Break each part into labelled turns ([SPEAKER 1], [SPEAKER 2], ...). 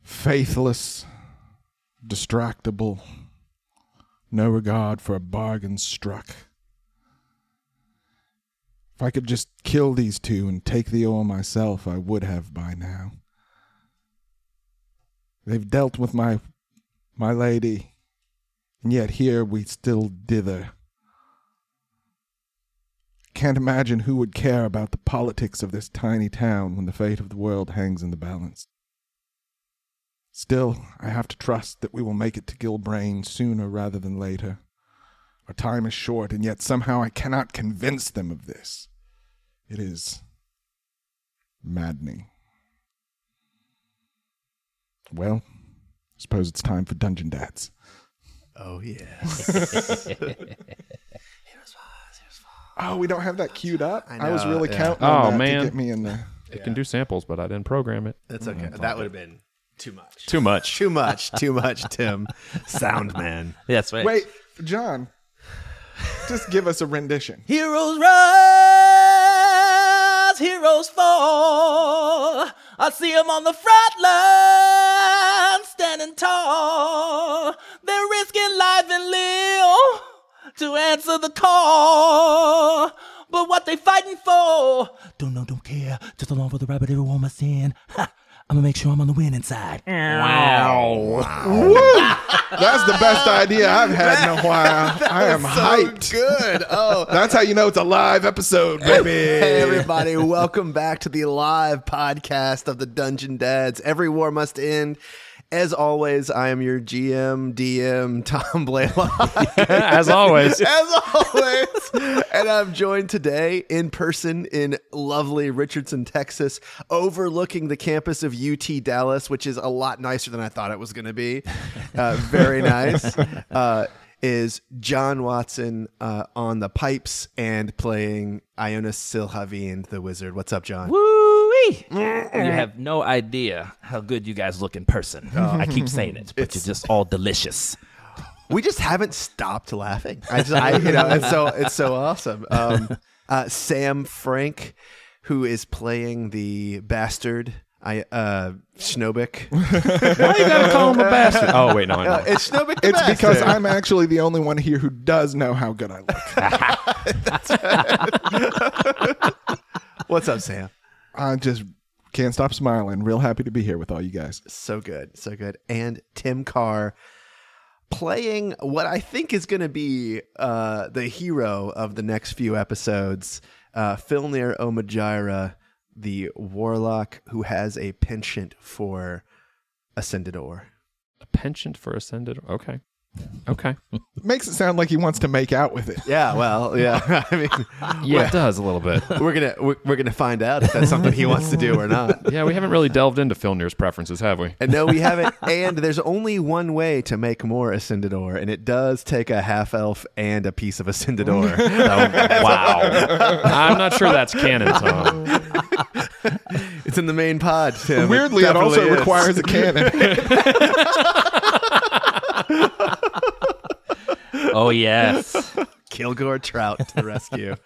[SPEAKER 1] faithless, distractible, no regard for a bargain struck. If I could just kill these two and take the oar myself, I would have by now. They've dealt with my my lady, and yet here we still dither. Can't imagine who would care about the politics of this tiny town when the fate of the world hangs in the balance. Still, I have to trust that we will make it to Gilbrain sooner rather than later. Our time is short, and yet somehow I cannot convince them of this. It is maddening. Well, suppose it's time for dungeon dats.
[SPEAKER 2] Oh yes.
[SPEAKER 1] Oh, we don't have that queued up. I,
[SPEAKER 2] I
[SPEAKER 1] was
[SPEAKER 2] know,
[SPEAKER 1] really
[SPEAKER 2] yeah.
[SPEAKER 1] counting
[SPEAKER 3] Oh,
[SPEAKER 1] on that
[SPEAKER 3] man.
[SPEAKER 1] to get me in there.
[SPEAKER 3] It can do samples, but I didn't program it.
[SPEAKER 2] That's okay. That would have been too much.
[SPEAKER 4] Too much.
[SPEAKER 2] Too much. Too much, Tim. Sound man.
[SPEAKER 4] Yes, wait.
[SPEAKER 1] Wait, John, just give us a rendition.
[SPEAKER 4] Heroes rise, heroes fall. I see 'em on the front line, standing tall. They're risking life and limb to answer the call. But what they fighting for? Don't know, don't care. Just along for the rabbit, everyone must in. Ha, I'm gonna make sure I'm on the winning side.
[SPEAKER 1] That's the best idea I've had in a while. I am hyped.
[SPEAKER 2] Good. Oh,
[SPEAKER 1] That's how you know it's a live episode,
[SPEAKER 2] Hey,
[SPEAKER 1] baby.
[SPEAKER 2] everybody, welcome back to the live podcast of the Dungeon Dads. Every war must end. As always, I am your GM, DM, Tom Blaylock.
[SPEAKER 3] As always.
[SPEAKER 2] As always. and I'm joined today in person in lovely Richardson, Texas, overlooking the campus of UT Dallas, which is a lot nicer than I thought it was going to be. Uh, very nice. Uh, is John Watson uh, on the pipes and playing Ionis Silhavine, the wizard. What's up, John?
[SPEAKER 4] Woo-wee. You have no idea how good you guys look in person. Oh, I keep saying it, but you're just all delicious.
[SPEAKER 2] we just haven't stopped laughing. I just, I, you know, it's so it's so awesome. Um, uh, Sam Frank, who is playing the bastard, I uh, Schnobick.
[SPEAKER 3] Why you gotta call him a bastard? Oh wait, no, I know.
[SPEAKER 2] it's Schnobick. The
[SPEAKER 1] It's
[SPEAKER 2] bastard.
[SPEAKER 1] because I'm actually the only one here who does know how good I look.
[SPEAKER 2] What's up, Sam?
[SPEAKER 1] I just can't stop smiling. Real happy to be here with all you guys.
[SPEAKER 2] So good, so good. And Tim Carr playing what I think is going to be uh, the hero of the next few episodes, uh, Filnir Omajira, the warlock who has a penchant for ascended ore.
[SPEAKER 3] A penchant for ascended. Okay. Okay.
[SPEAKER 1] Makes it sound like he wants to make out with it.
[SPEAKER 2] Yeah, well, yeah. I mean,
[SPEAKER 3] Yeah, it does a little bit.
[SPEAKER 2] we're gonna we're, we're gonna find out if that's something he wants to do or not.
[SPEAKER 3] Yeah, we haven't really delved into Filnir's preferences, have we?
[SPEAKER 2] And no, we haven't. And there's only one way to make more ascended ore, and it does take a half elf and a piece of ascended ore.
[SPEAKER 3] wow. I'm not sure that's canon, Tom.
[SPEAKER 2] It's in the main pod, Tim.
[SPEAKER 1] Weirdly, it also
[SPEAKER 2] definitely is.
[SPEAKER 1] requires a cannon.
[SPEAKER 4] Oh, yes.
[SPEAKER 2] Kilgore Trout to the rescue.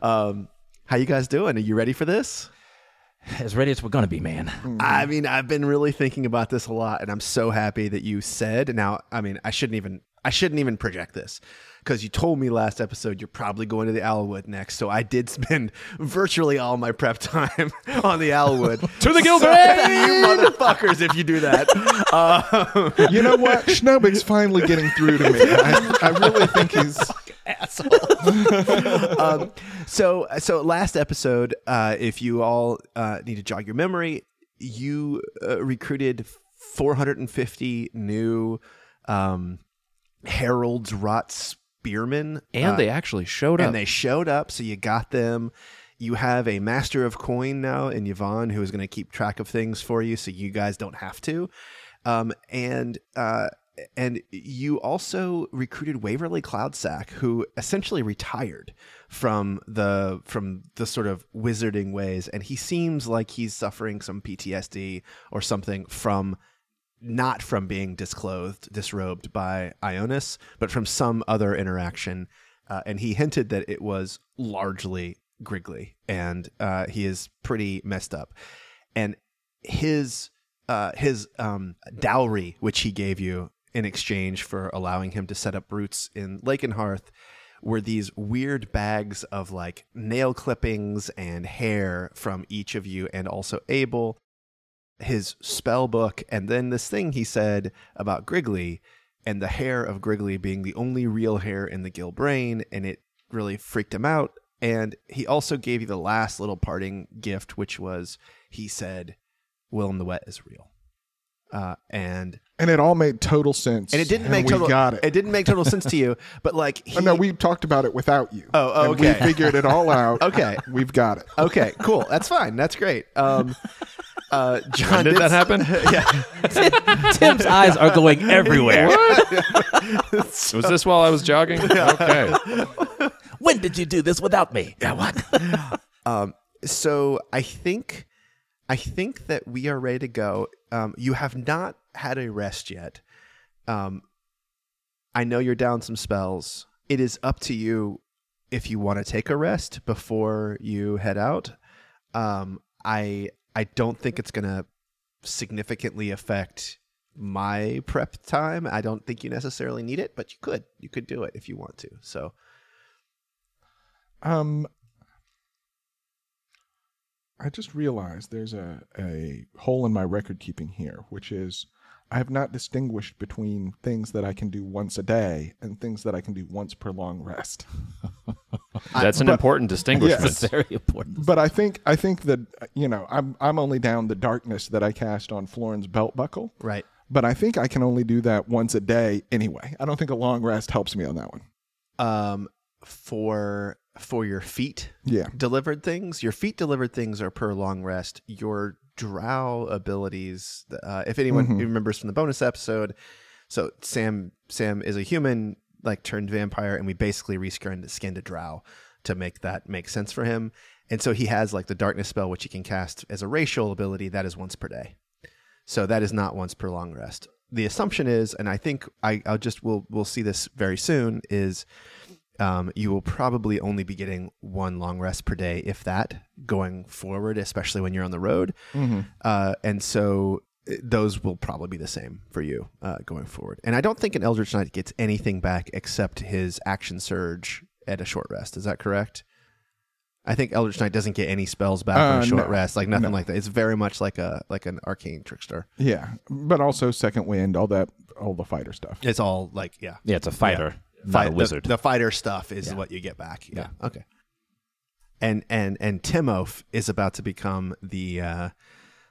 [SPEAKER 2] um, how you guys doing? Are you ready for this?
[SPEAKER 4] as ready as we're going to be, man.
[SPEAKER 2] I
[SPEAKER 3] Mm-hmm.
[SPEAKER 2] mean, I've been really thinking about this a lot, and I'm so happy that you said. Now, I mean, I shouldn't even I shouldn't even project this because you told me last episode you're probably going to the Owlwood next. So I did spend virtually all my prep time on the Owlwood.
[SPEAKER 3] To the Gilbert!
[SPEAKER 2] you motherfuckers! If you do that, Um,
[SPEAKER 1] you know what? Schnobick's finally getting through to me. I, I really think he's.
[SPEAKER 2] um, so so last episode, uh, if you all uh, need to jog your memory, you uh, recruited 450 new um, Harold's Rot Spearmen,
[SPEAKER 3] And
[SPEAKER 2] uh,
[SPEAKER 3] they actually showed up.
[SPEAKER 2] and they showed up. So you got them. You have a master of coin now in Yvonne who is going to keep track of things for you, so you guys don't have to. Um, and uh, and you also recruited Waverly Cloudsack, who essentially retired from the from the sort of wizarding ways, and he seems like he's suffering some PTSD or something from not from being disclothed, disrobed by Ionis, but from some other interaction. Uh, and he hinted that it was largely Griggly, and uh, he is pretty messed up. And his uh, his um, dowry, which he gave you in exchange for allowing him to set up roots in Lakenhearth, were these weird bags of like nail clippings and hair from each of you, and also Abel, his spell book, and then this thing he said about Griggly and the hair of Griggly being the only real hair in the Gill Brain, and it really freaked him out. And he also gave you the last little parting gift, which was he said, Willem the Wet is real. Uh, and
[SPEAKER 1] And it all made total sense.
[SPEAKER 2] and it didn't make
[SPEAKER 1] we
[SPEAKER 2] total
[SPEAKER 1] got it.
[SPEAKER 2] didn't make total sense to you, but like he,
[SPEAKER 1] Oh, no, we talked about it without you.
[SPEAKER 2] Oh, oh,
[SPEAKER 1] And
[SPEAKER 2] okay.
[SPEAKER 1] we figured it all out.
[SPEAKER 2] Okay.
[SPEAKER 1] We've got it.
[SPEAKER 2] okay, cool. That's fine. That's great. Um, uh, John
[SPEAKER 3] When did that happen?
[SPEAKER 4] Tim's eyes are going everywhere.
[SPEAKER 3] Was this while I was jogging? Okay.
[SPEAKER 4] when did you do this without me? Yeah, what?
[SPEAKER 2] so I think I think that we are ready to go. Um, you have not had a rest yet. Um, I know you're down some spells. It is up to you if you want to take a rest before you head out. Um, I I don't think it's gonna significantly affect my prep time. I don't think you necessarily need it, but you could you could do it if you want to. So
[SPEAKER 1] Um, I just realized there's a, a hole in my record keeping here, which is I have not distinguished between things that I can do once a day and things that I can do once per long rest.
[SPEAKER 3] That's an important distinguishment.
[SPEAKER 1] Yes.
[SPEAKER 4] Very important.
[SPEAKER 1] But I think I think that you know I'm I'm only down the darkness that I cast on Florin's belt buckle.
[SPEAKER 2] right.
[SPEAKER 1] But I think I can only do that once a day anyway. I don't think a long rest helps me on that one.
[SPEAKER 2] um, for for your feet
[SPEAKER 1] Yeah.
[SPEAKER 2] delivered things. Your feet delivered things are per long rest. Your drow abilities, uh, if anyone remembers from the bonus episode, so Sam Sam is a human like turned vampire, and we basically reskinned skinned a drow to make that make sense for him. And so he has like the darkness spell, which he can cast as a racial ability. That is once per day. So that is not once per long rest. The assumption is, and I think I, I'll just we'll we'll see this very soon, is um, you will probably only be getting one long rest per day, if that, going forward, especially when you're on the road. Uh, and so uh, those will probably be the same for you uh, going forward. And I don't think an Eldritch Knight gets anything back except his action surge at a short rest. Is that correct? I think Eldritch Knight doesn't get any spells back on
[SPEAKER 1] Uh,
[SPEAKER 2] a short
[SPEAKER 1] no.
[SPEAKER 2] rest, like nothing
[SPEAKER 1] No.
[SPEAKER 2] like that. It's very much like a like an arcane trickster.
[SPEAKER 1] Yeah. But also second wind, all that all the fighter stuff.
[SPEAKER 2] It's all like yeah,
[SPEAKER 5] Yeah, it's a fighter, not
[SPEAKER 2] Fight-
[SPEAKER 5] a
[SPEAKER 2] the-
[SPEAKER 5] wizard.
[SPEAKER 2] The, fighter stuff is what you get back. Yeah. Okay. And and and Timoph is about to become the uh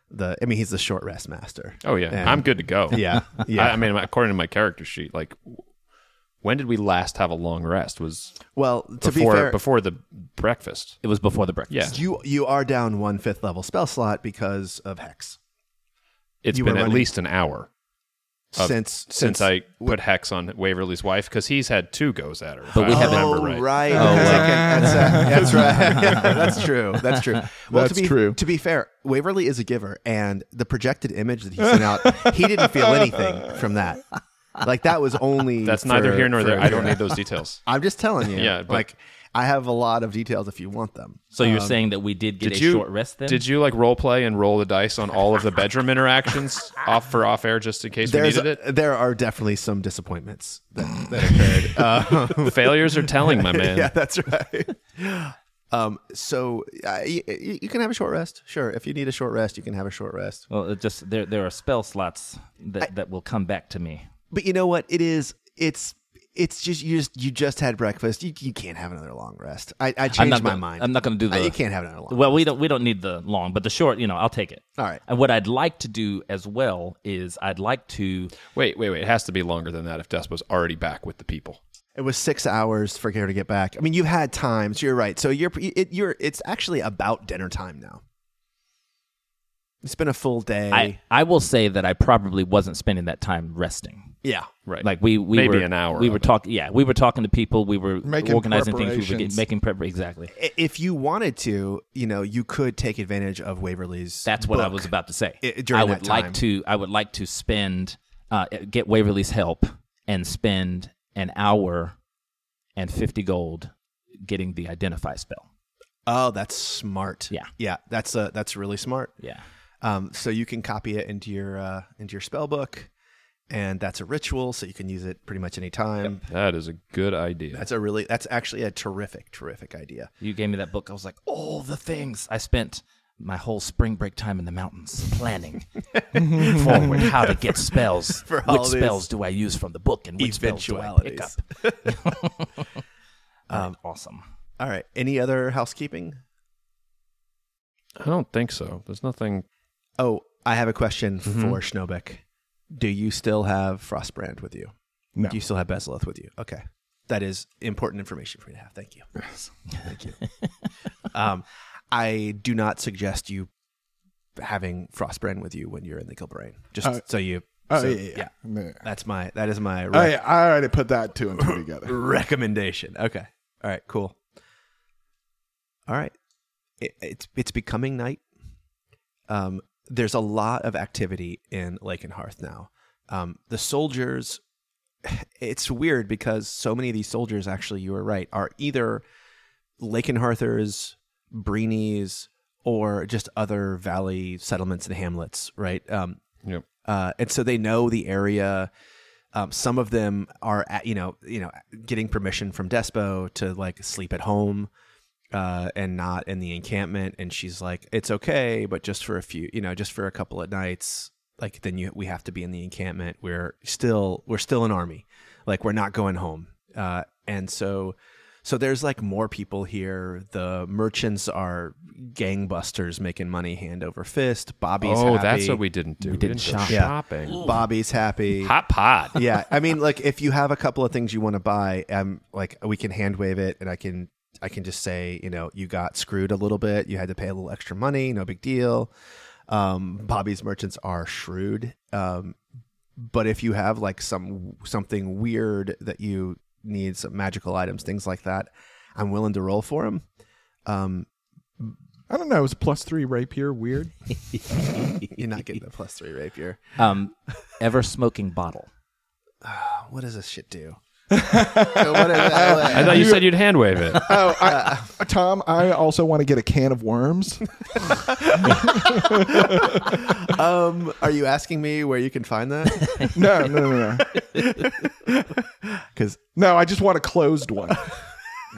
[SPEAKER 2] the I mean he's the short rest master.
[SPEAKER 3] Oh yeah,
[SPEAKER 2] And-
[SPEAKER 3] I'm good to go.
[SPEAKER 2] Yeah. Yeah.
[SPEAKER 3] I, I mean, according to my character sheet, like w- when did we last have a long rest? Was
[SPEAKER 2] well, to
[SPEAKER 3] before
[SPEAKER 2] be fair,
[SPEAKER 3] before the breakfast?
[SPEAKER 5] it was before the breakfast.
[SPEAKER 3] Yeah.
[SPEAKER 2] you you are down one fifth level spell slot because of hex.
[SPEAKER 3] It's
[SPEAKER 2] You
[SPEAKER 3] been
[SPEAKER 2] were
[SPEAKER 3] at
[SPEAKER 2] running-
[SPEAKER 3] least an hour
[SPEAKER 2] since,
[SPEAKER 3] since, I put hex on Waverly's wife because he's had two goes at her. But
[SPEAKER 5] we
[SPEAKER 3] I
[SPEAKER 5] haven't-
[SPEAKER 3] remember
[SPEAKER 2] Oh, right.
[SPEAKER 3] right.
[SPEAKER 2] Okay, That's, that's right. Yeah, that's true. That's true. Well,
[SPEAKER 1] That's
[SPEAKER 2] to be,
[SPEAKER 1] true.
[SPEAKER 2] To be fair, Waverly is a giver, and the projected image that he sent out, he didn't feel anything from that. Like that was only.
[SPEAKER 3] That's neither
[SPEAKER 2] for-
[SPEAKER 3] here nor
[SPEAKER 2] for-
[SPEAKER 3] there. I don't need those details.
[SPEAKER 2] I'm just telling you.
[SPEAKER 3] Yeah, but-
[SPEAKER 2] like I have a lot of details if you want them.
[SPEAKER 5] So you're
[SPEAKER 4] Um,
[SPEAKER 5] saying that we did get
[SPEAKER 3] Did
[SPEAKER 5] a
[SPEAKER 3] you
[SPEAKER 5] short rest then?
[SPEAKER 3] Did you like role play and roll the dice on all of the bedroom interactions off for off air just in case we
[SPEAKER 2] There's
[SPEAKER 3] needed it?
[SPEAKER 2] there are definitely some disappointments that, that occurred. Uh,
[SPEAKER 3] Failures are telling, my man.
[SPEAKER 2] yeah, that's right. Um, so uh, you, you can have a short rest, sure. If you need a short rest, you can have a short rest.
[SPEAKER 5] Well, it just there there are spell slots that, that will come back to me.
[SPEAKER 2] But you know what? It is. It's. It's just you just you just had breakfast. You, you can't have another long rest. I, I changed
[SPEAKER 5] not
[SPEAKER 2] my
[SPEAKER 5] gonna-
[SPEAKER 2] mind.
[SPEAKER 5] I'm not gonna do
[SPEAKER 2] I-
[SPEAKER 5] the-
[SPEAKER 2] you can't have another long.
[SPEAKER 5] Well, we don't we don't need the long, but the short, you know, I'll take it.
[SPEAKER 2] All right.
[SPEAKER 5] And what I'd like to do as well is I'd like to
[SPEAKER 3] Wait, wait, wait. It has to be longer than that if Despo's already back with the people.
[SPEAKER 2] It was six hours for her to get back. I mean, you've had times. you're right. So you're it, you're. It's actually about dinner time now. It's been a full day.
[SPEAKER 5] I, I will say that I probably wasn't spending that time resting.
[SPEAKER 2] yeah.
[SPEAKER 3] Right.
[SPEAKER 5] Like we we
[SPEAKER 3] Maybe
[SPEAKER 5] were,
[SPEAKER 3] an hour
[SPEAKER 5] We
[SPEAKER 3] of
[SPEAKER 5] were
[SPEAKER 3] it.
[SPEAKER 5] talking. Yeah, we were talking to people. We were
[SPEAKER 1] Making
[SPEAKER 5] organizing things. We were
[SPEAKER 1] preparations.
[SPEAKER 5] get, making prep exactly.
[SPEAKER 2] I- If you wanted to, you know, you could take advantage of Waverly's.
[SPEAKER 5] That's what I
[SPEAKER 2] book.
[SPEAKER 5] was about to say.
[SPEAKER 2] i- during
[SPEAKER 5] I would
[SPEAKER 2] that time.
[SPEAKER 5] like to. I would like to spend, uh, get Waverly's help, and spend an hour and fifty gold getting the identify spell.
[SPEAKER 2] Oh, that's smart.
[SPEAKER 5] Yeah.
[SPEAKER 2] Yeah. That's uh, that's really smart.
[SPEAKER 5] Yeah,
[SPEAKER 2] Um, so you can copy it into your uh, into your spell book, and that's a ritual, so you can use it pretty much any time.
[SPEAKER 3] That is a good idea.
[SPEAKER 2] That's a really that's actually a terrific terrific idea.
[SPEAKER 5] You gave me that book. I was like, all the things I spent my whole spring break time in the mountains planning forward how to get spells.
[SPEAKER 2] For all
[SPEAKER 5] which
[SPEAKER 2] these
[SPEAKER 5] spells do I use from the book and which spells do I pick up?
[SPEAKER 2] Eventualities.
[SPEAKER 5] Um, awesome.
[SPEAKER 2] All right. Any other housekeeping?
[SPEAKER 3] I don't think so. There's nothing.
[SPEAKER 2] Oh, I have a question
[SPEAKER 1] Mm-hmm.
[SPEAKER 2] for Schnobeck. Do you still have Frostbrand with you?
[SPEAKER 1] No.
[SPEAKER 2] Do you still have Bezaleth with you? Okay. That is important information for you to have. Thank you. Thank you. um, I do not suggest you having Frostbrand with you when you're in the Gilbrain. Just
[SPEAKER 1] Oh.
[SPEAKER 2] so you.
[SPEAKER 1] Oh
[SPEAKER 2] so,
[SPEAKER 1] yeah, yeah. yeah.
[SPEAKER 2] That's my. That is my
[SPEAKER 1] Oh,
[SPEAKER 2] rec-
[SPEAKER 1] yeah, I already put that two and two together.
[SPEAKER 2] recommendation. Okay. All right. Cool. All right. It, it's it's becoming night. Um, there's a lot of activity in Lake and Hearth now. Um, the soldiers. It's weird because so many of these soldiers, actually, you were right, are either Lakenharthers, Breenies, or just other valley settlements and hamlets, right? Um,
[SPEAKER 3] Yep.
[SPEAKER 2] uh, and so they know the area. Um, some of them are, at, you know, you know, getting permission from Despo to like sleep at home uh, and not in the encampment. And she's like, "It's okay, but just for a few, you know, just for a couple of nights. Like then you, we have to be in the encampment. We're still, we're still an army. Like we're not going home." Uh, and so, so there's like more people here. The merchants are gangbusters, making money hand over fist. Bobby's
[SPEAKER 3] oh,
[SPEAKER 2] happy.
[SPEAKER 3] that's what we didn't do. We
[SPEAKER 5] didn't
[SPEAKER 3] go
[SPEAKER 5] shop.
[SPEAKER 2] Yeah.
[SPEAKER 3] shopping.
[SPEAKER 2] Bobby's happy.
[SPEAKER 3] Hot pot.
[SPEAKER 2] yeah, I mean, look, if you have a couple of things you want to buy, um, like we can hand wave it, and I can, I can just say, you know, you got screwed a little bit. You had to pay a little extra money. No big deal. Um, Bobby's merchants are shrewd. Um, but if you have like some something weird that you need, some magical items, things like that, I'm willing to roll for them. Um,
[SPEAKER 1] I don't know. Is plus three rapier weird?
[SPEAKER 2] you're not getting a plus three rapier.
[SPEAKER 5] Um, ever smoking bottle.
[SPEAKER 2] What does this shit do? What is that?
[SPEAKER 3] I thought you said you'd hand wave it.
[SPEAKER 1] Oh, I, Tom, I also want to get a can of worms.
[SPEAKER 2] Um, are you asking me where you can find that?
[SPEAKER 1] No, no, no, no.
[SPEAKER 2] Because
[SPEAKER 1] No, I just want a closed one.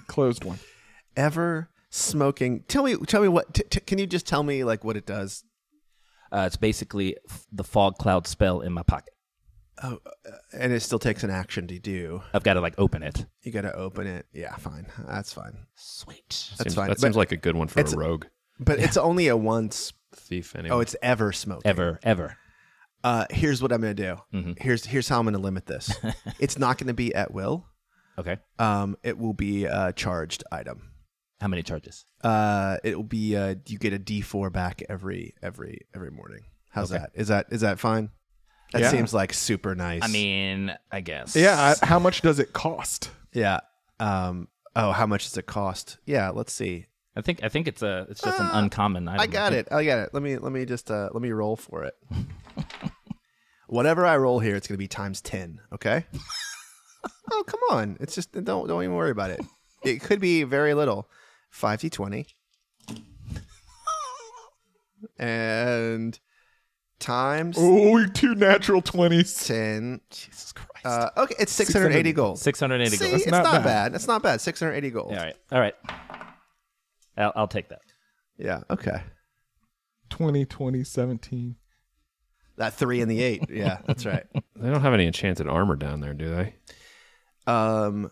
[SPEAKER 1] closed one.
[SPEAKER 2] ever smoking. Tell me, tell me what. T- t- can you just tell me like what it does?
[SPEAKER 5] Uh, it's basically f- the fog cloud spell in my pocket.
[SPEAKER 2] And it still takes an action to do.
[SPEAKER 5] I've got to like open it.
[SPEAKER 2] You got to open it. Yeah, fine. That's fine.
[SPEAKER 5] Sweet.
[SPEAKER 2] That's
[SPEAKER 3] Seems-
[SPEAKER 2] fine.
[SPEAKER 3] That
[SPEAKER 2] but
[SPEAKER 3] seems like a good one for a
[SPEAKER 2] it's-
[SPEAKER 3] rogue
[SPEAKER 2] but it's only a once.
[SPEAKER 3] thief. Anyway.
[SPEAKER 2] Oh, it's ever smoking.
[SPEAKER 5] Ever, ever.
[SPEAKER 2] Uh, here's what I'm gonna do.
[SPEAKER 3] Mm-hmm.
[SPEAKER 2] Here's here's how I'm gonna limit this. it's not gonna be at will.
[SPEAKER 5] Okay.
[SPEAKER 2] Um, it will be a charged item.
[SPEAKER 5] How many charges?
[SPEAKER 2] Uh, it will be uh, you get a D4 back every every every morning. How's that? Is that is that fine? That
[SPEAKER 1] Yeah.
[SPEAKER 2] seems like super nice.
[SPEAKER 5] I mean, I guess.
[SPEAKER 1] Yeah. I, how much does it cost?
[SPEAKER 2] Yeah. Um. Oh, how much does it cost? Yeah. Let's see.
[SPEAKER 5] I think I think it's a it's just an uncommon item.
[SPEAKER 2] Uh, I got it. I got it. Let me let me just uh, let me roll for it. Whatever I roll here, it's gonna be times ten. Okay. oh come on! It's just don't don't even worry about it. It could be very little. Five to twenty. And times
[SPEAKER 1] Oh, you two natural 20s.
[SPEAKER 2] ten.
[SPEAKER 5] Jesus Christ.
[SPEAKER 2] Uh, okay, it's six hundred eighty gold.
[SPEAKER 5] Six hundred eighty
[SPEAKER 2] See,
[SPEAKER 5] gold.
[SPEAKER 2] it's not,
[SPEAKER 1] not
[SPEAKER 2] bad. It's not bad. Six hundred eighty gold.
[SPEAKER 5] All right. All right. I'll, I'll take that.
[SPEAKER 2] Yeah. Okay.
[SPEAKER 1] 20, 20, 17.
[SPEAKER 2] That three and the eight. Yeah, that's right.
[SPEAKER 3] They don't have any enchanted armor down there, do they?
[SPEAKER 2] Um,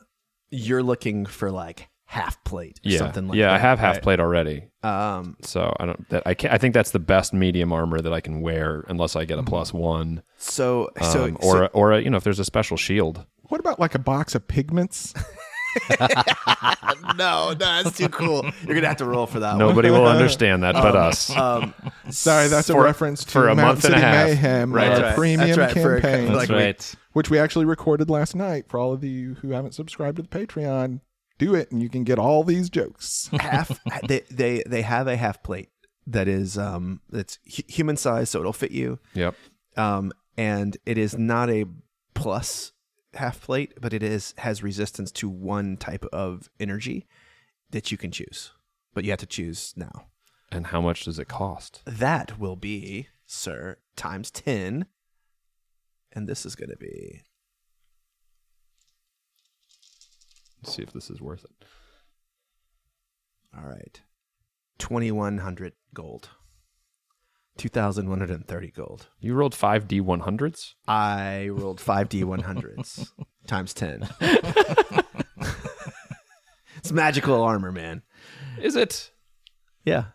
[SPEAKER 2] you're looking for like half plate or
[SPEAKER 3] Yeah.
[SPEAKER 2] something like
[SPEAKER 3] yeah,
[SPEAKER 2] that.
[SPEAKER 3] I have half
[SPEAKER 2] right?
[SPEAKER 3] plate already.
[SPEAKER 2] Um,
[SPEAKER 3] So I don't. That, I can I think that's the best medium armor that I can wear, unless I get a plus one,
[SPEAKER 2] so
[SPEAKER 3] um,
[SPEAKER 2] so
[SPEAKER 3] or
[SPEAKER 2] Mm-hmm. so,
[SPEAKER 3] a, or a, you know if there's a special shield.
[SPEAKER 1] What about like a box of pigments?
[SPEAKER 2] no, no, that's too cool. You're gonna have to roll for that one.
[SPEAKER 3] Nobody will understand that but us.
[SPEAKER 2] Oh. Um,
[SPEAKER 1] Sorry, that's a
[SPEAKER 3] For-
[SPEAKER 1] reference to
[SPEAKER 3] for a
[SPEAKER 1] Mountain
[SPEAKER 3] month and
[SPEAKER 1] City
[SPEAKER 3] a half.
[SPEAKER 1] Mayhem,
[SPEAKER 2] Right,
[SPEAKER 1] our
[SPEAKER 2] that's right.
[SPEAKER 1] premium
[SPEAKER 2] That's right, for a-
[SPEAKER 1] campaign,
[SPEAKER 2] like-
[SPEAKER 5] That's
[SPEAKER 2] we-
[SPEAKER 5] right.
[SPEAKER 1] which we actually recorded last night. For all of you who haven't subscribed to the Patreon, do it, and you can get all these jokes.
[SPEAKER 2] half they, they they have a half plate that is um that's hu- human size, so it'll fit you.
[SPEAKER 3] yep.
[SPEAKER 2] Um, and it is not a plus half plate, but it is has resistance to one type of energy that you can choose, but you have to choose now.
[SPEAKER 3] And how much does it cost?
[SPEAKER 2] That will be, sir, times 10. And this is going to be
[SPEAKER 3] Let's see if this is worth it.
[SPEAKER 2] All right. 2100 gold. 2130 gold.
[SPEAKER 3] You rolled five D100s?
[SPEAKER 2] I rolled 5d100s times 10. it's magical armor, man.
[SPEAKER 3] Is it?
[SPEAKER 2] Yeah.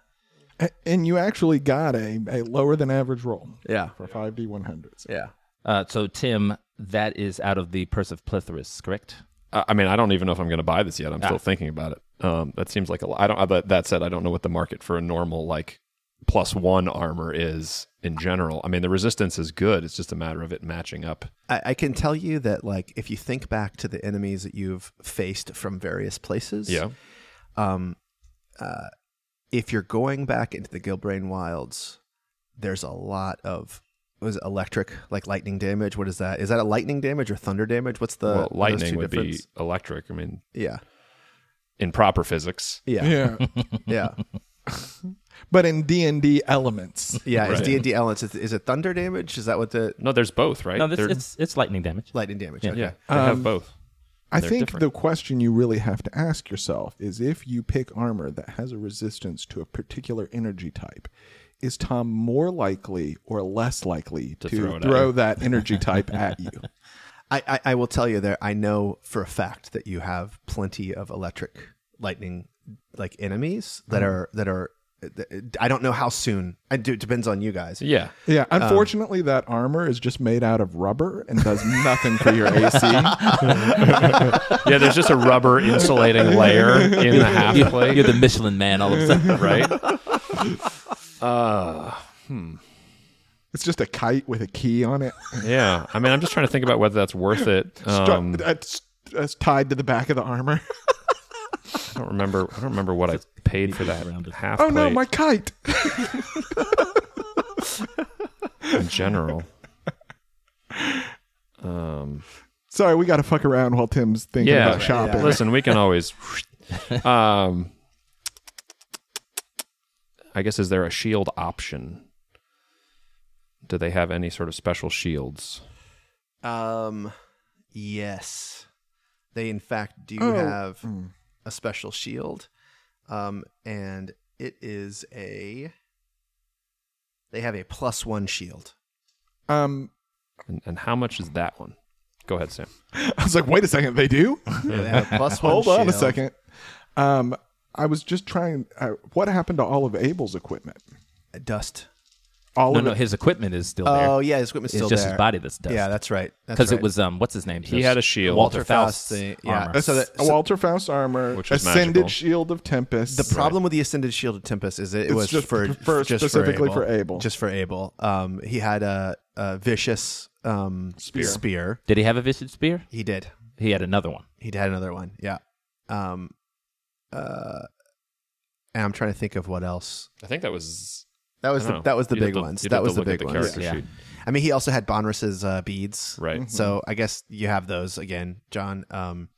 [SPEAKER 1] A- And you actually got a, a lower than average roll
[SPEAKER 2] Yeah.
[SPEAKER 1] for 5D100s.
[SPEAKER 2] Yeah.
[SPEAKER 5] Uh, so Tim, that is out of the purse of Plithrus, correct?
[SPEAKER 3] I I mean, I don't even know if I'm going to buy this yet. I'm still thinking about it. Um, that seems like a lot. I don't. But that said, I don't know what the market for a normal like plus one armor is in general. I mean, the resistance is good. It's just a matter of it matching up.
[SPEAKER 2] I, I can tell you that, like, if you think back to the enemies that you've faced from various places,
[SPEAKER 3] Yeah.
[SPEAKER 2] if you're going back into the Gilbrain Wilds, there's a lot of was it electric, like lightning damage. What is that? Is that a lightning damage or thunder damage? What's the
[SPEAKER 3] well,
[SPEAKER 2] those
[SPEAKER 3] lightning
[SPEAKER 2] Uh, two
[SPEAKER 3] would
[SPEAKER 2] difference?
[SPEAKER 3] be electric. I mean,
[SPEAKER 2] yeah,
[SPEAKER 3] in proper physics.
[SPEAKER 2] yeah, yeah,
[SPEAKER 1] Yeah.
[SPEAKER 2] yeah.
[SPEAKER 1] but in D&D elements.
[SPEAKER 2] It's
[SPEAKER 3] Right.
[SPEAKER 2] D and D elements. Is, is it thunder damage? Is that what the
[SPEAKER 3] No, there's both, right?
[SPEAKER 5] No, this,
[SPEAKER 3] They're-
[SPEAKER 5] it's it's lightning damage.
[SPEAKER 2] lightning damage? okay.
[SPEAKER 3] yeah, they have both.
[SPEAKER 1] I
[SPEAKER 3] They're
[SPEAKER 1] think
[SPEAKER 3] different.
[SPEAKER 1] the question you really have to ask yourself is if you pick armor that has a resistance to a particular energy type, is Tom more likely or less likely to, throw,
[SPEAKER 3] throw it at you.
[SPEAKER 1] that energy type at you?
[SPEAKER 2] I, I I will tell you there. I know for a fact that you have plenty of electric lightning like enemies that
[SPEAKER 3] Mm-hmm.
[SPEAKER 2] are that are. I don't know how soon. I do. It depends on you guys.
[SPEAKER 3] Yeah.
[SPEAKER 1] Yeah,
[SPEAKER 2] Um,
[SPEAKER 1] unfortunately, that armor is just made out of rubber and does nothing for your AC.
[SPEAKER 3] Yeah, there's just a rubber insulating layer in the half
[SPEAKER 5] You're,
[SPEAKER 3] plate.
[SPEAKER 5] you're the Michelin man all of a sudden.
[SPEAKER 3] right?
[SPEAKER 1] It's just a kite with a key on it,
[SPEAKER 3] Yeah. I mean, I'm just trying to think about whether that's worth it.
[SPEAKER 1] Stru-
[SPEAKER 3] Um,
[SPEAKER 1] that's, that's tied to the back of the armor.
[SPEAKER 3] I don't remember. I don't remember what I paid for that
[SPEAKER 5] rounded.
[SPEAKER 3] half.
[SPEAKER 1] oh no,
[SPEAKER 3] plate
[SPEAKER 1] my kite!
[SPEAKER 3] in general.
[SPEAKER 1] Sorry, we got to fuck around while Tim's thinking
[SPEAKER 3] Yeah,
[SPEAKER 1] about shopping.
[SPEAKER 3] Listen, we can always. Um, I guess is there a shield option? Do they have any sort of special shields?
[SPEAKER 2] Um, yes, they in fact do
[SPEAKER 1] Oh.
[SPEAKER 2] have a special shield, um, and it is a. They have a plus one shield.
[SPEAKER 1] Um,
[SPEAKER 3] And, and how much is that one? Go ahead, Sam.
[SPEAKER 1] I was like, wait a second, they do?
[SPEAKER 2] They have a plus one.
[SPEAKER 1] Hold on a
[SPEAKER 2] shield.
[SPEAKER 1] second. Um, I was just trying. Uh, what happened to all of Abel's equipment?
[SPEAKER 2] Dust.
[SPEAKER 1] All
[SPEAKER 5] No,
[SPEAKER 1] of
[SPEAKER 5] no,
[SPEAKER 1] it.
[SPEAKER 5] his equipment is still there.
[SPEAKER 2] Oh yeah, his equipment's
[SPEAKER 5] it's
[SPEAKER 2] still
[SPEAKER 5] just
[SPEAKER 2] there.
[SPEAKER 5] his body that's dust.
[SPEAKER 2] Yeah, that's right. That's
[SPEAKER 5] because
[SPEAKER 2] right.
[SPEAKER 5] it was um, what's his name?
[SPEAKER 3] He had a shield.
[SPEAKER 5] Walter
[SPEAKER 2] Faust
[SPEAKER 5] Faust's
[SPEAKER 2] thing, yeah.
[SPEAKER 5] armor.
[SPEAKER 2] So that- so-
[SPEAKER 1] Walter Faust armor,
[SPEAKER 3] Which is
[SPEAKER 1] ascended
[SPEAKER 3] magical.
[SPEAKER 1] shield of tempest.
[SPEAKER 2] the problem with the ascended shield of tempest is it,
[SPEAKER 1] It's
[SPEAKER 2] was
[SPEAKER 1] just
[SPEAKER 2] for,
[SPEAKER 1] p- for-
[SPEAKER 2] just
[SPEAKER 1] specifically
[SPEAKER 2] for
[SPEAKER 1] for
[SPEAKER 2] Abel,
[SPEAKER 1] Abel.
[SPEAKER 2] Just for Abel. Um, he had a, a vicious um spear. Spear.
[SPEAKER 5] Did he have a vicious spear?
[SPEAKER 2] He did.
[SPEAKER 5] He had another one.
[SPEAKER 2] He had another one. Yeah. Um uh and I'm trying to think of what else.
[SPEAKER 3] I think that was
[SPEAKER 2] That was
[SPEAKER 3] I
[SPEAKER 2] the,
[SPEAKER 3] don't know.
[SPEAKER 2] that was the
[SPEAKER 3] You'd have
[SPEAKER 2] big
[SPEAKER 3] to-
[SPEAKER 2] ones.
[SPEAKER 3] you'd
[SPEAKER 2] That
[SPEAKER 3] have to
[SPEAKER 2] was the
[SPEAKER 3] look at
[SPEAKER 2] big
[SPEAKER 3] the
[SPEAKER 2] ones.
[SPEAKER 3] character
[SPEAKER 5] Yeah.
[SPEAKER 3] sheet.
[SPEAKER 2] I mean, he also had Bonrus's uh, beads.
[SPEAKER 3] Right.
[SPEAKER 2] So I guess you have those again, John. Um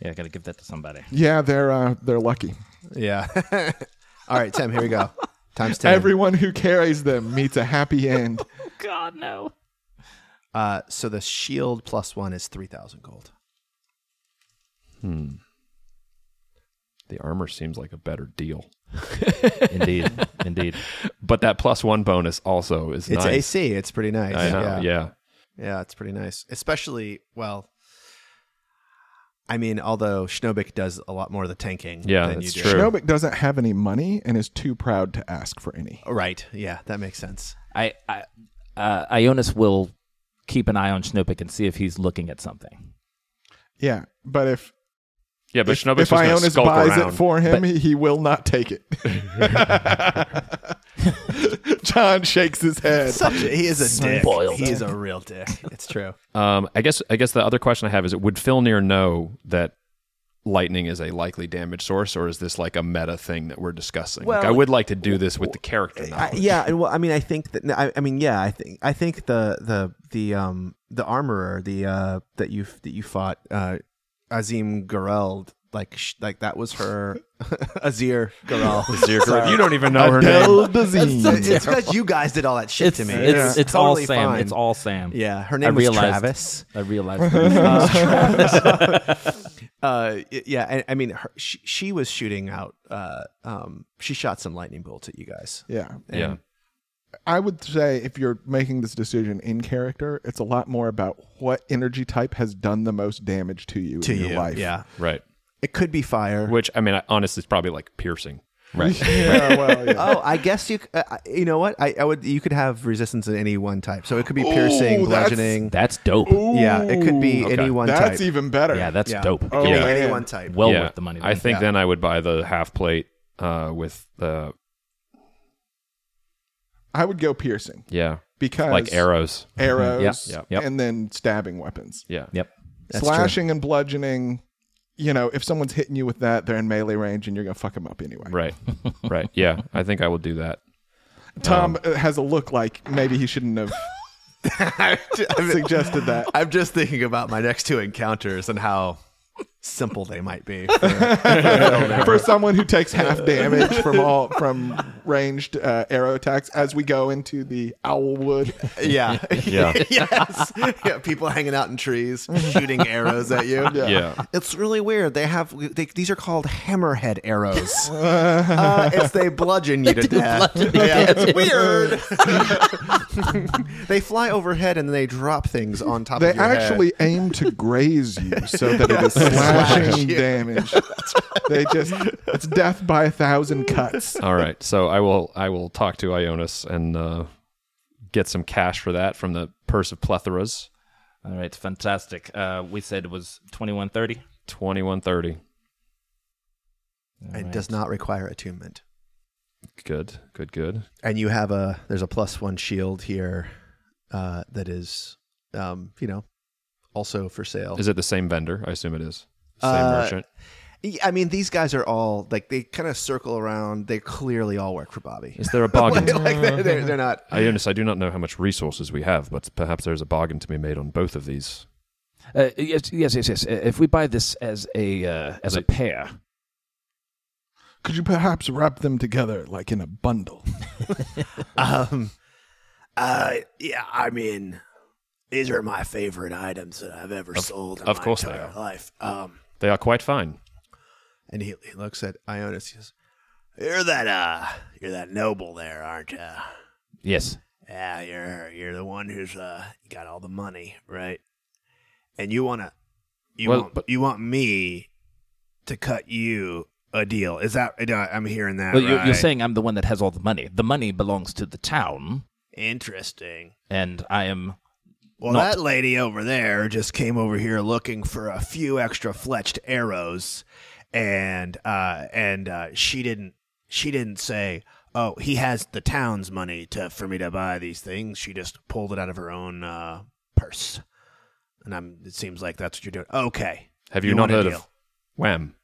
[SPEAKER 5] Yeah, I gotta give that to somebody.
[SPEAKER 1] yeah, they're uh, they're lucky.
[SPEAKER 2] yeah. All right, Tim, here we go. Times 10.
[SPEAKER 1] Everyone who carries them meets a happy end.
[SPEAKER 5] God no.
[SPEAKER 2] uh so the shield plus 1 is 3000 gold.
[SPEAKER 3] The armor seems like a better deal.
[SPEAKER 5] Indeed, indeed.
[SPEAKER 3] But that plus one bonus also is
[SPEAKER 2] It's
[SPEAKER 3] nice.
[SPEAKER 2] AC. It's pretty nice.
[SPEAKER 3] I know. Yeah.
[SPEAKER 2] Yeah, it's pretty nice. Especially, well, I mean, although Schnobik does a lot more of the tanking
[SPEAKER 3] Yeah,
[SPEAKER 2] than
[SPEAKER 3] that's
[SPEAKER 2] you do.
[SPEAKER 3] true.
[SPEAKER 1] Nobic doesn't have any money and is too proud to ask for any.
[SPEAKER 2] Right. Yeah, that makes sense.
[SPEAKER 5] I, I uh, Ionis will keep an eye on Schnopik and see if he's looking at something.
[SPEAKER 1] Yeah, but if
[SPEAKER 3] Yeah, but
[SPEAKER 1] if,
[SPEAKER 3] Shinobik's
[SPEAKER 1] if
[SPEAKER 3] just gonna
[SPEAKER 1] Ionis
[SPEAKER 3] skulk
[SPEAKER 1] buys
[SPEAKER 3] around.
[SPEAKER 1] it for him, he, he will not take it. John shakes his head.
[SPEAKER 2] Such a, he is a dick.
[SPEAKER 5] Spoiled.
[SPEAKER 2] He is a real dick. It's true.
[SPEAKER 3] Um, I guess I guess the other question I have is: Would Filnir know that lightning is a likely damage source, or is this like a meta thing that we're discussing? like, I would like to do this with the character.
[SPEAKER 2] I,
[SPEAKER 3] knowledge.
[SPEAKER 2] yeah, and well, I mean, I think that I, I mean, yeah, I think I think the the the um the armorer the uh that you that you fought uh Azim Gareld Like sh- like that was her Azir Garal.
[SPEAKER 3] Zero- you don't even know her name.
[SPEAKER 1] Adele Dazeem.
[SPEAKER 2] it's because you guys did all that shit
[SPEAKER 5] It's
[SPEAKER 2] to me.
[SPEAKER 5] it's, it's,
[SPEAKER 2] totally
[SPEAKER 5] all Sam.
[SPEAKER 2] fine.
[SPEAKER 5] It's all Sam.
[SPEAKER 2] yeah. Her
[SPEAKER 5] I
[SPEAKER 2] name was
[SPEAKER 5] realized-
[SPEAKER 2] Travis.
[SPEAKER 5] I realized.
[SPEAKER 2] Uh, y- yeah. I, I mean, her, she, she was shooting out. Uh, um, she shot some lightning bolts at you guys.
[SPEAKER 1] Yeah.
[SPEAKER 3] Yeah.
[SPEAKER 1] I would say if you're making this decision in character, it's a lot more about what energy type has done the most damage to you
[SPEAKER 2] To
[SPEAKER 1] in your
[SPEAKER 2] you,
[SPEAKER 1] life.
[SPEAKER 2] yeah.
[SPEAKER 3] Right.
[SPEAKER 2] It could be fire.
[SPEAKER 3] Which I mean, I, honestly, it's probably like piercing. Right.
[SPEAKER 1] Yeah, well, yeah.
[SPEAKER 2] oh, I guess you. c- Uh, I- you know what? I, I would. You could have resistance in any one type, so it could be piercing,
[SPEAKER 1] Ooh, that's-
[SPEAKER 2] bludgeoning.
[SPEAKER 5] that's dope.
[SPEAKER 2] yeah, it could be
[SPEAKER 1] Ooh,
[SPEAKER 2] any one
[SPEAKER 1] That's
[SPEAKER 2] type.
[SPEAKER 1] even better.
[SPEAKER 5] Yeah, that's
[SPEAKER 2] Yeah.
[SPEAKER 5] dope.
[SPEAKER 1] Oh,
[SPEAKER 2] It could
[SPEAKER 1] yeah.
[SPEAKER 2] be any
[SPEAKER 1] man.
[SPEAKER 2] one type.
[SPEAKER 5] Well worth the money.
[SPEAKER 3] I
[SPEAKER 5] then.
[SPEAKER 3] think then I would buy the half plate uh, with the
[SPEAKER 1] I would go piercing
[SPEAKER 3] yeah,
[SPEAKER 1] because
[SPEAKER 3] like arrows.
[SPEAKER 1] arrows,
[SPEAKER 3] Yeah, yeah.
[SPEAKER 1] and then stabbing weapons,
[SPEAKER 3] Yeah.
[SPEAKER 5] Yep.
[SPEAKER 1] slashing and bludgeoning. You know, if someone's hitting you with that, they're in melee range, and you're gonna fuck them up anyway.
[SPEAKER 3] Right. right. Yeah. I think I will do that.
[SPEAKER 1] Tom uh, has a look like maybe he shouldn't have suggested that.
[SPEAKER 2] I'm just thinking about my next two encounters and how simple they might be. For,
[SPEAKER 1] for someone who takes half damage from all from ranged uh, arrow attacks as we go into the owlwood
[SPEAKER 2] yeah.
[SPEAKER 3] Yeah.
[SPEAKER 2] yes. Yeah, people hanging out in trees, shooting arrows at you.
[SPEAKER 3] Yeah.
[SPEAKER 2] It's really weird. They have they, these are called hammerhead arrows. uh, it's they bludgeon you to death. yeah, it's weird. they fly overhead and then they drop things on top
[SPEAKER 1] they
[SPEAKER 2] of your head.
[SPEAKER 1] actually aim to graze you so that it is slashing damage they just it's death by a thousand cuts
[SPEAKER 3] All right. So I will I will talk to Ionis and uh, get some cash for that from the purse of plethoras.
[SPEAKER 5] All right, fantastic. Uh, we said it was twenty one thirty.
[SPEAKER 3] Twenty one thirty.
[SPEAKER 2] it does not require attunement.
[SPEAKER 3] Good. Good. Good.
[SPEAKER 2] and you have a there's a plus one shield here uh, that is um, you know also for sale.
[SPEAKER 3] Is it the same vendor? I assume it is. Same
[SPEAKER 2] Uh,
[SPEAKER 3] merchant.
[SPEAKER 2] Yeah, I mean, these guys are all like they kind of circle around. They clearly all work for Bobby.
[SPEAKER 3] Is there a boggin?
[SPEAKER 2] like they're, they're, they're not.
[SPEAKER 3] Ionis, I do not know how much resources we have, but perhaps there is a bargain to be made on both of these.
[SPEAKER 5] Uh, yes, yes, yes, yes. Uh, If we buy this as a uh, as a pair,
[SPEAKER 1] could you perhaps wrap them together like in a bundle
[SPEAKER 2] Um, uh, yeah, I mean, these are my favorite items that I've ever sold.
[SPEAKER 3] of my course they entire are.
[SPEAKER 2] life. Um,
[SPEAKER 3] They are quite fine.
[SPEAKER 2] and he, he looks at Ionis. He says, "You're that uh, you're that noble there, aren't you?"
[SPEAKER 5] yes,
[SPEAKER 2] Yeah, you're you're the one who's uh got all the money, right? And you wanna you
[SPEAKER 3] Well,
[SPEAKER 2] want
[SPEAKER 3] but-
[SPEAKER 2] you want me to cut you a deal. Is that I- I'm hearing that
[SPEAKER 5] well, you're,
[SPEAKER 2] right?
[SPEAKER 5] you're saying I'm the one that has all the money. The money belongs to the town,
[SPEAKER 2] interesting.
[SPEAKER 5] and I am.
[SPEAKER 2] Well,
[SPEAKER 5] Not-
[SPEAKER 2] that lady over there just came over here looking for a few extra fletched arrows, and uh, and uh, she didn't she didn't say, "Oh, he has the town's money to for me to buy these things." She just pulled it out of her own uh, purse, and I'm. It seems like that's what you're doing. Okay,
[SPEAKER 3] Have you,
[SPEAKER 2] You
[SPEAKER 3] not
[SPEAKER 2] want a
[SPEAKER 3] heard
[SPEAKER 2] deal?
[SPEAKER 3] of Wham?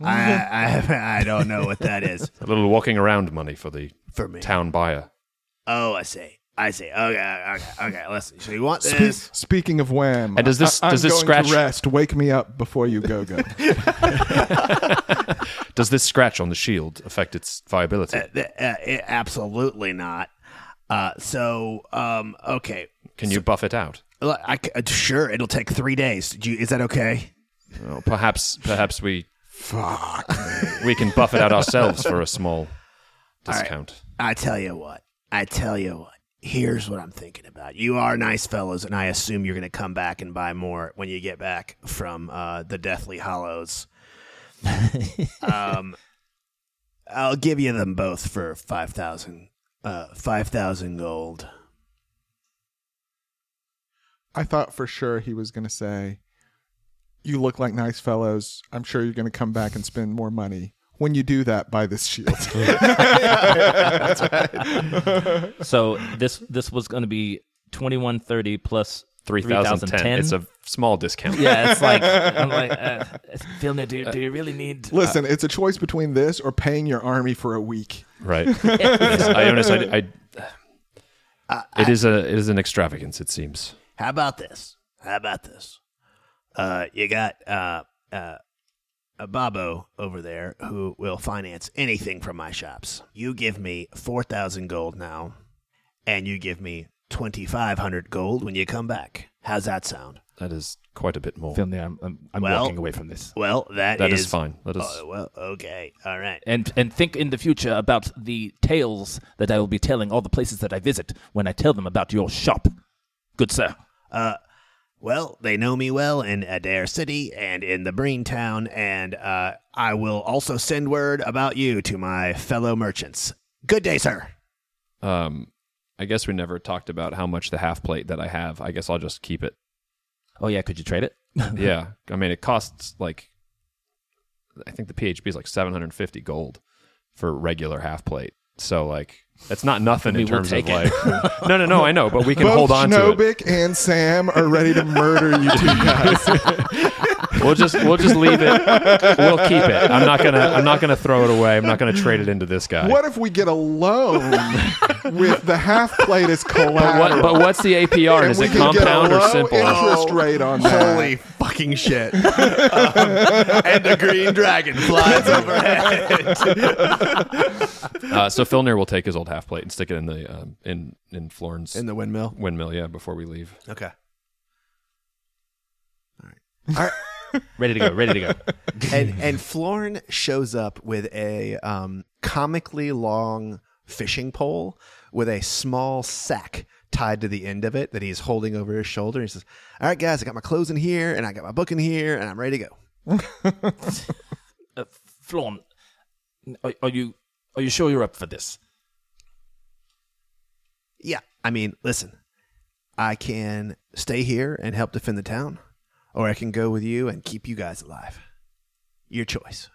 [SPEAKER 2] I, I I don't know what that is
[SPEAKER 3] A little walking around money for the
[SPEAKER 2] for me.
[SPEAKER 3] town buyer.
[SPEAKER 2] Oh, I see. I see. Okay, okay, okay. Listen, so you want
[SPEAKER 1] Spe-
[SPEAKER 2] this?
[SPEAKER 1] speaking of wham
[SPEAKER 3] And does this-
[SPEAKER 1] I- I'm
[SPEAKER 3] does this
[SPEAKER 1] going
[SPEAKER 3] scratch-
[SPEAKER 1] to rest wake me up before you go go
[SPEAKER 3] Does this scratch on the shield affect its viability?
[SPEAKER 2] Uh, th- uh, it, absolutely not. Uh, so, um, okay.
[SPEAKER 3] Can you buff it out?
[SPEAKER 2] L- I c- uh, sure, it'll take three days. Do you, is that okay?
[SPEAKER 3] Oh, perhaps, perhaps we fuck. We can buff it out ourselves for a small discount.
[SPEAKER 2] I tell you what. I tell you what. Here's what I'm thinking about. You are nice fellows, and I assume you're going to come back and buy more when you get back from uh, the Deathly Hollows. um, I'll give you them both for 5,000 uh, 5,000 gold.
[SPEAKER 1] I thought for sure he was going to say, You look like nice fellows. I'm sure you're going to come back and spend more money. When you do that, buy this shield.
[SPEAKER 5] So this this was going to be twenty one thirty plus
[SPEAKER 3] Three thousand ten. It's a small discount.
[SPEAKER 5] yeah, it's like I'm like, uh, Vilna, do, do you really need? uh,
[SPEAKER 1] Listen, it's a choice between this or paying your army for a week.
[SPEAKER 3] Right. Yes, Ionis, I, Uh, I- it is a it is an extravagance. It seems.
[SPEAKER 2] How about this? How about this? Uh, you got uh, uh, a Babo over there who will finance anything from my shops. You give me 4,000 gold now, and you give me 2,500 gold when you come back. How's that sound?
[SPEAKER 3] That is quite a bit more.
[SPEAKER 5] Film there. I'm, I'm, I'm
[SPEAKER 2] Well-
[SPEAKER 5] walking away from this.
[SPEAKER 2] Well,
[SPEAKER 3] That is fine. That is-
[SPEAKER 2] Oh, well, okay. All right.
[SPEAKER 5] and and think in the future about the tales that I will be telling all the places that I visit when I tell them about your shop. Good sir.
[SPEAKER 2] Well, they know me well in Adair City and in the Breen Town, and uh, I will also send word about you to my fellow merchants. Good day, sir.
[SPEAKER 3] Um, I guess we never talked about how much the half plate that I have. I guess I'll just keep it.
[SPEAKER 5] Oh yeah, could you trade it?
[SPEAKER 3] yeah, I mean it costs like I think the PHP is like 750 gold for regular half plate. So like that's not nothing
[SPEAKER 5] We
[SPEAKER 3] in
[SPEAKER 5] will
[SPEAKER 3] terms
[SPEAKER 5] take
[SPEAKER 3] of
[SPEAKER 5] it.
[SPEAKER 3] like no no no I know but we can
[SPEAKER 1] Both
[SPEAKER 3] hold on to it.
[SPEAKER 1] Schnobik and Sam are ready to murder you two guys.
[SPEAKER 3] We'll just we'll just leave it. We'll keep it. I'm not gonna I'm not gonna throw it away. I'm not gonna trade it into this guy.
[SPEAKER 1] What if we get a loan with the half plate as
[SPEAKER 3] But,
[SPEAKER 1] collateral?
[SPEAKER 3] what, but what's the APR?
[SPEAKER 1] And
[SPEAKER 3] Is
[SPEAKER 1] we
[SPEAKER 3] it
[SPEAKER 1] can get a
[SPEAKER 3] compound or
[SPEAKER 1] low
[SPEAKER 3] simple?
[SPEAKER 1] Interest rate on that.
[SPEAKER 2] Holy fucking shit. Um, and the green dragon flies overhead.
[SPEAKER 3] Uh, so Filner will take his old half plate and stick it in the um, in in Florin's
[SPEAKER 2] the windmill.
[SPEAKER 3] windmill. Yeah, before we leave.
[SPEAKER 2] Okay.
[SPEAKER 5] Ready to go, ready to go.
[SPEAKER 2] And and Florn shows up with a um, comically long fishing pole with a small sack tied to the end of it that he's holding over his shoulder. He says, All right, guys, I got my clothes in here and I got my book in here and I'm ready to go.
[SPEAKER 5] Uh, Flawn, are, are you are you sure you're up for this?
[SPEAKER 2] Yeah. I mean, listen, I can stay here and help defend the town, or I can go with you and keep you guys alive. Your choice.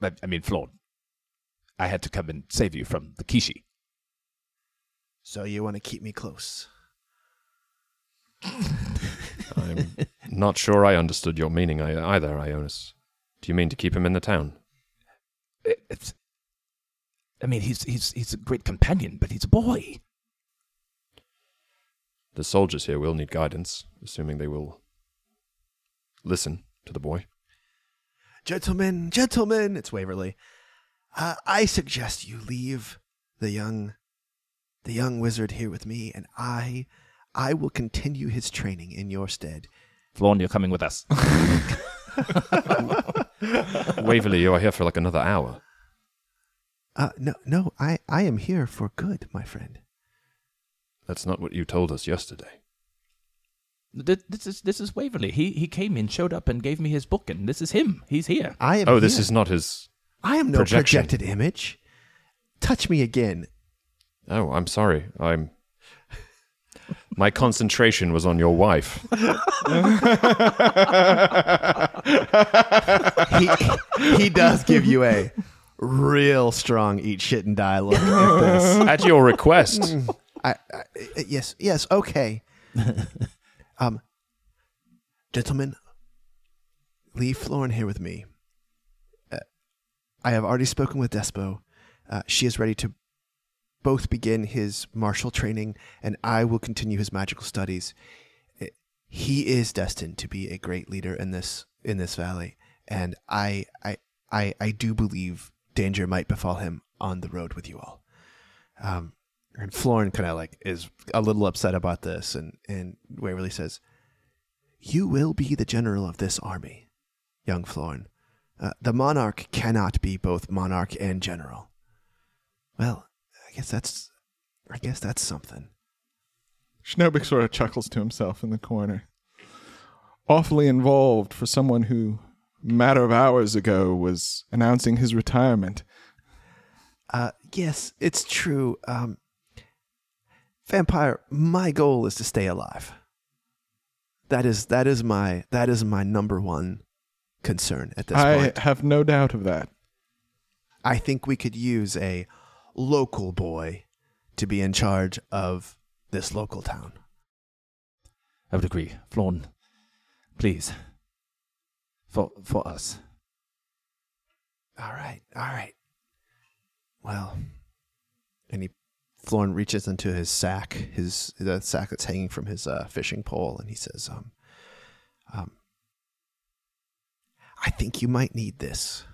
[SPEAKER 5] I, I mean, Flawn, I had to come and save you from the Kishi.
[SPEAKER 2] So you want to keep me close.
[SPEAKER 3] I'm not sure I understood your meaning I- either, Ionis. Do you mean to keep him in the town?
[SPEAKER 5] It- Uh, It's, I mean, he's he's he's a great companion, but he's a boy.
[SPEAKER 3] The soldiers here will need guidance, assuming they will listen to the boy.
[SPEAKER 2] Gentlemen, gentlemen, it's Waverly. Uh, I suggest you leave the young the young wizard here with me and I I will continue his training in your stead.
[SPEAKER 5] Flawn, you're coming with us.
[SPEAKER 3] Waverly, you are here for like another hour.
[SPEAKER 2] Uh no no, I I am here for good, my friend.
[SPEAKER 3] That's not what you told us yesterday.
[SPEAKER 5] Th- This is this is Waverly. He he came in, showed up, and gave me his book, and this is him. He's here.
[SPEAKER 2] I am
[SPEAKER 3] Oh, this
[SPEAKER 2] here.
[SPEAKER 3] is not his.
[SPEAKER 2] I am no
[SPEAKER 3] projection.
[SPEAKER 2] projected image. Touch me again.
[SPEAKER 3] Oh, I'm sorry. I'm. My concentration was on your wife.
[SPEAKER 2] He he does give you a real strong eat shit and die look at this.
[SPEAKER 3] At your request.
[SPEAKER 2] I, I, uh, yes, yes, okay. um, gentlemen, leave Florin here with me. Uh, I have already spoken with Despo. Uh, she is ready to both begin his martial training, and I will continue his magical studies. Uh, He is destined to be a great leader in this in this valley, and I I I, I do believe danger might befall him on the road with you all. Um, and Florin kind of like is a little upset about this, and and Waverly says, "You will be the general of this army, young Florin. Uh, the monarch cannot be both monarch and general." Well, I guess that's, I guess that's something.
[SPEAKER 1] Schnobik sort of chuckles to himself in the corner. Awfully involved for someone who, matter of hours ago, was announcing his retirement.
[SPEAKER 2] Uh, yes, it's true. Um, vampire, my goal is to stay alive. That is that is my that is my number one concern at this
[SPEAKER 1] I
[SPEAKER 2] point.
[SPEAKER 1] have no doubt of that.
[SPEAKER 2] I think we could use a local boy to be in charge of this local town.
[SPEAKER 5] I would agree. Flawn, please. For for us.
[SPEAKER 2] All right, all right. Well, and he, Florin reaches into his sack, his the sack that's hanging from his uh, fishing pole, and he says, um, um, I think you might need this.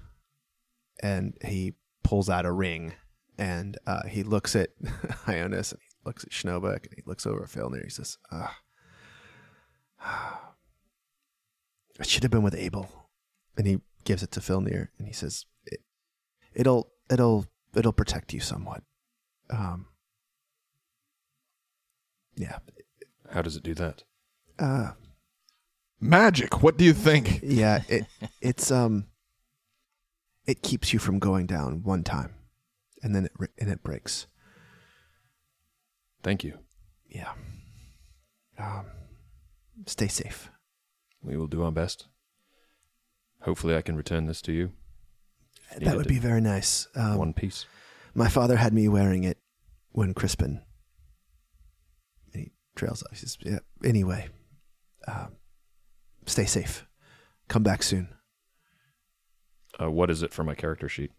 [SPEAKER 2] And he pulls out a ring and uh, he looks at Ionis and he looks at Schnobuck and he looks over at Filner. He says, ah, I should have been with Abel. And he gives it to Filner and he says, it, it'll, it'll, it'll protect you somewhat. Um, yeah.
[SPEAKER 3] How does it do that?
[SPEAKER 2] Uh,
[SPEAKER 1] Magic. What do you think?
[SPEAKER 2] yeah it it's um it keeps you from going down one time and then it re- and it breaks
[SPEAKER 3] Thank you.
[SPEAKER 2] yeah um stay safe
[SPEAKER 3] We will do our best. Hopefully, I can return this to you. Needed
[SPEAKER 2] that would be very nice um,
[SPEAKER 3] one piece.
[SPEAKER 2] my father had me wearing it when crispin and he trails off he says yeah anyway um stay safe come back soon
[SPEAKER 3] Uh, what is it for my character sheet?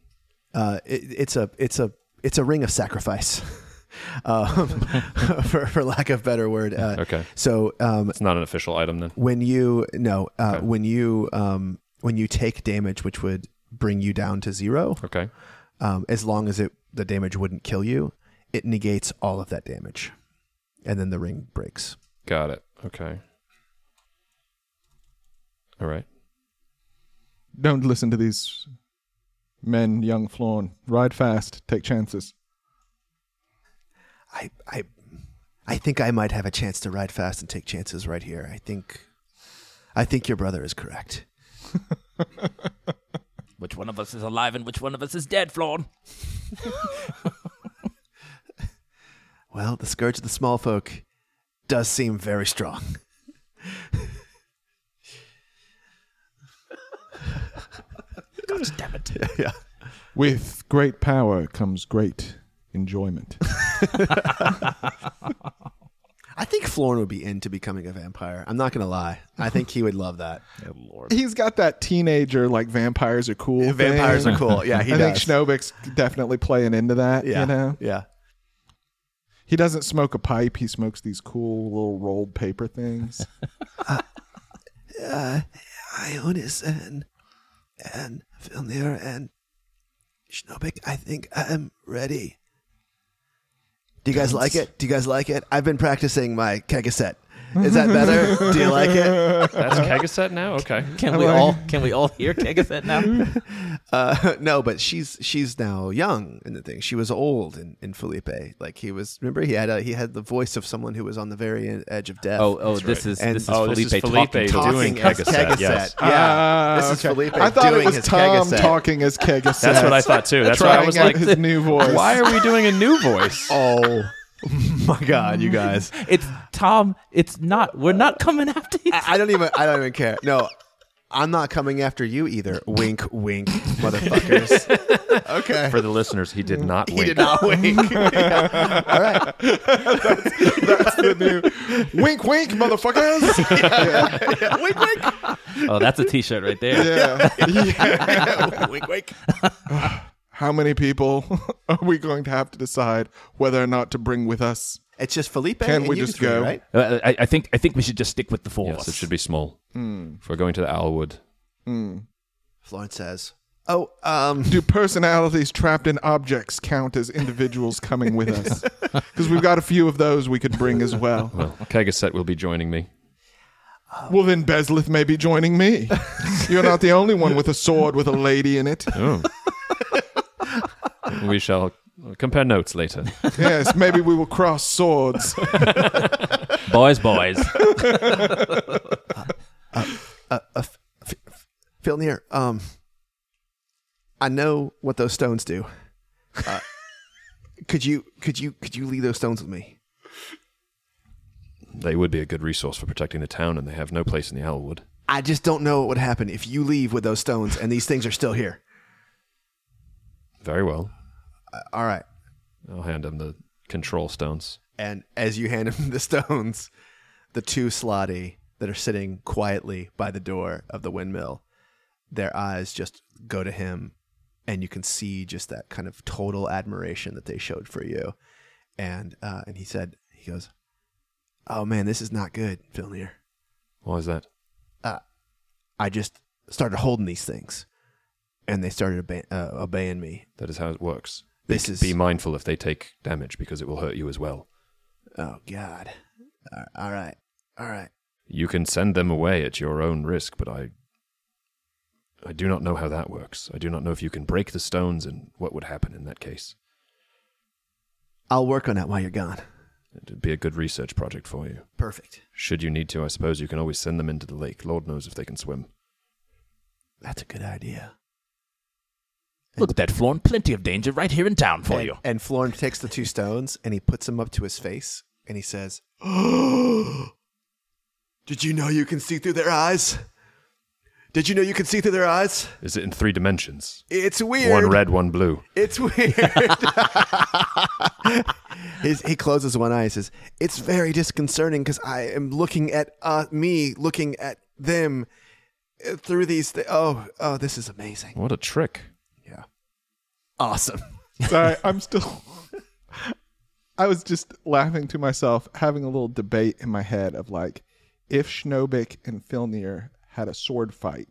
[SPEAKER 2] uh, it, it's a it's a it's a ring of sacrifice, um, for for lack of better word. Uh,
[SPEAKER 3] Okay.
[SPEAKER 2] So um,
[SPEAKER 3] It's not an official item then.
[SPEAKER 2] when you no uh,
[SPEAKER 3] Okay.
[SPEAKER 2] when you um, when you take damage, which would bring you down to zero,
[SPEAKER 3] Okay.
[SPEAKER 2] um, as long as it the damage wouldn't kill you, it negates all of that damage, and then the ring breaks.
[SPEAKER 3] Got it. Okay. All right.
[SPEAKER 1] Don't listen to these men, young Flawn. Ride fast. Take chances.
[SPEAKER 2] I I I think I might have a chance to ride fast and take chances right here. I think I think your brother is correct.
[SPEAKER 5] Which one of us is alive and which one of us is dead, Flawn?
[SPEAKER 2] Well, the scourge of the small folk does seem very strong.
[SPEAKER 5] God damn it.
[SPEAKER 2] yeah.
[SPEAKER 1] With great power comes great enjoyment.
[SPEAKER 2] I think Florin would be into becoming a vampire. I'm not going to lie. I think he would love that.
[SPEAKER 1] He's got that teenager like vampires are cool. thing.
[SPEAKER 2] Vampires are cool. Yeah, he
[SPEAKER 1] I think
[SPEAKER 2] does.
[SPEAKER 1] Schnobik's definitely playing into that.
[SPEAKER 2] yeah.
[SPEAKER 1] You know,
[SPEAKER 2] Yeah.
[SPEAKER 1] he doesn't smoke a pipe. He smokes these cool little rolled paper things.
[SPEAKER 2] Uh, Ionis and and Vilnir and Schnobik, I think I'm ready. Do you guys like it? Do you guys like it? I've been practicing my Kegaset. Is that better? Do you like it?
[SPEAKER 3] That's Kegaset now? Okay.
[SPEAKER 5] Can we all can we all hear Kegaset now?
[SPEAKER 2] Uh, no, but she's she's now young in the thing. She was old in, in Felipe. Like he was. Remember, he had a, he had the voice of someone who was on the very e- edge of death.
[SPEAKER 5] Oh, oh, this is
[SPEAKER 2] And-
[SPEAKER 5] this is
[SPEAKER 3] oh,
[SPEAKER 5] Felipe,
[SPEAKER 3] this is
[SPEAKER 5] talking
[SPEAKER 3] Felipe
[SPEAKER 5] to us.
[SPEAKER 3] doing
[SPEAKER 2] as
[SPEAKER 3] Kegaset,
[SPEAKER 2] Kegaset.
[SPEAKER 3] yes.
[SPEAKER 2] Yeah,
[SPEAKER 1] Ah,
[SPEAKER 2] this is
[SPEAKER 1] okay.
[SPEAKER 2] Felipe
[SPEAKER 1] I thought
[SPEAKER 2] doing
[SPEAKER 1] it was
[SPEAKER 2] his
[SPEAKER 1] Tom
[SPEAKER 2] Kegaset.
[SPEAKER 1] talking as Kegaset.
[SPEAKER 3] That's what I thought too. That's why I
[SPEAKER 1] Trying
[SPEAKER 3] was
[SPEAKER 1] out
[SPEAKER 3] like,
[SPEAKER 1] his new voice.
[SPEAKER 3] why are we doing a new voice?
[SPEAKER 2] Oh my God, you guys!
[SPEAKER 5] It's Tom. It's not. We're not coming after you.
[SPEAKER 2] I don't even I don't even care. No, I'm not coming after you either. Wink, wink, motherfuckers. Okay.
[SPEAKER 3] For the listeners, he did not wink.
[SPEAKER 2] he did not wink. Yeah. All right.
[SPEAKER 1] wink, wink, motherfuckers.
[SPEAKER 2] Wink, wink.
[SPEAKER 5] Oh, that's a T-shirt right there.
[SPEAKER 1] yeah.
[SPEAKER 2] wink, wink.
[SPEAKER 1] How many people are we going to have to decide whether or not to bring with us?
[SPEAKER 2] It's just Felipe.
[SPEAKER 1] Can
[SPEAKER 2] and
[SPEAKER 1] we
[SPEAKER 2] you
[SPEAKER 1] just
[SPEAKER 2] three,
[SPEAKER 1] go?
[SPEAKER 2] Right?
[SPEAKER 5] Uh, I, I think I think we should just stick with the four.
[SPEAKER 3] Yes, it should be small. If we're going to the Owlwood,
[SPEAKER 2] Florence says. Oh, um,
[SPEAKER 1] Do personalities trapped in objects count as individuals coming with us? Because we've got a few of those we could bring as well.
[SPEAKER 3] well, Kegaset will be joining me.
[SPEAKER 1] Well, then Beslith may be joining me. You're not the only one with a sword with a lady in it.
[SPEAKER 3] Oh. we shall compare notes later.
[SPEAKER 1] Yes, maybe we will cross swords.
[SPEAKER 5] Boys, boys.
[SPEAKER 2] Uh, Phil Neer, um, I know what those stones do. Uh, could you could you could you leave those stones with me?
[SPEAKER 3] They would be a good resource for protecting the town, and they have no place in the Owlwood.
[SPEAKER 2] I just don't know what would happen if you leave with those stones and these things are still here. Uh,
[SPEAKER 3] Very well.
[SPEAKER 2] All right.
[SPEAKER 3] I'll hand him the control stones.
[SPEAKER 2] And as you hand him the stones, the two slotty that are sitting quietly by the door of the windmill, their eyes just go to him, and you can see just that kind of total admiration that they showed for you. And uh, and he said, he goes, "Oh man, this is not good, Filnir.
[SPEAKER 3] Why is that?
[SPEAKER 2] I just started holding these things, and they started obe- uh, obeying me.
[SPEAKER 3] That is how it works.
[SPEAKER 2] This is
[SPEAKER 3] Be mindful if they take damage because it will hurt you as well.
[SPEAKER 2] oh god. All- All right, all right.
[SPEAKER 3] You can send them away at your own risk, but I I do not know how that works. I do not know if you can break the stones and what would happen in that case.
[SPEAKER 2] I'll work on that while you're gone.
[SPEAKER 3] It'd be a good research project for you.
[SPEAKER 2] Perfect.
[SPEAKER 3] Should you need to, I suppose you can always send them into the lake. Lord knows if they can swim.
[SPEAKER 2] That's a good idea.
[SPEAKER 6] Look at that, Florin. Plenty of danger right here in town for
[SPEAKER 2] and,
[SPEAKER 6] you.
[SPEAKER 2] And Florin takes the two stones and he puts them up to his face and he says, Did you know you can see through their eyes? Did you know you can see through their eyes?
[SPEAKER 3] Is it in three dimensions?
[SPEAKER 2] It's weird.
[SPEAKER 3] One red, one blue.
[SPEAKER 2] It's weird. His, he closes one eye and says, It's very disconcerting because I am looking at uh, me, looking at them uh, through these. Th- oh, oh, this is amazing.
[SPEAKER 3] What a trick.
[SPEAKER 2] Yeah. Awesome.
[SPEAKER 1] Sorry, I'm still. I was just laughing to myself, having a little debate in my head of like, if Schnobik and Filnir had a sword fight,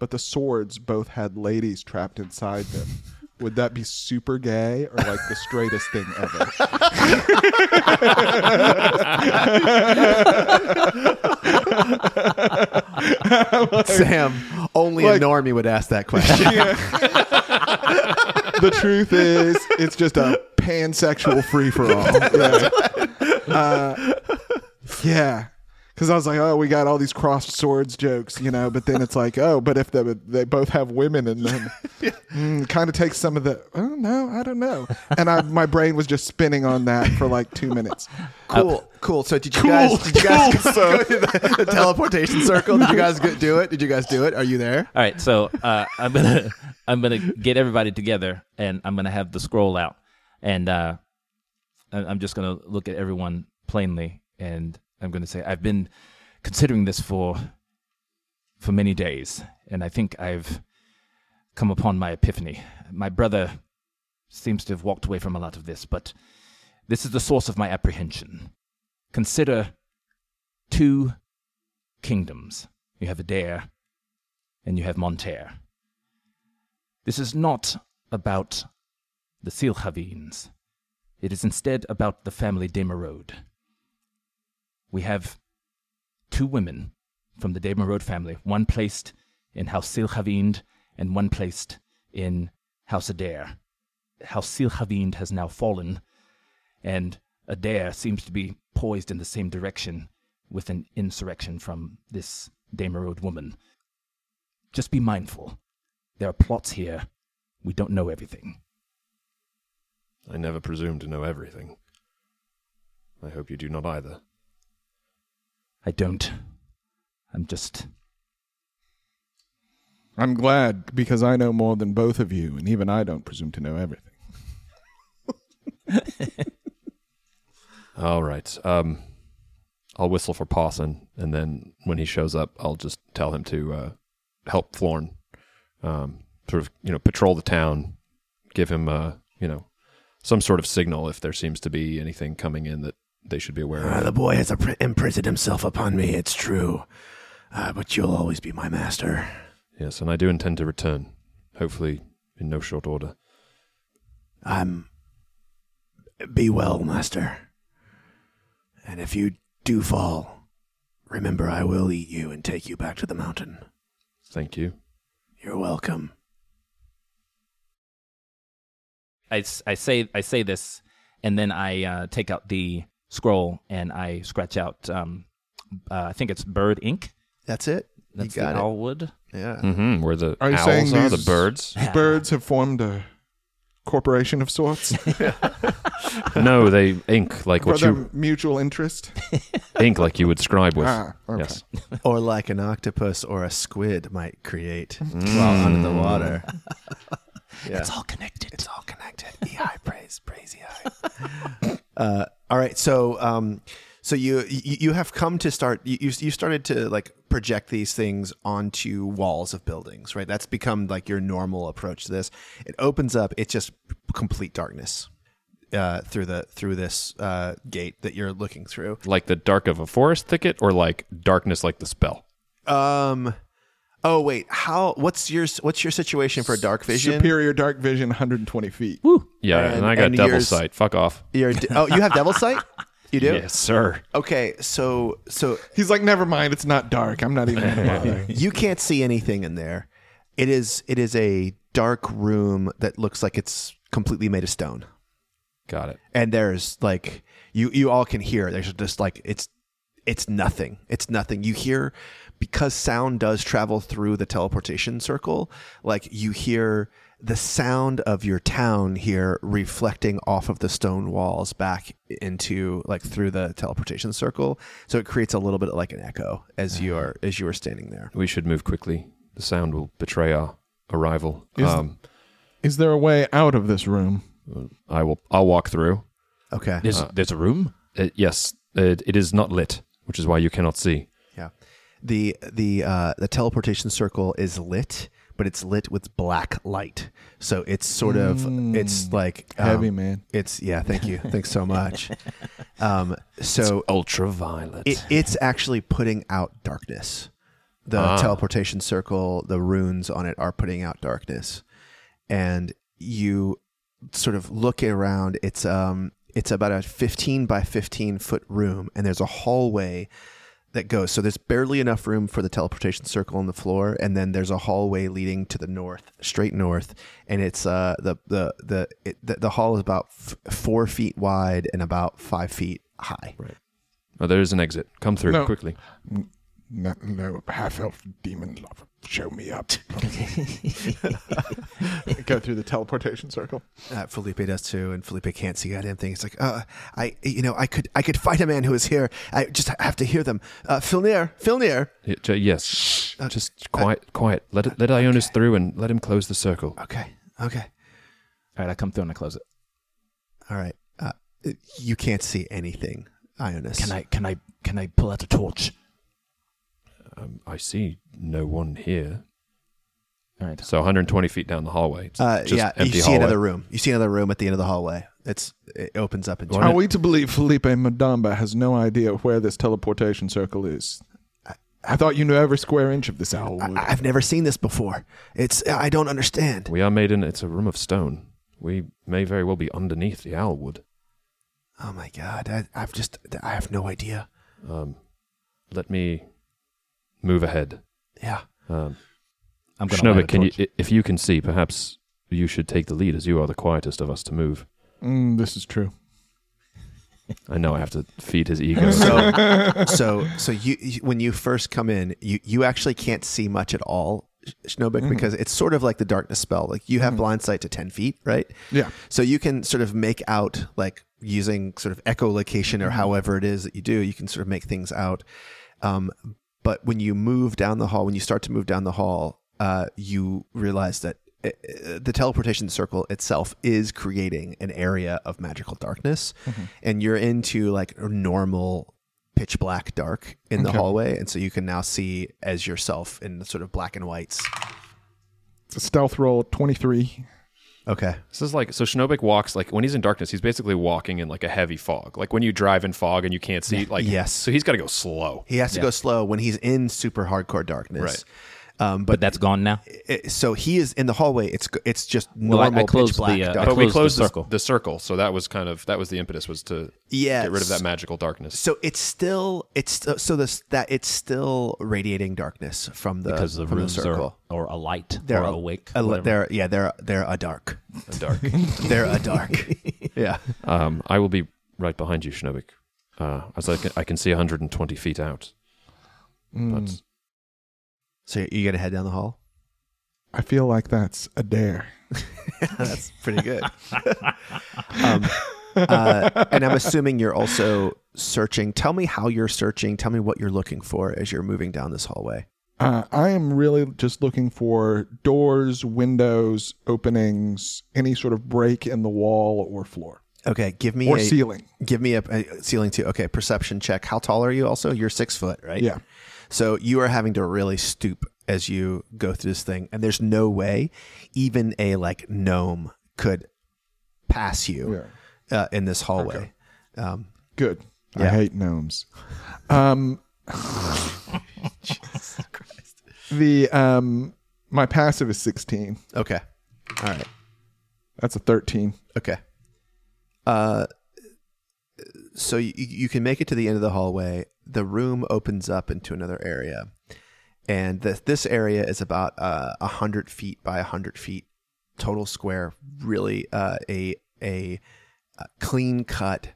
[SPEAKER 1] but the swords both had ladies trapped inside them, would that be super gay or like the straightest thing ever?
[SPEAKER 2] Sam, only
[SPEAKER 1] Like-
[SPEAKER 2] a normie would ask that question.
[SPEAKER 1] the truth is, it's just a pansexual free for all. Yeah. Uh, yeah. Because I was like, oh, we got all these crossed swords jokes, you know, but then it's like, oh, but if the, they both have women in them, kind of takes some of the, oh, no, I don't know. And I, my brain was just spinning on that for like two minutes.
[SPEAKER 2] Cool, cool. So did you guys? Did you guys go to the, the teleportation circle? Did you guys go, do it? Did you guys do it? Are you there?
[SPEAKER 6] All right, so uh, I'm gonna I'm gonna get everybody together, and I'm gonna have the scroll out, and uh, I- I'm just gonna look at everyone plainly, and I'm gonna say I've been considering this for for many days, and I think I've come upon my epiphany. My brother seems to have walked away from a lot of this, but this is the source of my apprehension. Consider two kingdoms. You have Adair and you have Monterre. This is not about the Silhavines. It is instead about the family Demerode. We have two women from the Demerode family, one placed in House Silhavind and one placed in House Adair. House Silhavind has now fallen, and Adair seems to be poised in the same direction with an insurrection from this Demerode woman just be mindful. There are plots here. We don't know everything.
[SPEAKER 3] I never presume to know everything. I hope you do not either.
[SPEAKER 6] I don't. I'm just.
[SPEAKER 1] I'm glad because I know more than both of you, and even I don't presume to know everything.
[SPEAKER 3] All right. Um, I'll whistle for Pawson, and then when he shows up, I'll just tell him to uh, help Florn, um, sort of you know patrol the town, give him uh, you know some sort of signal if there seems to be anything coming in that they should be aware of.
[SPEAKER 2] the boy has impr- imprinted himself upon me. It's true, uh, but you'll always be my master.
[SPEAKER 3] Yes, and I do intend to return, hopefully in no short order.
[SPEAKER 2] I'm. Be well, master. And if you do fall, remember I will eat you and take you back to the mountain.
[SPEAKER 3] Thank you.
[SPEAKER 2] You're welcome.
[SPEAKER 6] I, s- I say I say this, and then I uh, take out the scroll and I scratch out. Um, uh, I think it's bird ink.
[SPEAKER 2] That's it.
[SPEAKER 6] That's
[SPEAKER 2] you got
[SPEAKER 6] the
[SPEAKER 2] it.
[SPEAKER 6] owl wood.
[SPEAKER 2] Yeah.
[SPEAKER 3] Mm-hmm. Where the
[SPEAKER 1] Are you
[SPEAKER 3] owls
[SPEAKER 1] saying
[SPEAKER 3] are,
[SPEAKER 1] these-
[SPEAKER 3] the birds?
[SPEAKER 1] These birds have formed a corporation of sorts
[SPEAKER 3] no, they ink like
[SPEAKER 1] for
[SPEAKER 3] what
[SPEAKER 1] their
[SPEAKER 3] you
[SPEAKER 1] mutual interest.
[SPEAKER 3] ink like you would scribe with.
[SPEAKER 1] Ah, okay.
[SPEAKER 3] Yes.
[SPEAKER 2] or like an octopus or a squid might create while under the water.
[SPEAKER 6] It's all connected.
[SPEAKER 2] It's all connected. EI praise, praise E EI. uh, all right, so um, so you, you you have come to start. You you you started to like project these things onto walls of buildings, right? That's become like your normal approach to this. It opens up. It's just complete darkness uh, through the through this uh, gate that you're looking through.
[SPEAKER 3] like the dark of a forest thicket or like darkness like the spell
[SPEAKER 2] Um, Oh wait, how? What's your what's your situation for dark vision?
[SPEAKER 1] Superior dark vision, 120 feet.
[SPEAKER 3] Yeah, and, I got
[SPEAKER 2] and
[SPEAKER 3] devil
[SPEAKER 2] yours-
[SPEAKER 3] sight. Fuck off.
[SPEAKER 2] Your d- oh, you have devil sight. You do.
[SPEAKER 3] Yes, sir.
[SPEAKER 2] Okay, so so
[SPEAKER 1] He's like, never mind. It's not dark. I'm not even gonna bother.
[SPEAKER 2] you can't see anything in there. It is it is a dark room that looks like it's completely made of stone.
[SPEAKER 3] Got it.
[SPEAKER 2] and there's like you you all can hear it. there's just like it's it's nothing it's nothing you hear because sound does travel through the teleportation circle like you hear the sound of your town here reflecting off of the stone walls back into like through the teleportation circle so it creates a little bit of like an echo as you are as you are standing there
[SPEAKER 3] We should move quickly. The sound will betray our arrival.
[SPEAKER 1] Is-
[SPEAKER 3] um,
[SPEAKER 1] Is there a way out of this room?
[SPEAKER 3] I will. I'll walk through.
[SPEAKER 2] okay
[SPEAKER 5] There's there's a room.
[SPEAKER 3] Uh, yes, it, it is not lit, which is why you cannot see.
[SPEAKER 2] Yeah. The the uh, the teleportation circle is lit, but it's lit with black light. So it's sort of it's like um,
[SPEAKER 1] Mm. Heavy man.
[SPEAKER 2] It's yeah. Thank you. Thanks so much. um, so
[SPEAKER 3] Ultraviolet.
[SPEAKER 2] it, it's actually putting out darkness. The teleportation circle, the runes on it are putting out darkness, and you sort of look around. It's um, it's about a fifteen by fifteen foot room, and there's a hallway that goes. So there's barely enough room for the teleportation circle on the floor, and then there's a hallway leading to the north, straight north, and it's uh the the the it, the, the hall is about f- four feet wide and about five feet high. Right.
[SPEAKER 3] oh, there is an exit. Come through
[SPEAKER 1] No.
[SPEAKER 3] quickly.
[SPEAKER 1] No, no half elf demon lover. Show me up. Go through the teleportation circle.
[SPEAKER 2] Uh, Felipe does too, and Felipe can't see goddamn thing. It's like, uh, I, you know, I could, I could fight a man who is here. I just have to hear them. Uh, Filnir, Filnir.
[SPEAKER 3] Y- j- yes.
[SPEAKER 2] Uh,
[SPEAKER 3] Just quiet, quiet. Let it, let Ionis through and let him close the circle.
[SPEAKER 2] Okay, okay,
[SPEAKER 5] All right, I come through and I close it.
[SPEAKER 2] all right. Uh, you can't see anything, Ionis.
[SPEAKER 5] Can I can I can I pull out a torch?
[SPEAKER 3] I see no one here.
[SPEAKER 5] All right.
[SPEAKER 3] So 120 feet down the hallway. It's
[SPEAKER 2] Uh,
[SPEAKER 3] just
[SPEAKER 2] yeah,
[SPEAKER 3] empty
[SPEAKER 2] you see
[SPEAKER 3] hallway.
[SPEAKER 2] another room. You see another room at the end of the hallway. It's it opens up into.
[SPEAKER 1] Are we to believe Felipe Madamba has no idea where this teleportation circle is? I thought you knew every square inch of this owl.
[SPEAKER 2] I, I've never seen this before. It's I don't understand.
[SPEAKER 3] We are made in. It's a room of stone. We may very well be underneath the owl wood.
[SPEAKER 2] Oh my god, I, I've just I have no idea.
[SPEAKER 3] Let me move ahead.
[SPEAKER 2] Yeah.
[SPEAKER 3] Um,
[SPEAKER 5] I'm gonna light
[SPEAKER 3] Shinobi,
[SPEAKER 5] a
[SPEAKER 3] can you,
[SPEAKER 5] torch.
[SPEAKER 3] i- if you can see, perhaps you should take the lead, as you are the quietest of us to move.
[SPEAKER 1] Mm, this is true.
[SPEAKER 3] I know I have to feed his ego.
[SPEAKER 2] so so so you, you when you first come in you you actually can't see much at all Schnobik, because it's sort of like the darkness spell like you have blind sight to 10 feet right
[SPEAKER 1] Yeah.
[SPEAKER 2] so you can sort of make out like using sort of echolocation or however it is that you do you can sort of make things out um, but when you move down the hall when you start to move down the hall uh, you realize that uh, uh, the teleportation circle itself is creating an area of magical darkness and you're into like a normal pitch black dark in the hallway and so you can now see as yourself in the sort of black and whites
[SPEAKER 1] It's a stealth roll, 23.
[SPEAKER 2] okay
[SPEAKER 3] This is like so. Shinobik walks like when he's in darkness. He's basically walking in like a heavy fog, like when you drive in fog and you can't see. Like
[SPEAKER 2] Yes.
[SPEAKER 3] so he's got to go slow.
[SPEAKER 2] he has to go slow when he's in super hardcore darkness um, but,
[SPEAKER 5] But that's gone now.
[SPEAKER 2] it, eh, so he is in the hallway it's it's just
[SPEAKER 5] Well, I- I
[SPEAKER 2] normal pitch
[SPEAKER 5] closed
[SPEAKER 2] black
[SPEAKER 5] the, uh,
[SPEAKER 2] dark.
[SPEAKER 5] I
[SPEAKER 3] But we
[SPEAKER 5] Close the
[SPEAKER 3] closed the,
[SPEAKER 5] circle.
[SPEAKER 3] the circle, so that was kind of that was the impetus was to
[SPEAKER 2] yeah
[SPEAKER 3] get rid of that magical darkness.
[SPEAKER 2] so it's still it's still, so this that it's still radiating darkness from the
[SPEAKER 5] Because the
[SPEAKER 2] from
[SPEAKER 5] rooms are,
[SPEAKER 2] circle
[SPEAKER 5] or alight
[SPEAKER 2] they're uh,
[SPEAKER 5] or awake.
[SPEAKER 2] a,
[SPEAKER 5] whatever.
[SPEAKER 2] they're yeah they're they're a dark
[SPEAKER 3] The dark.
[SPEAKER 2] they're a dark yeah
[SPEAKER 3] um, I will be right behind you, Shinobik. Uh, as I can, I can see 120 feet out.
[SPEAKER 1] Mm, Hmm.
[SPEAKER 3] But
[SPEAKER 2] so you gonna head down the hall
[SPEAKER 1] I feel like that's a dare.
[SPEAKER 2] That's pretty good. um, uh, and I'm assuming you're also searching. Tell me how you're searching. Tell me what you're looking for as you're moving down this hallway.
[SPEAKER 1] Uh, I am really just looking for doors, windows, openings, any sort of break in the wall or floor
[SPEAKER 2] Okay, give me
[SPEAKER 1] or
[SPEAKER 2] a
[SPEAKER 1] ceiling.
[SPEAKER 2] give me a, a ceiling too. Okay, perception check. How tall are you? Also, you're six foot, right?
[SPEAKER 1] Yeah.
[SPEAKER 2] So you are having to really stoop as you go through this thing, and there's no way even a like gnome could pass you uh, in this hallway. Um,
[SPEAKER 1] Good. I
[SPEAKER 2] Yeah.
[SPEAKER 1] hate gnomes. Um, the um my passive is 16.
[SPEAKER 2] Okay. All right.
[SPEAKER 1] That's a 13.
[SPEAKER 2] Okay. Uh, so you, you can make it to the end of the hallway. The room opens up into another area, and the, this area is about uh, a hundred feet by a hundred feet total square. Really, uh, a a, a clean cut,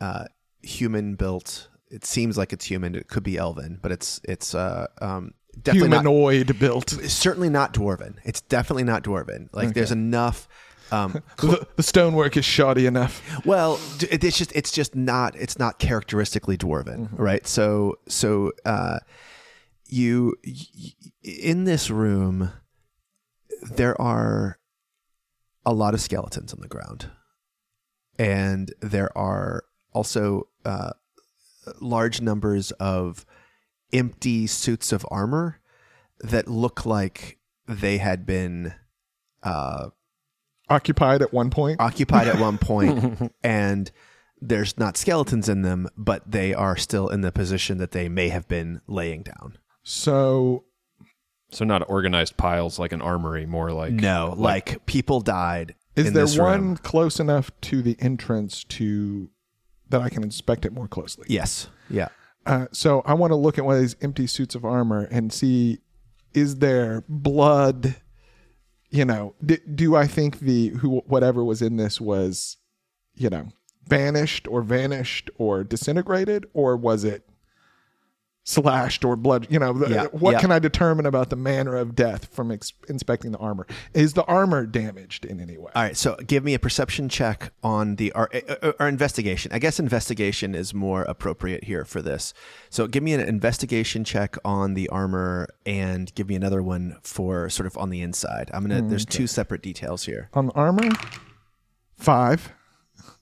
[SPEAKER 2] uh, human built. It seems like it's human. It could be elven, but it's it's uh, um, definitely not
[SPEAKER 1] Humanoid built.
[SPEAKER 2] it's certainly not dwarven. It's definitely not dwarven. Like there's enough. Um,
[SPEAKER 1] The, the stonework is shoddy enough.
[SPEAKER 2] well, d- it's just it's just not it's not characteristically dwarven, right? So so uh, you y- y- in this room, there are a lot of skeletons on the ground, and there are also uh, large numbers of empty suits of armor that look like they had been uh,
[SPEAKER 1] Occupied at one point.
[SPEAKER 2] occupied at one point and there's not skeletons in them but they are still in the position that they may have been laying down
[SPEAKER 1] So
[SPEAKER 3] So not organized piles like an armory, more like
[SPEAKER 1] Hmm.
[SPEAKER 2] no like, people died
[SPEAKER 1] is
[SPEAKER 2] in
[SPEAKER 1] there
[SPEAKER 2] this
[SPEAKER 1] one
[SPEAKER 2] room.
[SPEAKER 1] close enough to the entrance to that I can inspect it more closely?
[SPEAKER 2] yes yeah
[SPEAKER 1] Uh, so I want to look at one of these empty suits of armor and see is there blood? You know, d- do I think the who whatever was in this was, you know, vanished or vanished or disintegrated or was it slashed or blood? You know, the-
[SPEAKER 2] Yeah,
[SPEAKER 1] what
[SPEAKER 2] yeah.
[SPEAKER 1] can I determine about the manner of death from ex- inspecting the armor? Is the armor damaged in any way?
[SPEAKER 2] all right so give me a perception check on the or, uh, or, or investigation i guess investigation is more appropriate here for this so give me an investigation check on the armor and give me another one for sort of on the inside i'm gonna
[SPEAKER 1] Mm,
[SPEAKER 2] there's two separate details here
[SPEAKER 1] On the armor, five.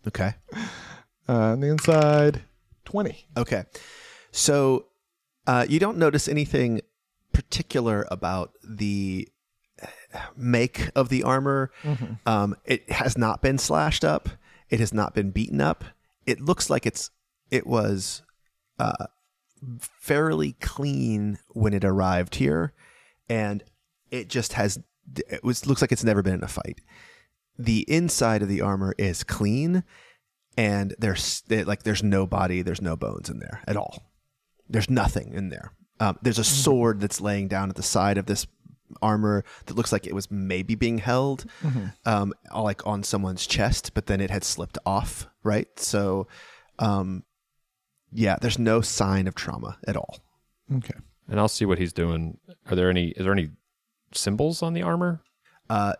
[SPEAKER 2] okay
[SPEAKER 1] Uh, on the inside, twenty.
[SPEAKER 2] Okay. So uh, you don't notice anything particular about the uh, make of the armor. Um, it has not been slashed up. It has not been beaten up. It looks like it's it was uh, fairly clean when it arrived here, and it just has it was looks like it's never been in a fight. The inside of the armor is clean and there's it, like there's no body, there's no bones in there at all. There's nothing in there. Um, there's a sword that's laying down at the side of this armor that looks like it was maybe being held, um, like on someone's chest, but then it had slipped off. Right, so um, yeah, there's no sign of trauma at all.
[SPEAKER 1] Okay.
[SPEAKER 3] And I'll see what he's doing. Are there any? Is there any symbols on the armor?
[SPEAKER 2] Uh,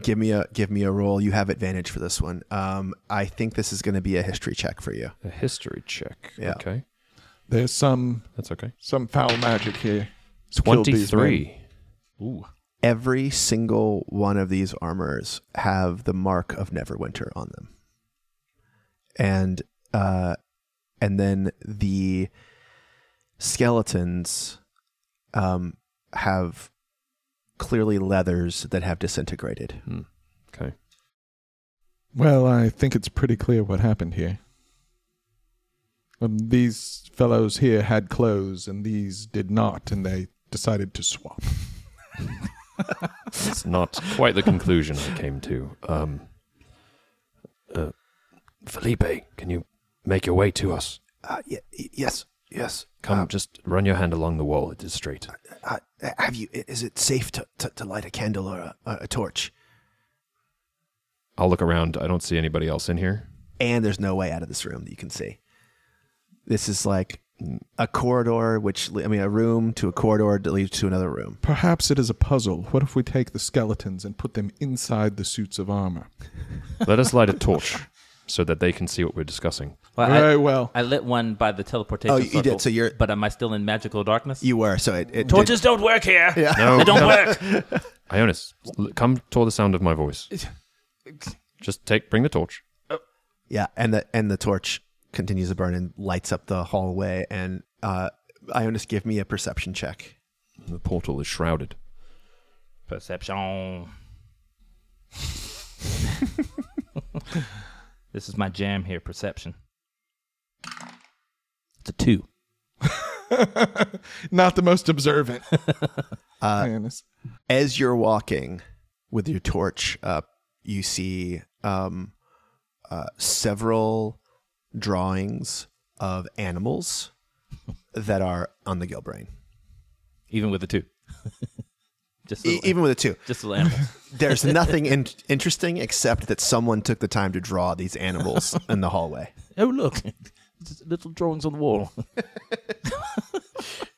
[SPEAKER 2] give me a give me a roll. You have advantage for this one. Um, I think this is going to be a history check for you.
[SPEAKER 3] A history check.
[SPEAKER 2] Yeah.
[SPEAKER 3] Okay,
[SPEAKER 1] There's some
[SPEAKER 3] that's okay.
[SPEAKER 1] some foul magic here. Killed
[SPEAKER 3] Twenty
[SPEAKER 1] these men.
[SPEAKER 3] three.
[SPEAKER 5] Ooh.
[SPEAKER 2] every single one of these armors have the mark of Neverwinter on them, and uh, and then the skeletons um, have clearly leathers that have disintegrated.
[SPEAKER 3] Okay.
[SPEAKER 1] Well, I think it's pretty clear what happened here. Um, these fellows here had clothes, and these did not, and they decided to swap.
[SPEAKER 3] It's not quite the conclusion I came to. Um, uh, Felipe, can you make your way to us?
[SPEAKER 2] Uh, y- y- yes, yes.
[SPEAKER 3] Come,
[SPEAKER 1] Uh,
[SPEAKER 2] Um,
[SPEAKER 3] just run your hand along the wall. It is straight.
[SPEAKER 2] uh, have you? i- Is it safe to, to, to light a candle or a, a torch?
[SPEAKER 3] I'll look around. I don't see anybody else in here.
[SPEAKER 2] and there's no way out of this room that you can see. This is like a corridor, which I mean, a room to a corridor that leads to another room.
[SPEAKER 1] Perhaps it is a puzzle. What if we take the skeletons and put them inside the suits of armor?
[SPEAKER 3] Let us light a torch so that they can see what we're discussing.
[SPEAKER 5] Well, I,
[SPEAKER 1] Very well.
[SPEAKER 5] I lit one by the teleportation.
[SPEAKER 2] Oh, you
[SPEAKER 5] circle,
[SPEAKER 2] did, so you're-
[SPEAKER 5] But am I still in magical darkness?
[SPEAKER 2] You were so it, it
[SPEAKER 4] Torches don't work here.
[SPEAKER 3] No,
[SPEAKER 4] They don't work.
[SPEAKER 3] Ionis, l- come toward the sound of my voice. Just take, bring the torch.
[SPEAKER 2] did- yeah, and the and the torch continues to burn and lights up the hallway. And uh, Ionis, give me a perception check.
[SPEAKER 3] The portal is shrouded.
[SPEAKER 5] Perception. this is my jam here, perception. It's a two.
[SPEAKER 2] Uh,
[SPEAKER 1] Not the most observant. playing this.
[SPEAKER 2] as you're walking with your torch up, you see um, uh, several drawings of animals that are on the Gilbrain.
[SPEAKER 5] even with the two. just
[SPEAKER 2] E-
[SPEAKER 5] little,
[SPEAKER 2] even with the two,
[SPEAKER 5] just little animals.
[SPEAKER 2] there's nothing in- interesting except that someone took the time to draw these animals in the hallway.
[SPEAKER 5] oh look, just little drawings on the wall.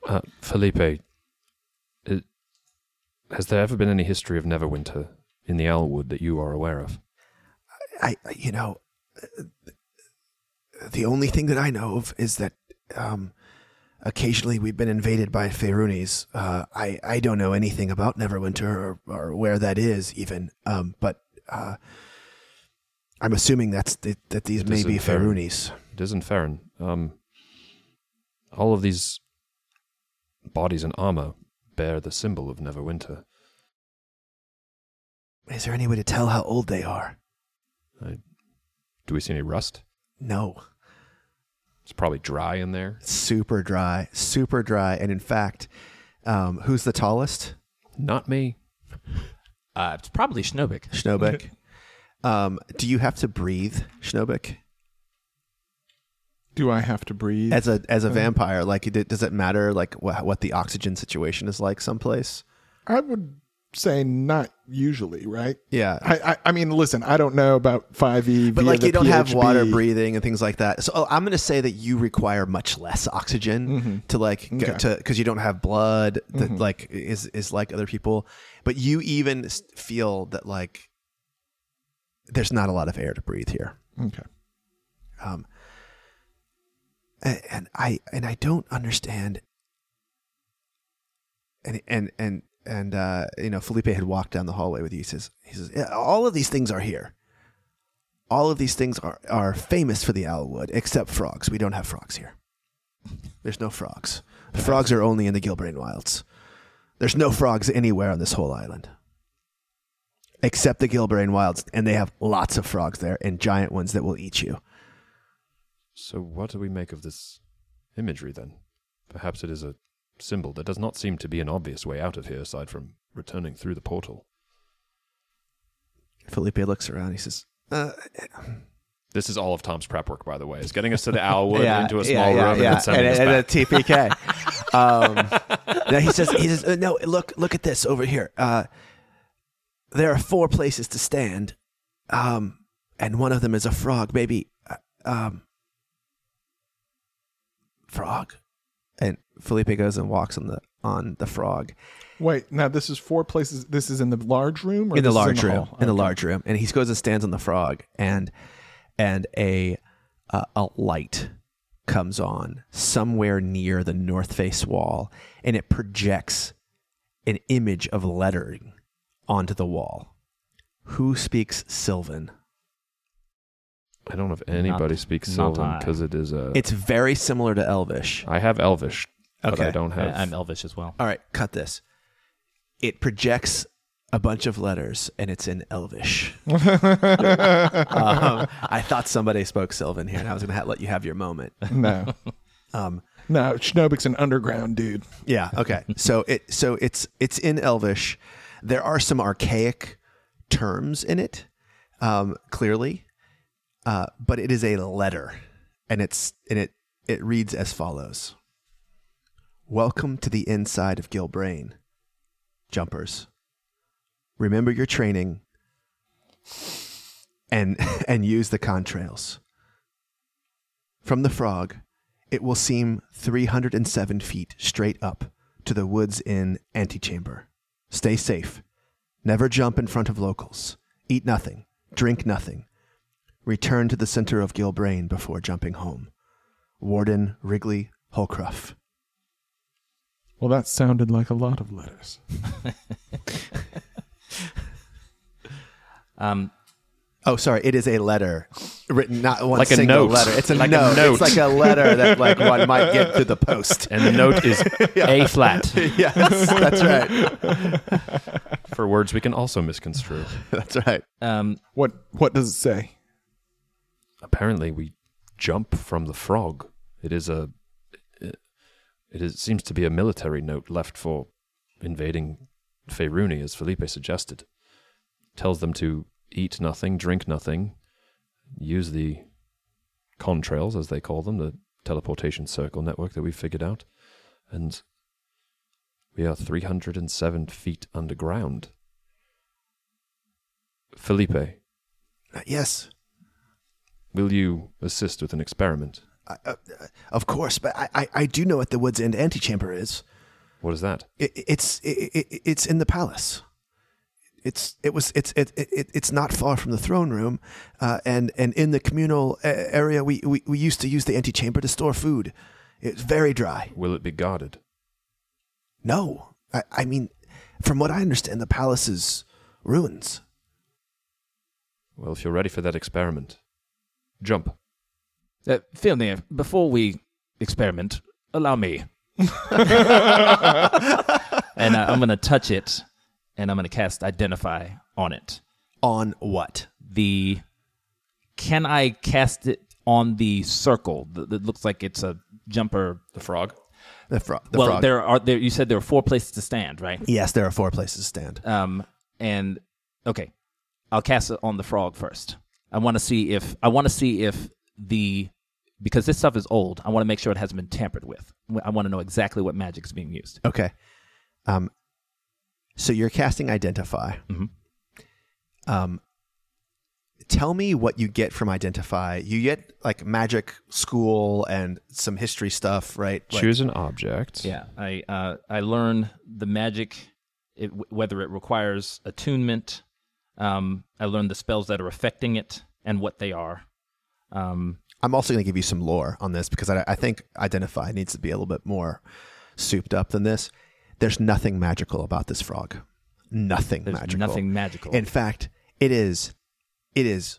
[SPEAKER 3] Uh, Felipe, i- has there ever been any history of Neverwinter in the Elwood that you are aware of?
[SPEAKER 2] I, I- you know, uh, the only thing that I know of is that um, occasionally we've been invaded by Ferunis. Uh, I, I don't know anything about Neverwinter or, or where that is even. Um, but uh, I'm assuming that's the, that these may
[SPEAKER 3] Does
[SPEAKER 2] be
[SPEAKER 3] it vary?
[SPEAKER 2] Ferunis.
[SPEAKER 3] It isn't Farron. Um, all of these bodies and armor bear the symbol of Neverwinter.
[SPEAKER 2] Is there any way to tell how old they are?
[SPEAKER 3] Do we see any rust?
[SPEAKER 2] No.
[SPEAKER 3] It's probably dry in there.
[SPEAKER 2] Super dry, super dry. And in fact, um, who's the tallest?
[SPEAKER 3] Not me.
[SPEAKER 5] Uh, it's probably Schnobik.
[SPEAKER 2] Schnobek. um, do you have to breathe, Schnobek?
[SPEAKER 1] Do I have to breathe?
[SPEAKER 2] as a
[SPEAKER 1] Uh-huh.
[SPEAKER 2] as a vampire like it- does it matter like what, what the oxygen situation is like someplace
[SPEAKER 1] I would say not usually, right?
[SPEAKER 2] yeah
[SPEAKER 1] I, I, I mean, listen, I don't know about 5e.
[SPEAKER 2] Uh, but
[SPEAKER 1] via
[SPEAKER 2] like
[SPEAKER 1] the
[SPEAKER 2] you don't have
[SPEAKER 1] PHB.
[SPEAKER 2] water breathing and things like that so oh, i'm going to say that you require much less oxygen to like g-
[SPEAKER 1] Mm-hmm. Okay. Mm-hmm.
[SPEAKER 2] to because you don't have blood that like is is like other people but you even s- feel that like there's not a lot of air to breathe here
[SPEAKER 1] Okay.
[SPEAKER 2] um, a- and I and I don't understand. And and and and uh, you know, Felipe had walked down the hallway with you. He says, he says, "Yeah, all of these things are here. All of these things are are famous for the Owlwood, except frogs. We don't have frogs here. There's no frogs. The frogs are only in the Gilbrain Wilds. There's no frogs anywhere on this whole island." Except the Gilbrain Wilds, and they have lots of frogs there and giant ones that will eat you.
[SPEAKER 3] So, what do we make of this imagery then? Perhaps it is a symbol. There does not seem to be an obvious way out of here aside from returning through the portal.
[SPEAKER 2] Felipe looks around. He says, uh,
[SPEAKER 3] This is all of Tom's prep work, by the way. Is getting us to the Owlwood
[SPEAKER 2] yeah,
[SPEAKER 3] into a
[SPEAKER 2] yeah,
[SPEAKER 3] small
[SPEAKER 2] yeah,
[SPEAKER 3] room
[SPEAKER 2] yeah,
[SPEAKER 3] and then sending us back.
[SPEAKER 2] a TPK. um, no, he says, he says, uh, no, look, look at this over here. Uh, there are four places to stand, um, and one of them is a frog, maybe, uh, um, frog. And Felipe goes and walks on the on the frog
[SPEAKER 1] Wait, now this is four places. This is in the large room? Or
[SPEAKER 2] in
[SPEAKER 1] this
[SPEAKER 2] the
[SPEAKER 1] is
[SPEAKER 2] large room
[SPEAKER 1] hall?
[SPEAKER 2] in the
[SPEAKER 1] Okay.
[SPEAKER 2] large room and he goes and stands on the frog and and a uh, a light comes on somewhere near the north face wall and it projects an image of lettering onto the wall who speaks sylvan
[SPEAKER 3] I don't know if anybody speaks
[SPEAKER 5] not
[SPEAKER 3] Sylvan
[SPEAKER 5] I.
[SPEAKER 3] because it is a.
[SPEAKER 2] it's very similar to elvish
[SPEAKER 3] I have Elvish, but
[SPEAKER 2] Okay.
[SPEAKER 3] I don't have.
[SPEAKER 5] I, am Elvish as well.
[SPEAKER 2] all right cut this it projects a bunch of letters and it's in elvish um, i thought somebody spoke sylvan here and i was going to ha- let you have your moment
[SPEAKER 1] No.
[SPEAKER 2] Um,
[SPEAKER 1] No, Schnobik's an underground dude.
[SPEAKER 2] yeah. Okay. so it so it's it's in Elvish. There are some archaic terms in it, um, clearly, uh, but it is a letter, and it's and it it reads as follows: Welcome to the inside of Gilbrain, jumpers. Remember your training, and and use the contrails. From the frog, it will seem 307 feet straight up to the woods in antechamber. Stay safe. Never jump in front of locals. Eat nothing. Drink nothing. Return to the center of Gilbrain before jumping home. Warden Wrigley Holcroft.
[SPEAKER 1] Well, that sounded like a lot of letters.
[SPEAKER 5] Um,
[SPEAKER 2] Oh, sorry. It is a letter written, not one
[SPEAKER 3] Like a
[SPEAKER 2] single
[SPEAKER 3] note.
[SPEAKER 2] letter. It's a
[SPEAKER 3] Like a
[SPEAKER 2] note.
[SPEAKER 3] note.
[SPEAKER 2] It's like a letter that like one might get through the post.
[SPEAKER 3] and the note is A flat.
[SPEAKER 2] Yes, that's right.
[SPEAKER 3] For words we can also misconstrue.
[SPEAKER 2] That's right.
[SPEAKER 5] um,
[SPEAKER 1] What What does it say?
[SPEAKER 3] Apparently, we jump from the frog. It is a. It is, seems to be a military note left for invading Feyruni, as Felipe suggested. Tells them to eat nothing, drink nothing, use the contrails, as they call them, the teleportation circle network that we figured out, and we are 307 feet underground. Felipe,
[SPEAKER 2] Yes,
[SPEAKER 3] will you assist with an experiment?
[SPEAKER 2] I, uh, uh, of course, but I, I, I do know what the Woods End antechamber is.
[SPEAKER 3] What is that?
[SPEAKER 2] It, it's it, it, it's in the palace. It's it was it's it, it it's not far from the throne room, uh, and and in the communal a- area we, we we used to use the antechamber to store food. It's very dry.
[SPEAKER 3] Will it be guarded?
[SPEAKER 2] No, I, I mean, from what I understand, the palace is ruins.
[SPEAKER 3] Well, if you're ready for that experiment, jump.
[SPEAKER 5] Uh, Filnir, before we experiment, allow me. and I, I'm going to touch it, and I'm going to cast Identify on it.
[SPEAKER 2] On what?
[SPEAKER 5] The can I cast it on the circle that, that looks like it's a jumper?
[SPEAKER 3] The frog?
[SPEAKER 2] The, fro- the
[SPEAKER 5] well,
[SPEAKER 2] frog.
[SPEAKER 5] there are there. You said there are four places to stand, right?
[SPEAKER 2] yes, there are four places to stand.
[SPEAKER 5] Um, and okay, I'll cast it on the frog first. I want to see if I want to see if the because this stuff is old. I want to make sure it hasn't been tampered with. I want to know exactly what magic is being used.
[SPEAKER 2] Okay. Um, so you're casting Identify.
[SPEAKER 5] Mhm. Mm-hmm.
[SPEAKER 2] Um, tell me what you get from Identify. You get like magic school and some history stuff, right? Like-
[SPEAKER 3] Choose an object.
[SPEAKER 5] Yeah, I uh, I learn the magic, it, w- whether it requires attunement. Um, I learn the spells that are affecting it and what they are. Um,
[SPEAKER 2] I'm also going to give you some lore on this because I, I think Identify needs to be a little bit more souped up than this. There's nothing magical about this frog. Nothing
[SPEAKER 5] there's
[SPEAKER 2] magical.
[SPEAKER 5] nothing magical.
[SPEAKER 2] In fact, it is it is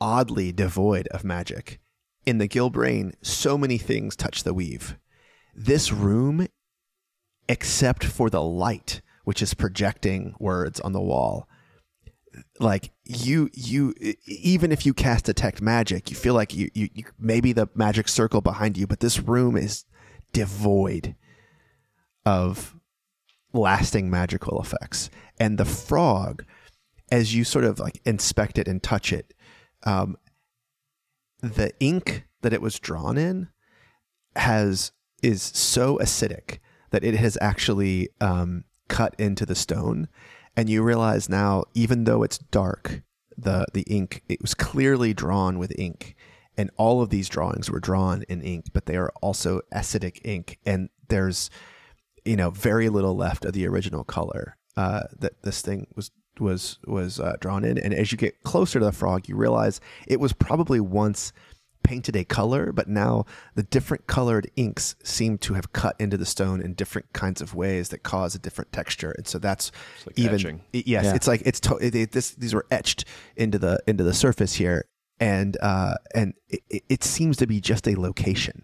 [SPEAKER 2] oddly devoid of magic. In the Gilbrain, so many things touch the weave. This room, except for the light, which is projecting words on the wall, like you you e- even if you cast detect magic, you feel like you, you, you maybe the magic circle behind you, but this room is devoid of lasting magical effects. And the frog, as you sort of like inspect it and touch it, um, the ink that it was drawn in has is so acidic that it has actually um, cut into the stone, and you realize now, even though it's dark, the the ink it was clearly drawn with ink, and all of these drawings were drawn in ink, but they are also acidic ink, and there's you know very little left of the original color uh, that this thing was was was uh, drawn in and as you get closer to the frog you realize it was probably once painted a color but now the different colored inks seem to have cut into the stone in different kinds of ways that cause a different texture and so that's
[SPEAKER 3] like
[SPEAKER 2] even
[SPEAKER 3] etching.
[SPEAKER 2] y- yes it's like it's to, it, it- this these were etched into the into the surface here and uh and it, it- it seems to be just a location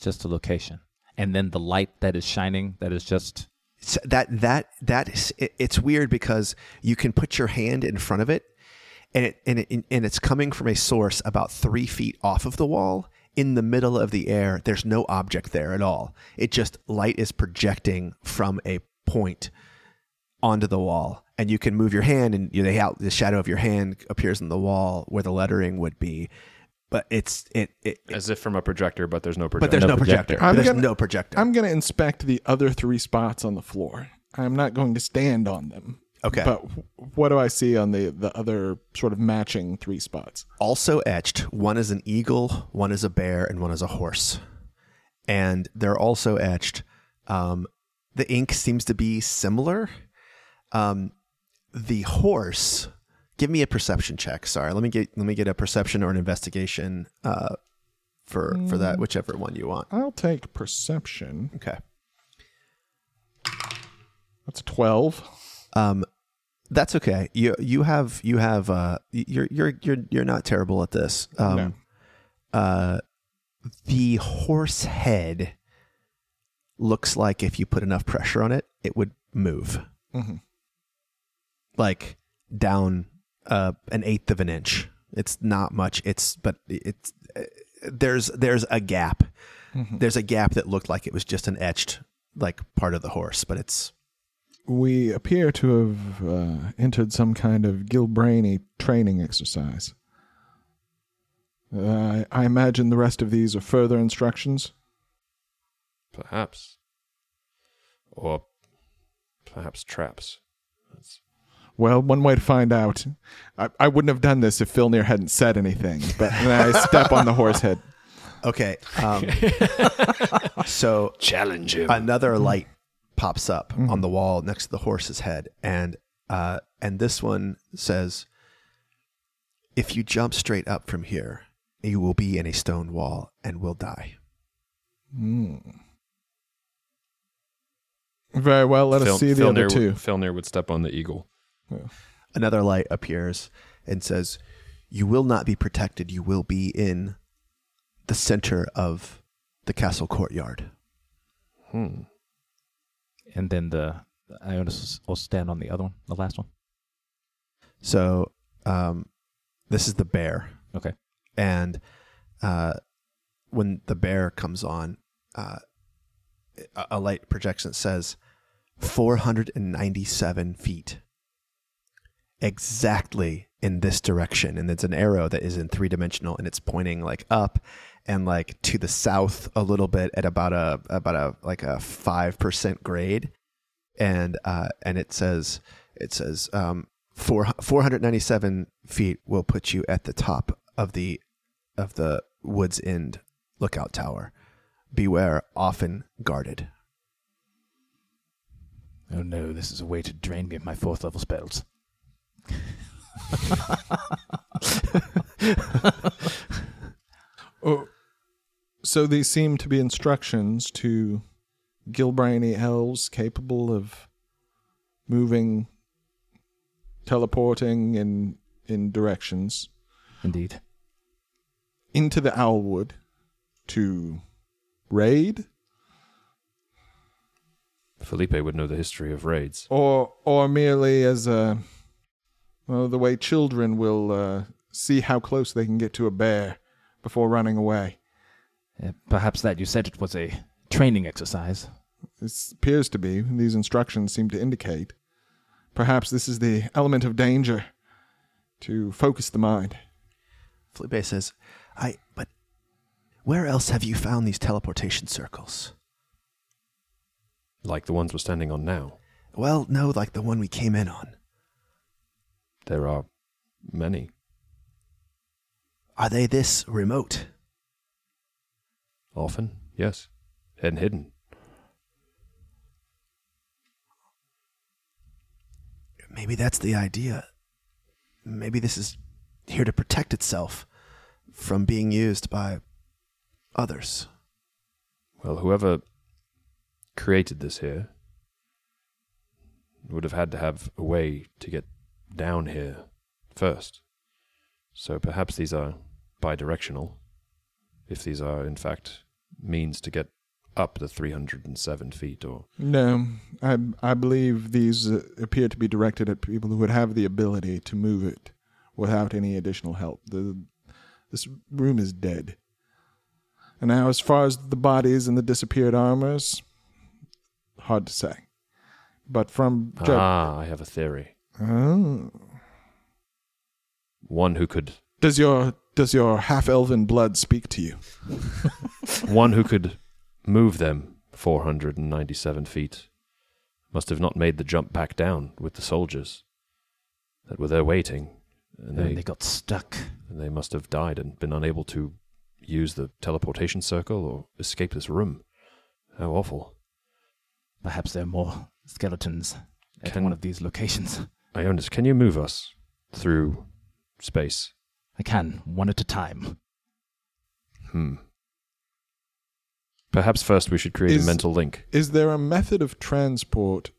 [SPEAKER 5] just a location, and then the light that is shining that is just
[SPEAKER 2] so that that that is, it, it's weird because you can put your hand in front of it and it and it and it's coming from a source about three feet off of the wall in the middle of the air there's no object there at all it just light is projecting from a point onto the wall and you can move your hand and you, they out the shadow of your hand appears on the wall where the lettering would be but it's it, it, it-
[SPEAKER 3] As if from a projector, but there's no projector.
[SPEAKER 2] but there's no, projector,
[SPEAKER 1] I'm
[SPEAKER 2] there's
[SPEAKER 1] gonna-
[SPEAKER 2] no projector
[SPEAKER 1] I'm going to inspect the other three spots on the floor. I'm not going to stand on them.
[SPEAKER 2] Okay.
[SPEAKER 1] But wh- what do I see on the, the other sort of matching three spots?
[SPEAKER 2] also etched one is an eagle one is a bear and one is a horse and they're also etched um, the ink seems to be similar um, the horse give me a perception check sorry let me get let me get a perception or an investigation uh, for for that whichever one you want
[SPEAKER 1] I'll take perception.
[SPEAKER 2] okay
[SPEAKER 1] That's 12.
[SPEAKER 2] Um, that's okay. You you have you have uh you're you're you're you're not terrible at this. Um,
[SPEAKER 1] No.
[SPEAKER 2] uh, the horse head looks like if you put enough pressure on it, it would move
[SPEAKER 1] Mhm.
[SPEAKER 2] like down uh an eighth of an inch. It's not much. It's but it's uh, there's there's a gap. There's a gap that looked like it was just an etched like part of the horse, but it's
[SPEAKER 1] we appear to have uh, entered some kind of Gilbrainy training exercise. Uh, I imagine the rest of these are further instructions.
[SPEAKER 3] Perhaps. Or perhaps traps.
[SPEAKER 1] Well, one way to find out. I, I wouldn't have done this if Filnir hadn't said anything, but then I step on the horse head.
[SPEAKER 2] Okay. Um, so
[SPEAKER 3] Challenge him. Mm-hmm.
[SPEAKER 2] another light pops up on the wall next to the horse's head, and uh, and this one says, "If you jump straight up from here, you will be in a stone wall and will die."
[SPEAKER 1] Very well, let us see the other two.
[SPEAKER 3] Filnir would step on the eagle.
[SPEAKER 2] Another light appears and says, "You will not be protected. You will be in the center of the castle courtyard."
[SPEAKER 3] Hmm.
[SPEAKER 5] And then the I will stand on the other one, the last one.
[SPEAKER 2] So um, this is the bear.
[SPEAKER 5] Okay.
[SPEAKER 2] and uh, when the bear comes on, uh, a- a light projection says 497 feet, exactly in this direction, and it's an arrow that is in three dimensional, and it's pointing like up and like to the south a little bit at about a about a like a five percent grade, and uh, and it says it says um, four four hundred ninety seven feet will put you at the top of the of the woods end lookout tower. Beware, often guarded.
[SPEAKER 5] Oh no, this is a way to drain me of my fourth level spells.
[SPEAKER 1] Oh, so these seem to be instructions to Gilbrainy elves capable of moving, teleporting in in directions
[SPEAKER 5] Indeed.
[SPEAKER 1] into the Owlwood to raid
[SPEAKER 3] Felipe would know the history of raids.
[SPEAKER 1] or or merely as a well, the way children will uh, see how close they can get to a bear before running away.
[SPEAKER 5] Uh, perhaps that you said it was a training exercise.
[SPEAKER 1] This appears to be, these instructions seem to indicate. Perhaps this is the element of danger to focus the mind.
[SPEAKER 2] Felipe says, "I but where else have you found these teleportation circles?"
[SPEAKER 3] Like the ones we're standing on now.
[SPEAKER 2] Well, no, like the one we came in on.
[SPEAKER 3] There are many.
[SPEAKER 2] Are they this remote?
[SPEAKER 3] Often, yes. And hidden.
[SPEAKER 2] Maybe that's the idea. Maybe this is here to protect itself from being used by others.
[SPEAKER 3] Well, whoever created this here would have had to have a way to get down here first. So perhaps these are bi directional, if these are, in fact, means to get up the 307 feet or.
[SPEAKER 1] No, I, I believe these uh, appear to be directed at people who would have the ability to move it without any additional help. The, this room is dead. And now, as far as the bodies and the disappeared armors, hard to say. But from. ju-
[SPEAKER 3] Ah, I have a theory.
[SPEAKER 1] Oh.
[SPEAKER 3] One who could
[SPEAKER 1] Does your does your half elven blood speak to you?
[SPEAKER 3] one who could move them 497 feet must have not made the jump back down with the soldiers that were there waiting and
[SPEAKER 5] And
[SPEAKER 3] they,
[SPEAKER 5] they got stuck.
[SPEAKER 3] and they must have died and been unable to use the teleportation circle or escape this room how awful
[SPEAKER 5] Perhaps there are more skeletons at
[SPEAKER 3] Can-
[SPEAKER 5] one of these locations.
[SPEAKER 3] ionis can you move us through space
[SPEAKER 5] I can, one at a time.
[SPEAKER 3] hmm perhaps first we should create
[SPEAKER 1] Is-
[SPEAKER 3] a mental link
[SPEAKER 1] Is there a method of transport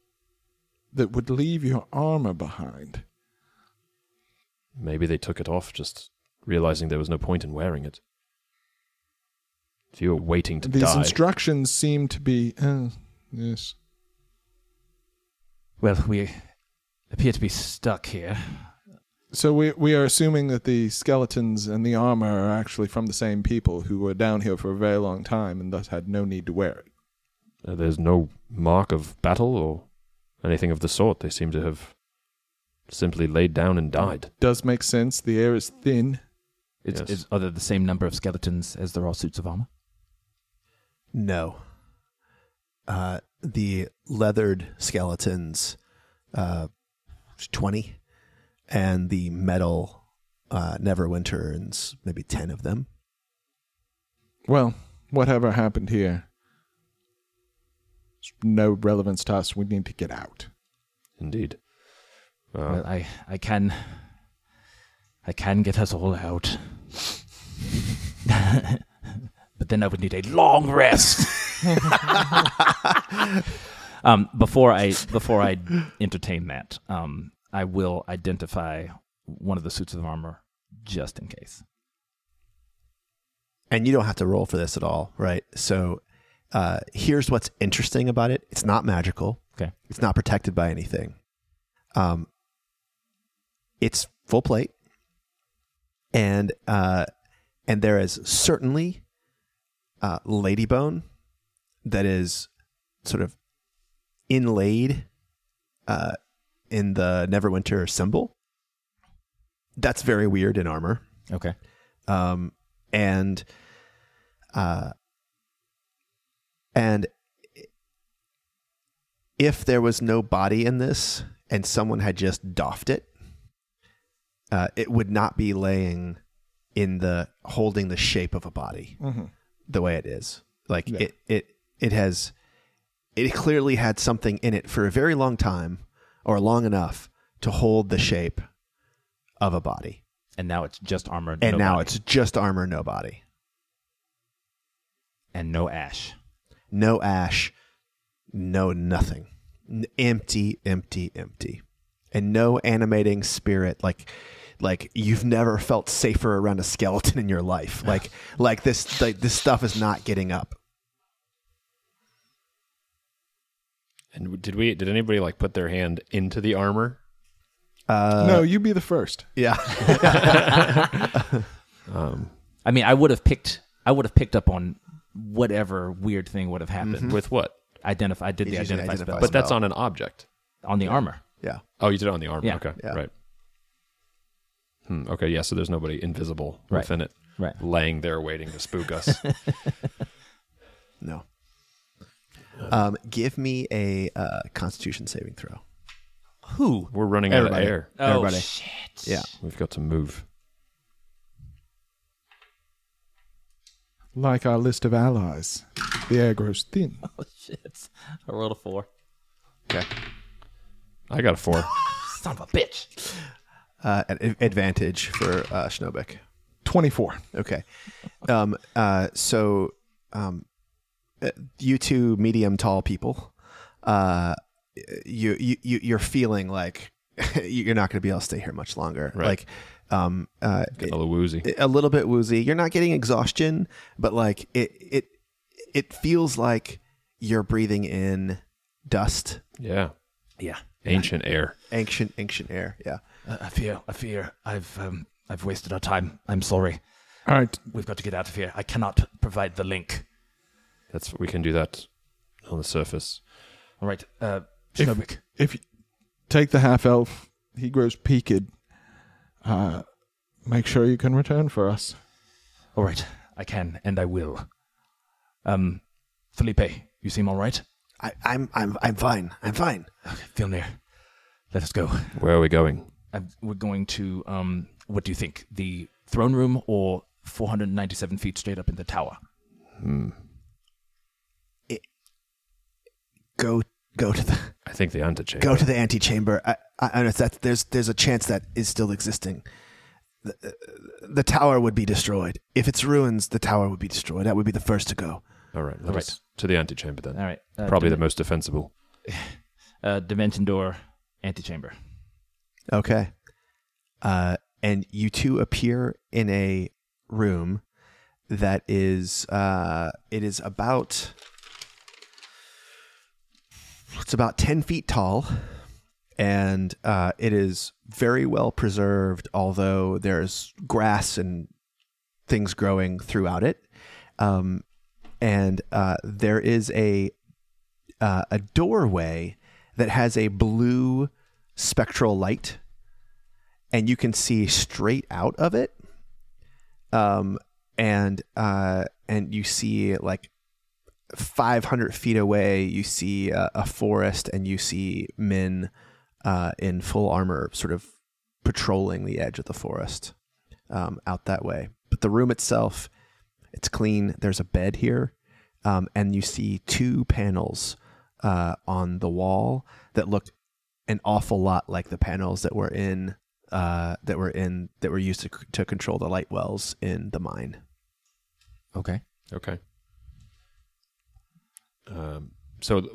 [SPEAKER 1] that would leave your armor behind?
[SPEAKER 3] Maybe they took it off just realizing there was no point in wearing it. If you were waiting to
[SPEAKER 1] These
[SPEAKER 3] die,
[SPEAKER 1] instructions seem to be uh, yes.
[SPEAKER 5] Well, we appear to be stuck here.
[SPEAKER 1] So we we are assuming that the skeletons and the armor are actually from the same people who were down here for a very long time and thus had no need to wear it.
[SPEAKER 3] uh, there's no mark of battle or anything of the sort. They seem to have simply laid down and died.
[SPEAKER 1] Does make sense. The air is thin.
[SPEAKER 5] It's,
[SPEAKER 3] Yes.
[SPEAKER 5] it's, are there the same number of skeletons as there are suits of armor?
[SPEAKER 2] No. Uh, the leathered skeletons, uh, 20, and the metal uh, Neverwinter's, maybe 10 of them.
[SPEAKER 1] Well, whatever happened here, it's no relevance to us. We need to get out.
[SPEAKER 3] Indeed. Uh,
[SPEAKER 5] Well, I, I can, I can get us all out, but then I would need a long rest. um, before I before I entertain that, um, I will identify one of the suits of armor just in case.
[SPEAKER 2] And you don't have to roll for this at all, right? So uh, here's what's interesting about it it's not magical,
[SPEAKER 5] Okay.
[SPEAKER 2] it's not protected by anything. Um, it's full plate, and uh, and there is certainly uh, ladybone that is sort of inlaid uh, in the Neverwinter symbol. That's very weird in armor
[SPEAKER 5] Okay.
[SPEAKER 2] um, and uh, and if there was no body in this and someone had just doffed it, uh, it would not be laying in the holding the shape of a body the way it is. Like
[SPEAKER 1] Yeah.
[SPEAKER 2] it, it, it has, it clearly had something in it for a very long time or long enough to hold the shape of a body
[SPEAKER 5] And now it's just armor,
[SPEAKER 2] and
[SPEAKER 5] no
[SPEAKER 2] now
[SPEAKER 5] body,
[SPEAKER 2] it's just armor, no body,
[SPEAKER 5] and no ash.
[SPEAKER 2] no ash, no nothing, N- empty, empty, empty, and no animating spirit. Like, like you've never felt safer around a skeleton in your life. Like, like this, like this stuff is not getting up.
[SPEAKER 3] and w- did we? Did anybody like put their hand into the armor?
[SPEAKER 1] no, you be the first.
[SPEAKER 2] Yeah,
[SPEAKER 5] I mean, I would have picked. I would have picked up on whatever weird thing would have happened.
[SPEAKER 3] With what?
[SPEAKER 5] Identify. I did the
[SPEAKER 2] He's using
[SPEAKER 5] identify,
[SPEAKER 2] identify
[SPEAKER 5] spell,
[SPEAKER 2] spell.
[SPEAKER 3] But that's on an object.
[SPEAKER 5] but on the armor.
[SPEAKER 2] yeah.
[SPEAKER 3] Oh, you did it on the armor.
[SPEAKER 5] Yeah.
[SPEAKER 3] Okay.
[SPEAKER 2] Yeah.
[SPEAKER 3] Right. Hmm, okay. Yeah. So there's nobody invisible
[SPEAKER 5] Right.
[SPEAKER 3] within it,
[SPEAKER 5] Right.
[SPEAKER 3] laying there waiting to spook us.
[SPEAKER 2] No. Um, give me a uh, Constitution saving throw.
[SPEAKER 5] Who?
[SPEAKER 3] We're running out
[SPEAKER 2] Everybody.
[SPEAKER 3] of air.
[SPEAKER 5] Oh
[SPEAKER 2] Everybody.
[SPEAKER 5] shit!
[SPEAKER 2] Yeah.
[SPEAKER 3] We've got to move.
[SPEAKER 1] Like our list of allies, the air grows thin.
[SPEAKER 5] Oh shit! I rolled a four.
[SPEAKER 2] Okay.
[SPEAKER 3] I got a four.
[SPEAKER 5] Son of a bitch!
[SPEAKER 2] Uh, an ad- advantage for uh, Schnobik.
[SPEAKER 1] 24.
[SPEAKER 2] Okay. Um, uh, so, um, uh, you two medium tall people, uh, you, you, you- you're feeling like you're not going to be able to stay here much longer.
[SPEAKER 3] Right.
[SPEAKER 2] Like, um, uh,
[SPEAKER 3] A little woozy.
[SPEAKER 2] a little bit woozy. You're not getting exhaustion, but like it, it, it feels like you're breathing in dust,
[SPEAKER 3] Yeah.
[SPEAKER 5] Yeah.
[SPEAKER 3] Ancient air.
[SPEAKER 2] ancient, ancient air. Yeah.
[SPEAKER 5] Uh, I, I fear. I fear. I've um. I've wasted our time. I'm sorry.
[SPEAKER 1] All right,
[SPEAKER 5] We've got to get out of here. I cannot provide the link.
[SPEAKER 3] That's we can do that on the surface.
[SPEAKER 5] All right. Uh.
[SPEAKER 1] If-
[SPEAKER 5] Shinobik.
[SPEAKER 1] if you take the half elf, he grows peaked. Uh, make sure you can return for us.
[SPEAKER 5] All right. I can and I will. Um, Felipe, you seem all right.
[SPEAKER 2] I, I'm, I'm, I'm fine. I'm fine.
[SPEAKER 5] Filmir, let us go.
[SPEAKER 3] Where are we going?
[SPEAKER 5] i we're going to um, what do you think the throne room or 497 feet straight up in the tower
[SPEAKER 2] Go, go to the,
[SPEAKER 3] I think the antechamber.
[SPEAKER 2] go to the antechamber. I, I, I know that there's there's a chance that is still existing. The, the tower would be destroyed if it's ruins. The tower would be destroyed. That would be the first to go.
[SPEAKER 3] All right. Let
[SPEAKER 5] All
[SPEAKER 3] us to the antechamber then.
[SPEAKER 5] all right uh,
[SPEAKER 3] Probably the
[SPEAKER 5] dim-
[SPEAKER 3] most defensible.
[SPEAKER 5] uh, dimension door antechamber
[SPEAKER 2] Okay. Uh, and you two appear in a room that is uh, it is about it's about ten feet tall, and uh, it is very well preserved. Although there's grass and things growing throughout it, um, and uh, there is a uh, a doorway that has a blue spectral light, and you can see straight out of it. Um, and uh, and you see like 500 feet away, you see uh, a forest and you see men uh, in full armor sort of patrolling the edge of the forest um, out that way. But the room itself, it's clean. There's a bed here. Um, and you see two panels uh, on the wall that look an awful lot like the panels that were in uh, that were in that were used to, c- to control the light wells in the mine.
[SPEAKER 5] Okay.
[SPEAKER 3] Okay. Um, so th-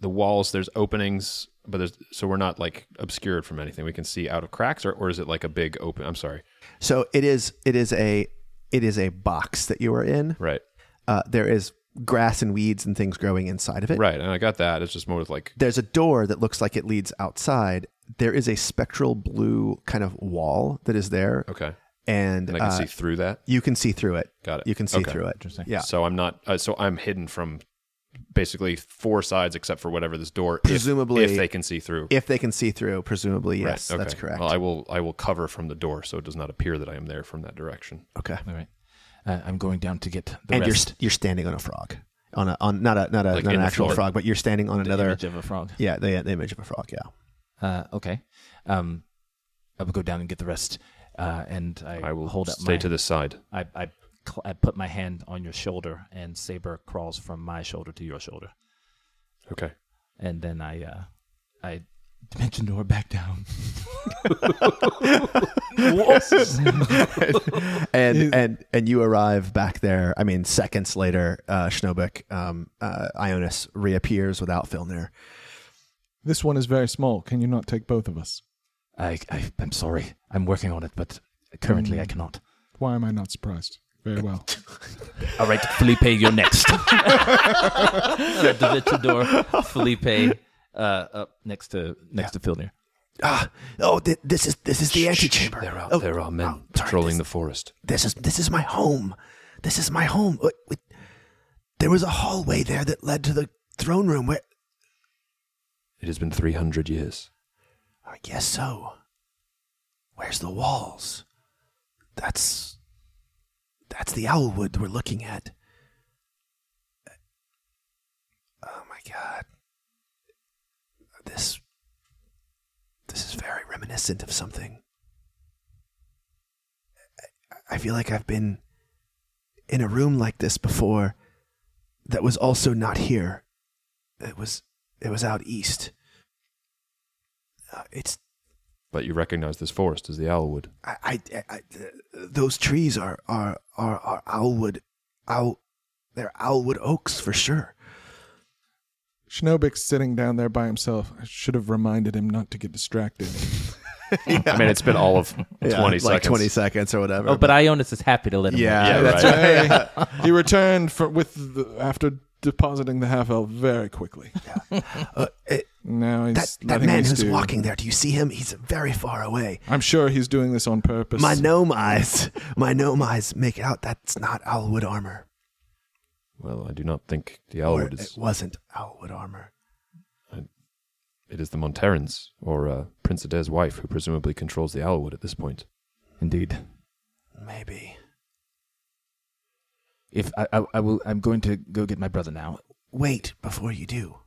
[SPEAKER 3] the walls, there's openings, but there's so we're not like obscured from anything. We can see out of cracks, or, or is it like a big open? I'm sorry.
[SPEAKER 2] So it is it is a it is a box that you are in.
[SPEAKER 3] Right.
[SPEAKER 2] Uh, there is grass and weeds and things growing inside of it.
[SPEAKER 3] Right. And I got that. It's just more with like
[SPEAKER 2] There's a door that looks like it leads outside. There is a spectral blue kind of wall that is there,
[SPEAKER 3] okay,
[SPEAKER 2] and,
[SPEAKER 3] and I can
[SPEAKER 2] uh,
[SPEAKER 3] see through that.
[SPEAKER 2] you can see through it.
[SPEAKER 3] Got it.
[SPEAKER 2] You can see
[SPEAKER 3] Okay.
[SPEAKER 2] through it.
[SPEAKER 5] Interesting.
[SPEAKER 2] Yeah.
[SPEAKER 3] So I'm not. Uh, so I'm hidden from basically four sides except for whatever this door. if-
[SPEAKER 2] Presumably-
[SPEAKER 3] if, they can see through.
[SPEAKER 2] If they can see through, presumably yes,
[SPEAKER 3] Right,
[SPEAKER 2] that's
[SPEAKER 3] okay.
[SPEAKER 2] correct.
[SPEAKER 3] Well, I will. I will cover from the door so it does not appear that I am there from that direction.
[SPEAKER 2] okay.
[SPEAKER 5] All right. Uh, I'm going down to get the
[SPEAKER 2] and you're
[SPEAKER 5] rest
[SPEAKER 2] st- you're standing on a frog, on a on not a not a
[SPEAKER 3] Like
[SPEAKER 2] not
[SPEAKER 3] in
[SPEAKER 2] an
[SPEAKER 3] the
[SPEAKER 2] actual
[SPEAKER 3] floor.
[SPEAKER 2] frog, but you're standing on another.
[SPEAKER 5] image of a frog.
[SPEAKER 2] Yeah, the, the image of a frog. Yeah.
[SPEAKER 5] Uh, okay. Um, I will go down and get the rest. Uh, and I,
[SPEAKER 3] I will
[SPEAKER 5] hold up
[SPEAKER 3] stay
[SPEAKER 5] my,
[SPEAKER 3] to this side.
[SPEAKER 5] I, I, cl- I put my hand on your shoulder, and Saber crawls from my shoulder to your shoulder,
[SPEAKER 3] Okay.
[SPEAKER 5] and then I, uh, I dimension door back down.
[SPEAKER 2] and and and you arrive back there. I mean, seconds later, uh, Schnobek, um, uh, Ionis reappears without Filner.
[SPEAKER 1] This one is very small. Can you not take both of us?
[SPEAKER 5] I, I, I'm sorry. I'm working on it, but currently I cannot.
[SPEAKER 1] Why am I not surprised? Very well.
[SPEAKER 5] All right, Felipe, you're next. dimension door, Felipe, uh, up next to next to Filner.
[SPEAKER 2] Ah, oh, th- this is this is the antechamber.
[SPEAKER 3] There are
[SPEAKER 2] oh,
[SPEAKER 3] there are men
[SPEAKER 2] oh, sorry,
[SPEAKER 3] patrolling
[SPEAKER 2] this-
[SPEAKER 3] the forest.
[SPEAKER 2] this is this is my home. This is my home. Wait, wait. There was a hallway there that led to the throne room. Where?
[SPEAKER 3] It has been three hundred years.
[SPEAKER 2] I guess so. Where's the walls? That's that's the owlwood we're looking at. Oh my god. This this is very reminiscent of something. I- I feel like I've been in a room like this before that was also not here. It was it was out east. Uh, it's
[SPEAKER 3] But you recognize this forest as the Owlwood.
[SPEAKER 2] I, I, I- I- th- those trees are are are, are owlwood, owl, they're owlwood oaks for sure.
[SPEAKER 1] Schnobik's sitting down there by himself. I should have reminded him not to get distracted.
[SPEAKER 3] I mean, it's been all of 20 seconds.
[SPEAKER 2] seconds or whatever.
[SPEAKER 5] Oh, but Ionis is happy to let him.
[SPEAKER 2] yeah,
[SPEAKER 3] Yeah,
[SPEAKER 2] that's
[SPEAKER 3] right.
[SPEAKER 2] right.
[SPEAKER 1] Hey, he returned for, with the, after depositing the half elf very quickly.
[SPEAKER 2] Uh, it-
[SPEAKER 1] Now he's
[SPEAKER 2] that that
[SPEAKER 1] letting
[SPEAKER 2] man
[SPEAKER 1] us
[SPEAKER 2] who's
[SPEAKER 1] do-
[SPEAKER 2] walking there. Do you see him? He's very far away.
[SPEAKER 1] I'm sure he's doing this on purpose.
[SPEAKER 2] My gnome eyes, my gnome eyes make out that's not owlwood armor.
[SPEAKER 3] Well, I do not think the
[SPEAKER 2] Or uh,
[SPEAKER 3] Owlwood
[SPEAKER 2] Oh, it
[SPEAKER 3] is.
[SPEAKER 2] wasn't owlwood armor.
[SPEAKER 3] It is the Monterans, or uh, Prince Adaire's wife, who presumably controls the Owlwood at this point.
[SPEAKER 5] Indeed.
[SPEAKER 2] Maybe.
[SPEAKER 5] If I, I, I will, I'm going to go get my brother now.
[SPEAKER 2] Wait before you do.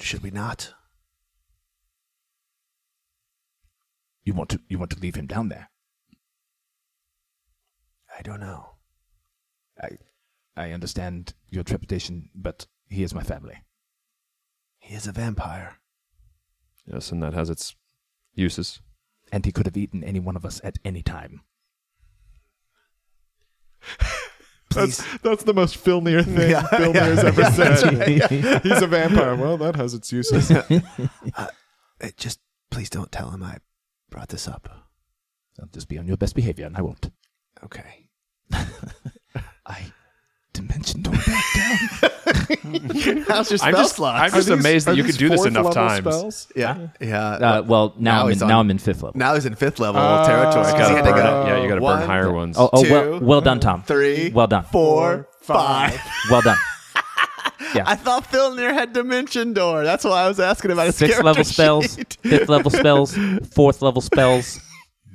[SPEAKER 2] Should we not?
[SPEAKER 5] You want to, you want to leave him down there.
[SPEAKER 2] I don't know.
[SPEAKER 5] I understand your trepidation, but he is my family.
[SPEAKER 2] He is a vampire.
[SPEAKER 3] Yes, and that has its uses.
[SPEAKER 5] And he could have eaten any one of us at any time.
[SPEAKER 2] Please.
[SPEAKER 1] That's the most Filnir thing
[SPEAKER 2] Yeah,
[SPEAKER 1] Filnir
[SPEAKER 2] yeah,
[SPEAKER 1] has ever
[SPEAKER 2] yeah, that's
[SPEAKER 1] said.
[SPEAKER 5] right.
[SPEAKER 1] He's a vampire. Well, that has its uses.
[SPEAKER 2] Uh, just please don't tell him I brought this up.
[SPEAKER 5] So just be on your best behavior, and I won't.
[SPEAKER 2] Okay.
[SPEAKER 5] I dimension door back down.
[SPEAKER 2] How's your
[SPEAKER 3] I'm just- I'm just amazed that you could do this enough times.
[SPEAKER 2] yeah, yeah.
[SPEAKER 5] Uh, well, now,
[SPEAKER 2] Now
[SPEAKER 5] I'm
[SPEAKER 2] he's
[SPEAKER 5] in,
[SPEAKER 2] on-
[SPEAKER 5] now I'm in fifth level.
[SPEAKER 2] now he's in fifth level
[SPEAKER 3] Uh,
[SPEAKER 1] Oh.
[SPEAKER 2] territory. 'cause
[SPEAKER 1] Gotta
[SPEAKER 2] he had to
[SPEAKER 1] burn
[SPEAKER 2] go
[SPEAKER 1] up.
[SPEAKER 3] yeah, you got to burn
[SPEAKER 2] one,
[SPEAKER 3] higher ones.
[SPEAKER 5] oh, oh
[SPEAKER 2] two,
[SPEAKER 5] well, well done, Tom.
[SPEAKER 2] three,
[SPEAKER 5] Well done.
[SPEAKER 2] four,
[SPEAKER 1] Four, five.
[SPEAKER 2] five.
[SPEAKER 5] Well done. Yeah.
[SPEAKER 2] I thought Filner had Dimension Door. That's why I was asking about his
[SPEAKER 5] Sixth
[SPEAKER 2] character
[SPEAKER 5] level spells,
[SPEAKER 2] sheet.
[SPEAKER 5] fifth level spells, fourth level spells,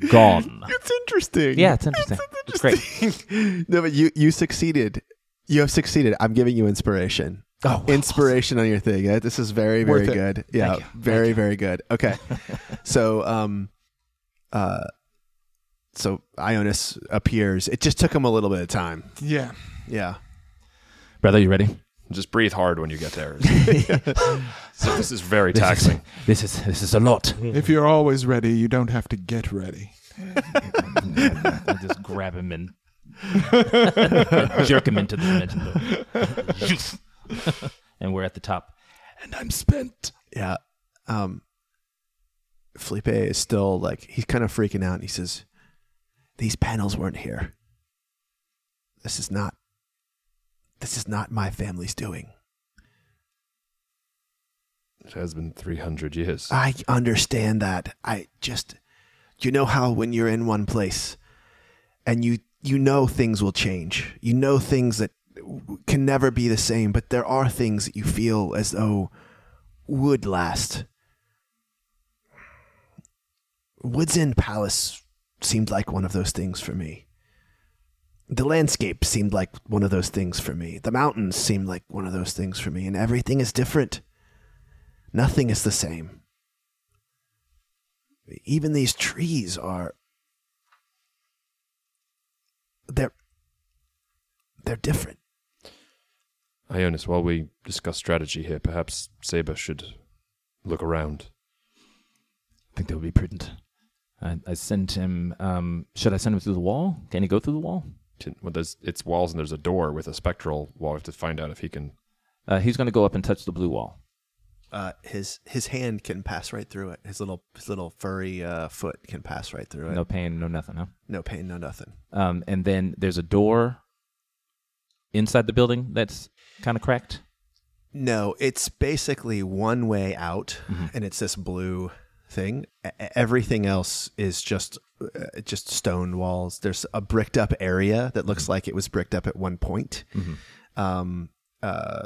[SPEAKER 5] gone.
[SPEAKER 2] It's interesting.
[SPEAKER 5] Yeah, it's interesting. It's great.
[SPEAKER 2] great. no, but you you succeeded. You have succeeded. I'm giving you inspiration.
[SPEAKER 5] Oh, wow.
[SPEAKER 2] inspiration on your thing. Yeah, This is very very
[SPEAKER 1] Worth it.
[SPEAKER 2] good. Yeah,
[SPEAKER 5] you.
[SPEAKER 2] very very good. Okay, so um, uh, so Ionis appears. It just took him a little bit of time.
[SPEAKER 1] Yeah.
[SPEAKER 2] Yeah.
[SPEAKER 5] Brother, you ready?
[SPEAKER 3] Just breathe hard when you get there. so this is very taxing.
[SPEAKER 5] This is this is a lot.
[SPEAKER 1] If you're always ready, you don't have to get ready.
[SPEAKER 5] I just grab him and jerk him into the dimension door. Yes. and we're at the top. And I'm spent.
[SPEAKER 2] Yeah. Um Felipe is still like he's kind of freaking out and he says, These panels weren't here. This is not this is not my family's doing.
[SPEAKER 3] It has been 300 years.
[SPEAKER 2] I understand that. I just you know how when you're in one place and you you know things will change. You know things that w- can never be the same, but there are things that you feel as though would last. Woods End Palace seemed like one of those things for me. The landscape seemed like one of those things for me. The mountains seemed like one of those things for me, and everything is different. Nothing is the same. Even these trees are they're they're different.
[SPEAKER 3] Ionis, while we discuss strategy here, perhaps Saber should look around.
[SPEAKER 5] I think that would be prudent. I, I sent him. Um, should I send him through the wall? Can he go through the wall?
[SPEAKER 3] Tin- Well, there's it's walls and there's a door with a spectral wall. We have to find out if he can.
[SPEAKER 5] Uh, he's going to go up and touch the blue wall.
[SPEAKER 2] Uh, his his hand can pass right through it. His little his little furry uh, foot can pass right through it.
[SPEAKER 5] No pain, no nothing, huh?
[SPEAKER 2] No pain, no nothing.
[SPEAKER 5] Um, and then there's a door inside the building that's kind of cracked.
[SPEAKER 2] No, it's basically one way out, and it's this blue thing. E- Everything else is just uh, just stone walls. There's a bricked up area that looks like it was bricked up at one point, um, uh,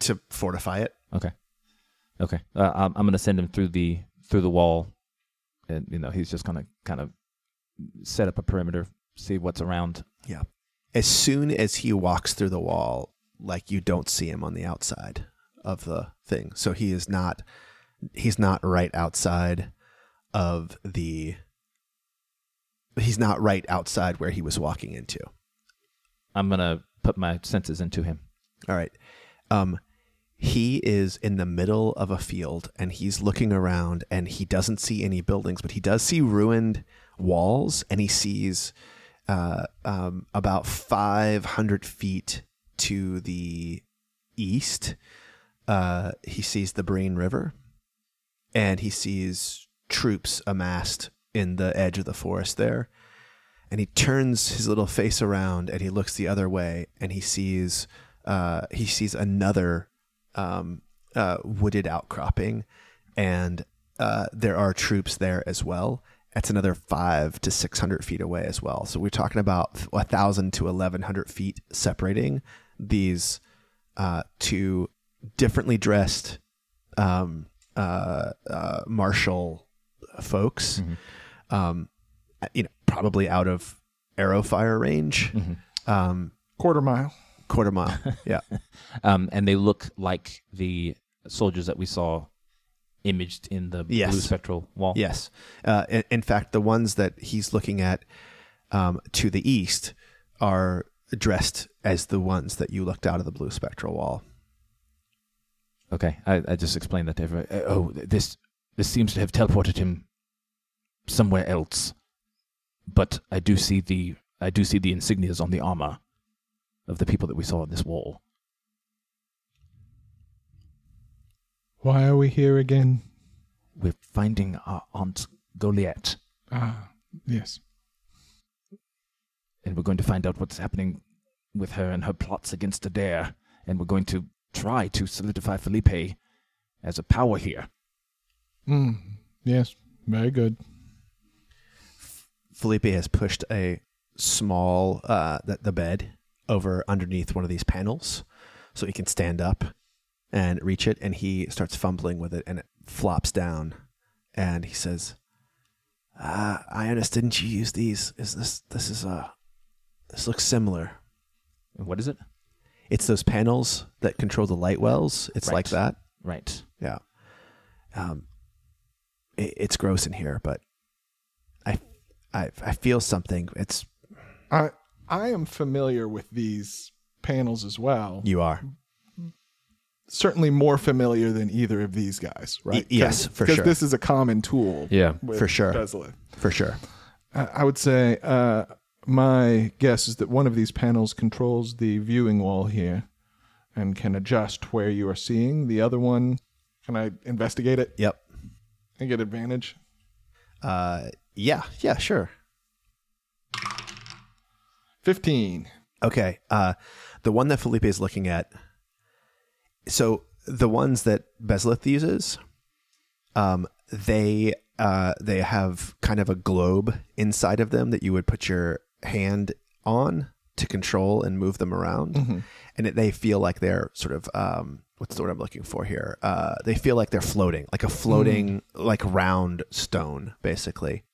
[SPEAKER 2] to fortify it.
[SPEAKER 5] Okay. Okay. Uh, I'm, I'm going to send him through the through the wall, and you know he's just going to kind of set up a perimeter, see what's around.
[SPEAKER 2] Yeah. As soon as he walks through the wall, like you don't see him on the outside of the thing. So he is not he's not right outside of the he's not right outside where he was walking into.
[SPEAKER 5] I'm going to put my senses into him.
[SPEAKER 2] All right. Um he is in the middle of a field and he's looking around and he doesn't see any buildings, but he does see ruined walls and he sees uh, um, about 500 feet to the east. Uh, he sees the Breen River and he sees troops amassed in the edge of the forest there. And he turns his little face around and he looks the other way and he sees uh, he sees another um, uh, wooded outcropping and uh, there are troops there as well. That's another five to 600 feet away as well. So we're talking about 1,000 to 1,100 feet separating these uh, two differently dressed um, uh, uh, martial folks, um, you know, probably out of arrow fire range, um,
[SPEAKER 1] Quarter mile.
[SPEAKER 2] quarter mile. Yeah.
[SPEAKER 5] Um, and they look like the soldiers that we saw imaged in the blue
[SPEAKER 2] Yes.
[SPEAKER 5] spectral wall.
[SPEAKER 2] Yes. Uh, in, in fact, the ones that he's looking at um, to the east are dressed as the ones that you looked out of the blue spectral wall.
[SPEAKER 5] Okay. I, I just explained that to everyone. Uh, oh, th- this this seems to have teleported him somewhere else. But I do see the I do see the insignias on the armor of the people that we saw on this wall.
[SPEAKER 1] Why are we here again?
[SPEAKER 5] We're finding our aunt Goliath,
[SPEAKER 1] Ah, yes.
[SPEAKER 5] and we're going to find out what's happening with her and her plots against Adair, and we're going to try to solidify Felipe as a power here.
[SPEAKER 1] Mm, yes. Very good.
[SPEAKER 2] Felipe has pushed a small uh, the, the bed over underneath one of these panels so he can stand up and reach it, and he starts fumbling with it, and it flops down, and he says, "Ah, Ionis, didn't you use these? Is this this is uh this looks similar?
[SPEAKER 5] What is it?
[SPEAKER 2] It's those panels that control the light wells. It's like
[SPEAKER 5] Right.
[SPEAKER 2] that.
[SPEAKER 5] Right.
[SPEAKER 2] Yeah. Um, it, it's gross in here, but I, I, I feel something. It's
[SPEAKER 1] I I am familiar with these panels as well.
[SPEAKER 2] you are.
[SPEAKER 1] Certainly more familiar than either of these guys, right?
[SPEAKER 2] Y- yes, for
[SPEAKER 1] Because
[SPEAKER 2] sure.
[SPEAKER 1] this is a common tool.
[SPEAKER 3] Yeah.
[SPEAKER 1] with
[SPEAKER 2] For sure.
[SPEAKER 1] Bezalel.
[SPEAKER 2] for sure.
[SPEAKER 1] I I would say uh, my guess is that one of these panels controls the viewing wall here and can adjust where you are seeing. The other one, can I investigate it
[SPEAKER 2] Yep.
[SPEAKER 1] and get advantage?
[SPEAKER 2] Uh, yeah, yeah, sure.
[SPEAKER 1] 15.
[SPEAKER 2] Okay. Uh, the one that Felipe is looking at. So the ones that Bezalith uses, um, they uh, they have kind of a globe inside of them that you would put your hand on to control and move them around, and it, they feel like they're sort of um, what's the word I'm looking for here? Uh, they feel like they're floating, like a floating, like round stone, basically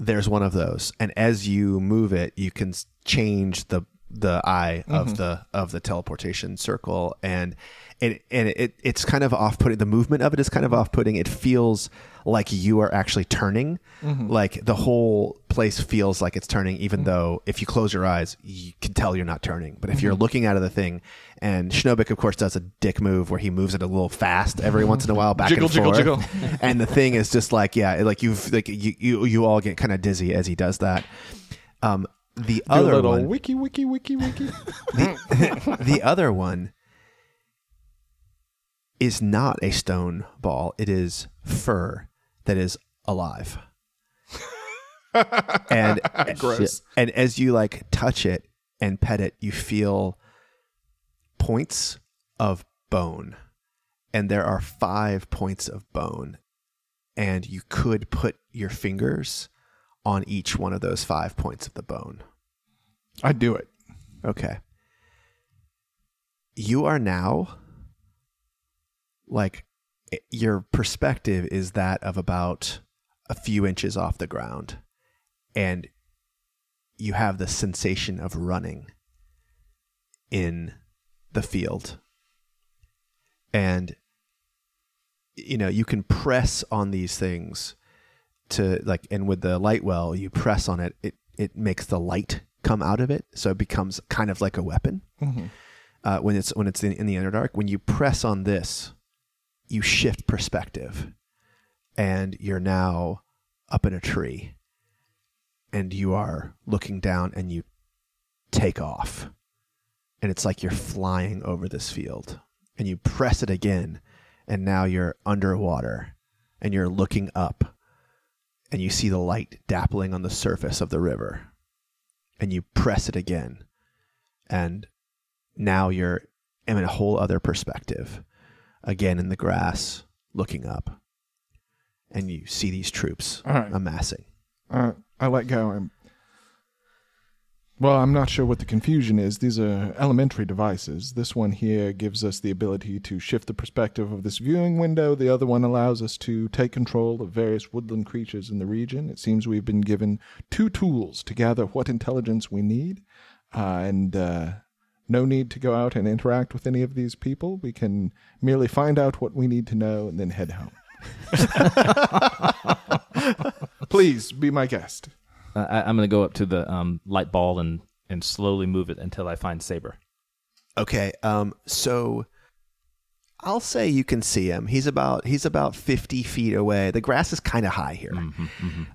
[SPEAKER 2] there's one of those and as you move it you can s- change the the eye
[SPEAKER 1] Mm-hmm.
[SPEAKER 2] of the of the teleportation circle and it and it it's kind of off-putting the movement of it is kind of off-putting it feels like you are actually turning
[SPEAKER 1] Mm-hmm.
[SPEAKER 2] like the whole place feels like it's turning even though if you close your eyes you can tell you're not turning but if you're
[SPEAKER 1] Mm-hmm.
[SPEAKER 2] looking out of the thing and Schnobik of course does a dick move where he moves it a little fast every once in a while back
[SPEAKER 1] Jiggle,
[SPEAKER 2] and
[SPEAKER 1] jiggle,
[SPEAKER 2] forth
[SPEAKER 1] jiggle.
[SPEAKER 2] and the thing is just like yeah it- like you've like you you, you all get kind of dizzy as he does that um the
[SPEAKER 1] Do a
[SPEAKER 2] other
[SPEAKER 1] little
[SPEAKER 2] one
[SPEAKER 1] wiki, wiki, wiki, wiki.
[SPEAKER 2] the other one is not a stone ball it is fur that is alive and
[SPEAKER 1] Gross.
[SPEAKER 2] and as you like touch it and pet it you feel points of bone and there are five points of bone and you could put your fingers on each one of those five points of the bone
[SPEAKER 1] I do it.
[SPEAKER 2] Okay. You are now like i- your perspective is that of about a few inches off the ground and you have the sensation of running in the field. And you know, you can press on these things to like and with the light well you press on it it it makes the light come out of it so it becomes kind of like a weapon uh, when it's when it's in, in the underdark when you press on this you shift perspective and you're now up in a tree and you are looking down and you take off and it's like you're flying over this field and you press it again and now you're underwater and you're looking up and you see the light dappling on the surface of the river and you press it again and now you're in a whole other perspective again in the grass looking up and you see these troops
[SPEAKER 1] All right.
[SPEAKER 2] amassing
[SPEAKER 1] Uh, I let go. I'm, well, I'm not sure what the confusion is. These are elementary devices. This one here gives us the ability to shift the perspective of this viewing window. The other one allows us to take control of various woodland creatures in the region. It seems we've been given two tools to gather what intelligence we need, uh, and uh, no need to go out and interact with any of these people. We can merely find out what we need to know and then head home. Please be my guest.
[SPEAKER 5] Uh, I, I'm gonna go up to the um, light ball and and slowly move it until I find Saber.
[SPEAKER 2] Okay. Um. So, I'll say you can see him. He's about he's about fifty feet away. The grass is kind of high here,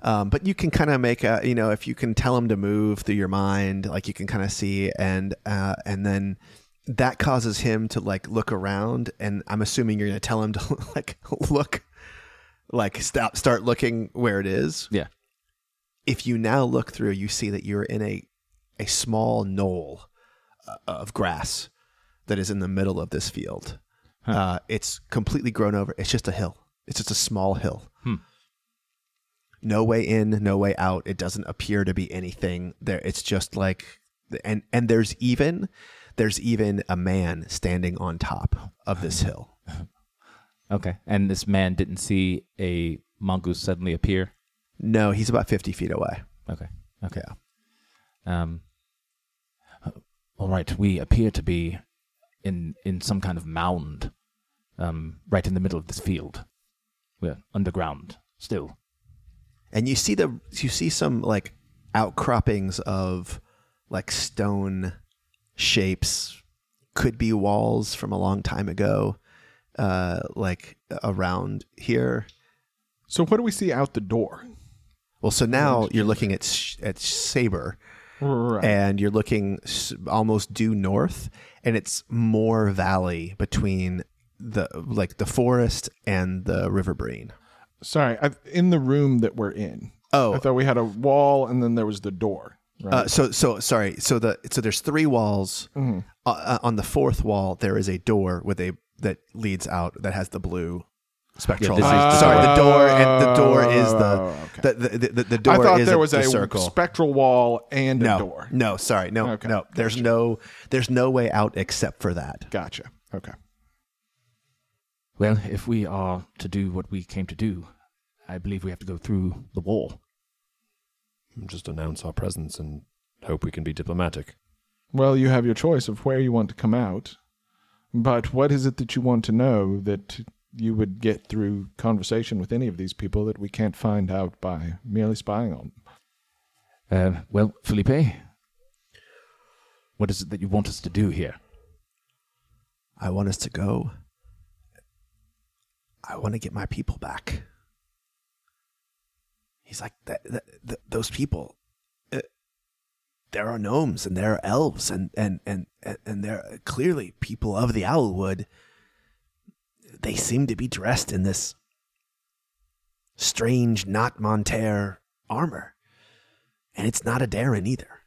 [SPEAKER 2] um, but you can kind of make a you know if you can tell him to move through your mind, like you can kind of see and uh, and then that causes him to like look around. And I'm assuming you're gonna tell him to like look, like stop, start looking where it is
[SPEAKER 5] Yeah.
[SPEAKER 2] if you now look through, you see that you're in a a small knoll uh, of grass that is in the middle of this field. Uh, it's completely grown over. It's just a hill. It's just a small hill. No way in, no way out. It doesn't appear to be anything there. It's just like, and and there's even There's even a man standing on top of this hill.
[SPEAKER 5] Okay. And this man didn't see a mongoose suddenly appear.
[SPEAKER 2] No, he's about 50 feet away.
[SPEAKER 5] Okay. Okay. Um, all right. We appear to be in in some kind of mound, um, right in the middle of this field. We're underground still.
[SPEAKER 2] And you see the you see some like outcroppings of like stone shapes, could be walls from a long time ago, uh, like around here.
[SPEAKER 1] So what do we see out the door?
[SPEAKER 2] Well, so now you're looking at s- at Saber,
[SPEAKER 1] Right.
[SPEAKER 2] and you're looking s- almost due north, and it's more valley between the like the forest and the river breen.
[SPEAKER 1] Sorry, I, in the room that we're in.
[SPEAKER 2] Oh.
[SPEAKER 1] I thought we had a wall and then there was the door. Right.
[SPEAKER 2] Uh, so so sorry. So the so there's three walls.
[SPEAKER 1] Mm-hmm.
[SPEAKER 2] Uh, uh, on the fourth wall, there is a door with a that leads out that has the blue spectral.
[SPEAKER 5] this is
[SPEAKER 2] light.
[SPEAKER 5] the
[SPEAKER 2] sorry,
[SPEAKER 1] door.
[SPEAKER 2] the door and the door is
[SPEAKER 1] Oh,
[SPEAKER 2] the the, the, the, the, door.
[SPEAKER 1] I thought
[SPEAKER 2] is
[SPEAKER 1] there was
[SPEAKER 2] the
[SPEAKER 1] a
[SPEAKER 2] circle.
[SPEAKER 1] spectral wall and
[SPEAKER 2] no,
[SPEAKER 1] a door.
[SPEAKER 2] no, sorry, no,
[SPEAKER 1] Okay,
[SPEAKER 2] no. There's no there's no way out except for that.
[SPEAKER 1] Gotcha. Okay.
[SPEAKER 5] Well, if we are to do what we came to do, I believe we have to go through the wall.
[SPEAKER 3] Just announce our presence and hope we can be diplomatic.
[SPEAKER 1] Well, you have your choice of where you want to come out, but what is it that you want to know that you would get through conversation with any of these people that we can't find out by merely spying on?
[SPEAKER 5] Uh, well, Felipe, what is it that you want us to do here?
[SPEAKER 2] I want us to go. I want to get my people back. He's like, that, that, th those people. uh, there are gnomes and there are elves and and and and, and they're clearly people of the Owlwood. They seem to be dressed in this strange, not Monter armor, and it's not a Darren either.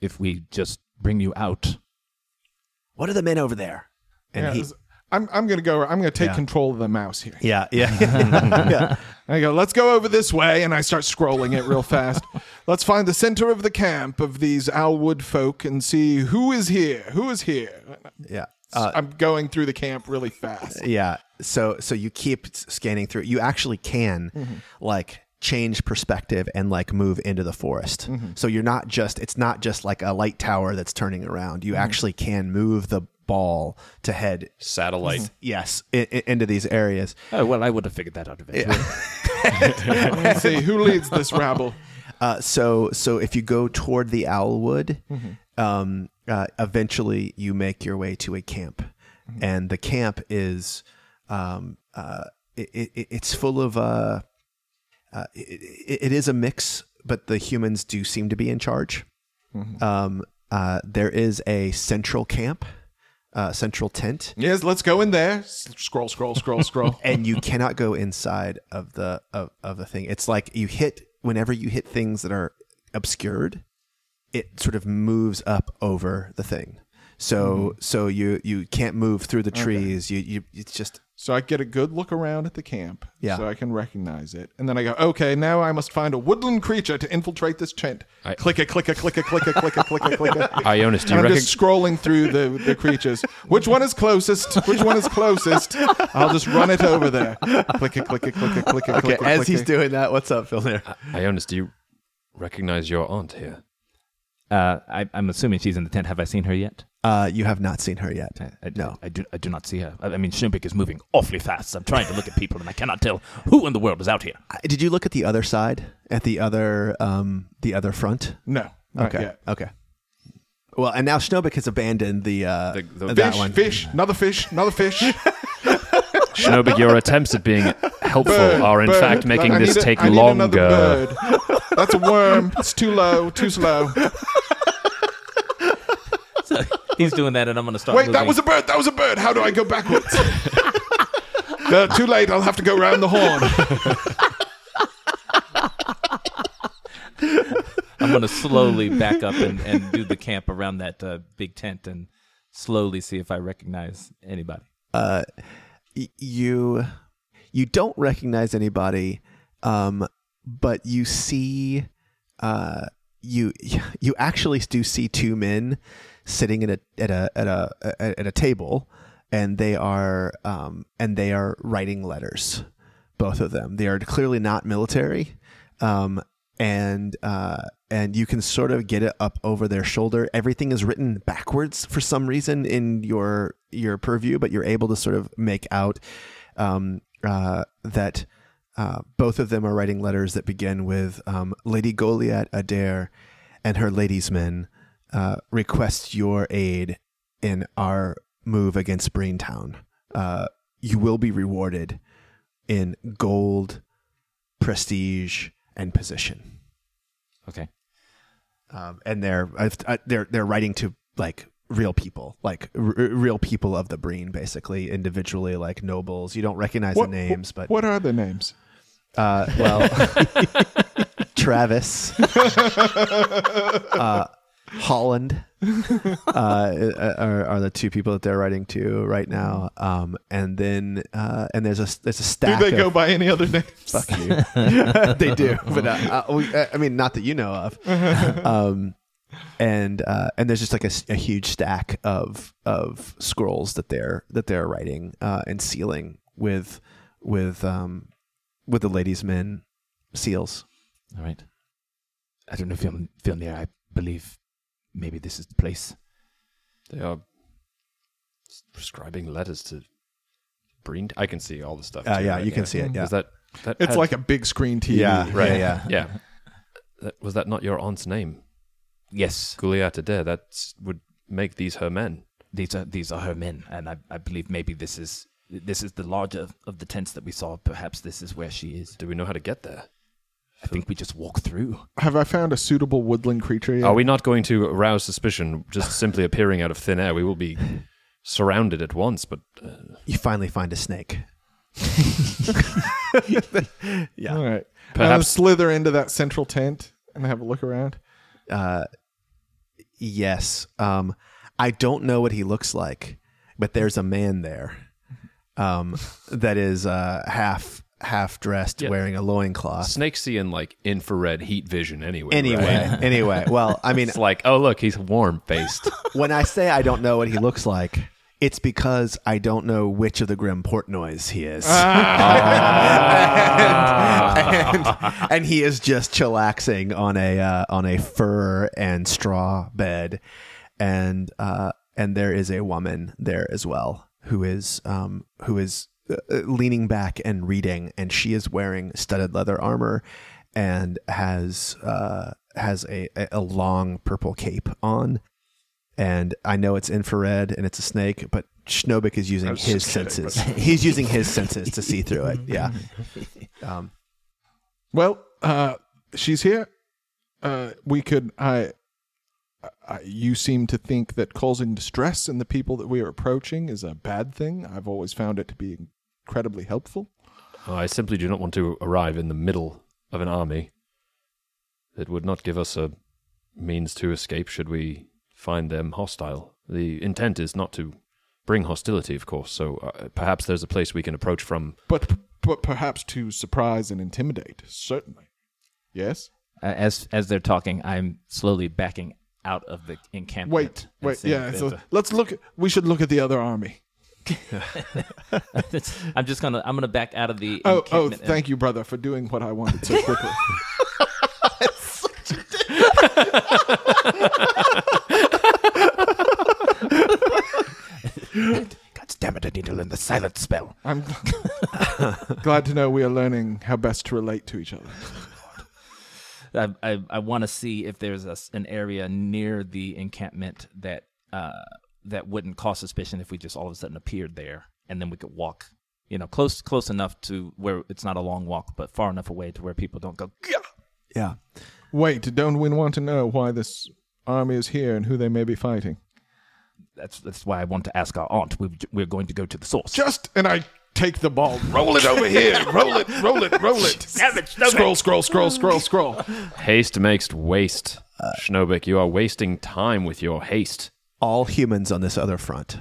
[SPEAKER 5] If we just bring you out,
[SPEAKER 2] What are the men over there? And
[SPEAKER 1] Yeah,
[SPEAKER 2] he,
[SPEAKER 1] this- I'm, I'm going to go, I'm going to take
[SPEAKER 2] Yeah.
[SPEAKER 1] control of the mouse here.
[SPEAKER 2] yeah, yeah, yeah.
[SPEAKER 1] I go, let's go over this way. And I start scrolling it real fast. let's find the center of the camp of these Alwood folk and see who is here. Who is here?
[SPEAKER 2] yeah. Uh,
[SPEAKER 1] I'm going through the camp really fast.
[SPEAKER 2] yeah so so you keep s- scanning through you actually can like change perspective and like move into the forest so you're not just it's not just like a light tower that's turning around you actually can move the ball to head
[SPEAKER 3] Satellite.
[SPEAKER 2] yes i i- into these areas
[SPEAKER 5] oh well, I would have figured that out eventually.
[SPEAKER 1] Let's see who leads this rabble.
[SPEAKER 2] Uh, so so if you go toward the Owlwood, um, uh, eventually you make your way to a camp, and the camp is um, uh, it, it, it's full of uh, uh, it, it is a mix, but the humans do seem to be in charge. Um, uh, there is a central camp, uh, central tent,
[SPEAKER 1] Yes, let's go in there. S- Scroll, scroll, scroll, scroll.
[SPEAKER 2] and you cannot go inside of the of, of the thing. It's like you hit whenever you hit things that are obscured, it sort of moves up over the thing. So so you you can't move through the trees. You you it's just
[SPEAKER 1] So I get a good look around at the camp
[SPEAKER 2] Yeah.
[SPEAKER 1] so I can recognize it. And then I go, okay, now I must find a woodland creature to infiltrate this tent.
[SPEAKER 3] I-
[SPEAKER 1] click a click a click a click a click a click a click a.
[SPEAKER 3] Ionis,
[SPEAKER 1] And
[SPEAKER 3] do you
[SPEAKER 1] I'm
[SPEAKER 3] recognize?
[SPEAKER 1] just scrolling through the, the creatures. Which one is closest? Which one is closest? I'll just run it over there. Click a click a click a click a click a click a.
[SPEAKER 2] doing that, what's up, Phil? There,
[SPEAKER 3] Ionis, do you recognize your aunt here?
[SPEAKER 5] uh, I, I'm assuming she's in the tent. Have I seen her yet?
[SPEAKER 2] uh, you have not seen her yet.
[SPEAKER 5] I, I-
[SPEAKER 2] no,
[SPEAKER 5] I do. I do not see her. I, I mean, Schumpick is moving awfully fast. I'm trying to look at people, and I cannot tell who in the world is out here.
[SPEAKER 2] I- did you look at the other side at the other um the other front?
[SPEAKER 1] No. Not
[SPEAKER 2] Okay,
[SPEAKER 1] Yet.
[SPEAKER 2] okay. Well, and now Schnobik has abandoned the uh
[SPEAKER 3] The- the-
[SPEAKER 2] that
[SPEAKER 1] Fish,
[SPEAKER 2] one.
[SPEAKER 1] fish, another fish, another fish.
[SPEAKER 3] Shinobi, your attempts at being helpful
[SPEAKER 1] Bird,
[SPEAKER 3] are in
[SPEAKER 1] bird.
[SPEAKER 3] fact making
[SPEAKER 1] I
[SPEAKER 3] this
[SPEAKER 1] need a-
[SPEAKER 3] take
[SPEAKER 1] I need another
[SPEAKER 3] longer.
[SPEAKER 1] bird. That's a worm. It's too low, too slow.
[SPEAKER 5] So he's doing that, and I'm going to start.
[SPEAKER 1] Wait, that was a bird. That was a bird. How do I go backwards? Uh, too late. I'll have to go round the horn.
[SPEAKER 5] I'm going to slowly back up and, and do the camp around that uh, big tent, and slowly see if I recognize anybody.
[SPEAKER 2] y- you you don't recognize anybody um but you see uh you you actually do see two men sitting at a at a at a at a table, and they are um, and they are writing letters. Both of them. They are clearly not military, um, and uh, and you can sort of get it up over their shoulder. Everything is written backwards for some reason in your your purview, but you're able to sort of make out um, uh, that uh, both of them are writing letters that begin with um, Lady Goliat Adair and her ladies' men uh, request your aid in our move against Braintown. Uh, you will be rewarded in gold, prestige, and position.
[SPEAKER 5] Okay.
[SPEAKER 2] Um, and they're I've- I- they're they're writing to like real people, like r- r- real people of the Breen, basically individually, like nobles. You don't recognize
[SPEAKER 1] What-
[SPEAKER 2] the names, but
[SPEAKER 1] What are the names?
[SPEAKER 2] uh, well, Travis, uh, Holland uh, are, are the two people that they're writing to right now. Um, and then uh, and there's a there's a
[SPEAKER 1] Do
[SPEAKER 2] stack.
[SPEAKER 1] they go
[SPEAKER 2] of-
[SPEAKER 1] by any other names?
[SPEAKER 2] Fuck you. they do, but uh, uh, we- uh, I mean, not that you know of. Um, and uh, and there's just like a, s- a huge stack of of scrolls that they're that they're writing uh, and sealing with with um, with the ladies' men seals.
[SPEAKER 5] All right. I don't know if I'm feeling there. I believe maybe this is the place.
[SPEAKER 3] They are s- prescribing letters to Breen. I can see all the stuff.
[SPEAKER 1] Ah,
[SPEAKER 2] Uh,
[SPEAKER 3] too,
[SPEAKER 2] yeah,
[SPEAKER 3] right?
[SPEAKER 2] you can see it. Yeah,
[SPEAKER 3] Is that that?
[SPEAKER 1] It's
[SPEAKER 3] had-
[SPEAKER 1] like a big screen TV.
[SPEAKER 2] yeah,
[SPEAKER 1] Right.
[SPEAKER 2] yeah,
[SPEAKER 3] Right.
[SPEAKER 2] yeah.
[SPEAKER 3] yeah. That, was that not your aunt's name,
[SPEAKER 5] Yes,
[SPEAKER 3] Guliata Adair? That would make these her men.
[SPEAKER 5] these are these are her men, and I, I believe maybe this is this is the larger of the tents that we saw. Perhaps this is where she is.
[SPEAKER 3] Do we know how to get there?
[SPEAKER 5] I think we just walk through.
[SPEAKER 1] Have I found a suitable woodland creature yet?
[SPEAKER 3] Are we not going to arouse suspicion just simply appearing out of thin air? We will be surrounded at once, but
[SPEAKER 2] You finally find a snake. yeah.
[SPEAKER 1] All right. Perhaps
[SPEAKER 3] Perhaps-
[SPEAKER 1] slither into that central tent and have a look around.
[SPEAKER 2] Yes. Um, I don't know what he looks like, but there's a man there um, that is uh, half half dressed,
[SPEAKER 3] Yeah.
[SPEAKER 2] wearing a loincloth.
[SPEAKER 3] snakes see in like infrared heat vision anyway. right?
[SPEAKER 2] Anyway, anyway. Well, I mean,
[SPEAKER 3] It's like, oh look, he's warm faced.
[SPEAKER 2] when I say I don't know what he looks like, it's because I don't know which of the Grim Portnoys he is. and, and- and he is just chillaxing on a uh, on a fur and straw bed, and uh, and there is a woman there as well who is um, who is uh, uh, leaning back and reading, and she is wearing studded leather armor and has uh, has a, a- a long purple cape on. And I know it's infrared and it's a snake, but Schnobik is using his senses. He's using his senses to see through it. Yeah.
[SPEAKER 1] Well, uh, she's here. Uh, we could. I, I. You seem to think that causing distress in the people that we are approaching is a bad thing. I've always found it to be incredibly helpful.
[SPEAKER 3] I simply do not want to arrive in the middle of an army. It would not give us a means to escape should we find them hostile. The intent is not to bring hostility, of course, so uh, perhaps there's a place we can approach from.
[SPEAKER 1] But but perhaps to surprise and intimidate. Certainly. Yes.
[SPEAKER 5] Uh, as as they're talking, I'm slowly backing out of the encampment.
[SPEAKER 1] Wait.
[SPEAKER 5] and
[SPEAKER 1] Wait.
[SPEAKER 5] seeing
[SPEAKER 1] Yeah.
[SPEAKER 5] if
[SPEAKER 1] So
[SPEAKER 5] there's
[SPEAKER 1] let's look. At, we should look at the other army.
[SPEAKER 5] a- I'm just gonna I'm gonna back out of the
[SPEAKER 1] Oh, oh,
[SPEAKER 5] encampment.
[SPEAKER 1] thank you, brother, for doing what I wanted so quickly.
[SPEAKER 5] God damn it! I need to learn the silent spell.
[SPEAKER 1] I'm gl- glad to know we are learning how best to relate to each other.
[SPEAKER 5] I I, I want to see if there's a s an area near the encampment that uh that wouldn't cause suspicion if we just all of a sudden appeared there, and then we could walk, you know, close close enough to where it's not a long walk, but far enough away to where people don't go. "Gah!"
[SPEAKER 2] Yeah.
[SPEAKER 1] Wait, don't we want to know why this army is here and who they may be fighting?
[SPEAKER 5] That's that's why I want to ask our aunt. We we're going to go to the source.
[SPEAKER 1] Just and I take the ball, roll it over here, roll it, roll it, roll it. Scroll, scroll, scroll, scroll, scroll.
[SPEAKER 3] Haste makes waste. Schnobik, you are wasting time with your haste.
[SPEAKER 2] all humans on this other front.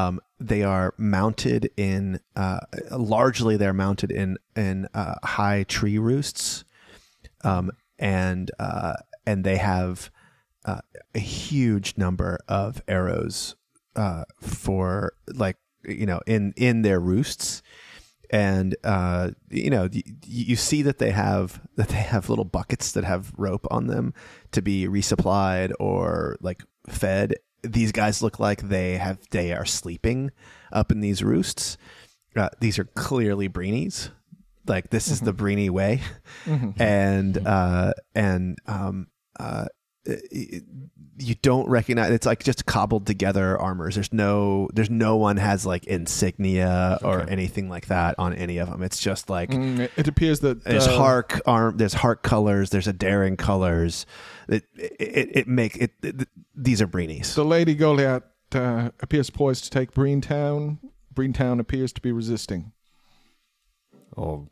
[SPEAKER 2] Um, they are mounted in uh, largely they're mounted in in uh, high tree roosts, um, and uh, and they have uh, a huge number of arrows uh, for like you know in in their roosts and uh, you know you, you see that they have that they have little buckets that have rope on them to be resupplied or like fed these guys look like they have they are sleeping up in these roosts uh, these are clearly breenies like this is the breeny way and uh and um uh you don't recognize it's like just cobbled together armors there's no there's no one has like insignia or anything like that on any of them it's just like
[SPEAKER 1] Mm, it- It appears that
[SPEAKER 2] there's
[SPEAKER 1] uh,
[SPEAKER 2] hark arm there's hark colors there's a daring colors it it, it make it, it these are breenies
[SPEAKER 1] the Lady Goliath uh, appears poised to take Breentown. Breentown appears to be resisting.
[SPEAKER 3] Oh,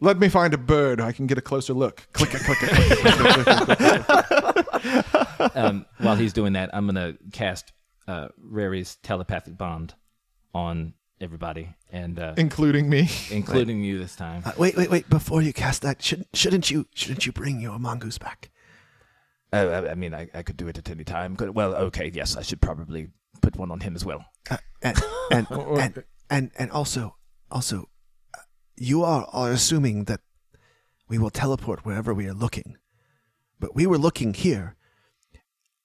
[SPEAKER 1] Let me find a bird. I can get a closer look. Click it, click it. click it, click it, click it, click it.
[SPEAKER 5] um, while he's doing that, I'm gonna cast uh, Rary's telepathic bond on everybody, and uh,
[SPEAKER 1] Including me.
[SPEAKER 5] including you this time.
[SPEAKER 2] Uh, wait wait wait before you cast that shouldn't shouldn't you shouldn't you bring your mongoose back
[SPEAKER 5] Uh, I, I mean, I, I could do it at any time. Could, well, okay, yes, I should probably put one on him as well.
[SPEAKER 2] Uh, and and, and and and also also uh, you are are assuming that we will teleport wherever we are looking but we were looking here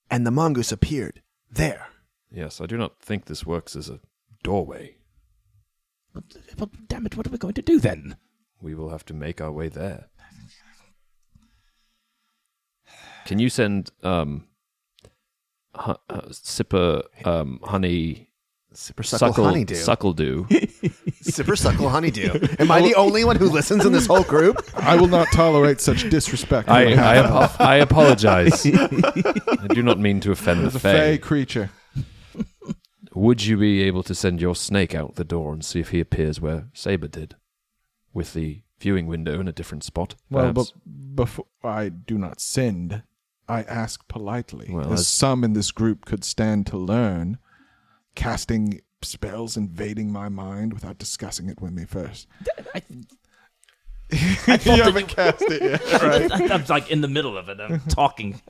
[SPEAKER 2] and the mongoose appeared there
[SPEAKER 3] yes. I do not think this works as a doorway.
[SPEAKER 5] But, but damn it, what are we going to do then?
[SPEAKER 3] We will have to make our way there. Can you send um, hu- uh, Sipper um, Honey
[SPEAKER 2] Sippersuckle honeydew.
[SPEAKER 3] Suckledew?
[SPEAKER 2] Sippersuckle honeydew. Am I the only one who listens in this whole group?
[SPEAKER 1] I will not tolerate such disrespect.
[SPEAKER 3] I,
[SPEAKER 1] It
[SPEAKER 3] I, apo- I apologize. I do not mean to offend
[SPEAKER 1] was
[SPEAKER 3] the
[SPEAKER 1] a fey
[SPEAKER 3] Fae.
[SPEAKER 1] creature.
[SPEAKER 3] Would you be able to send your snake out the door and see if he appears where Saber did, with the viewing window in a different spot?
[SPEAKER 1] Well,
[SPEAKER 3] perhaps?
[SPEAKER 1] but before I do not send, I ask politely.
[SPEAKER 3] Well,
[SPEAKER 1] as
[SPEAKER 3] that's-
[SPEAKER 1] some in this group could stand to learn, casting spells invading my mind without discussing it with me first.
[SPEAKER 5] I,
[SPEAKER 1] you haven't cast it yet, right?
[SPEAKER 5] am like in the middle of it. I'm talking.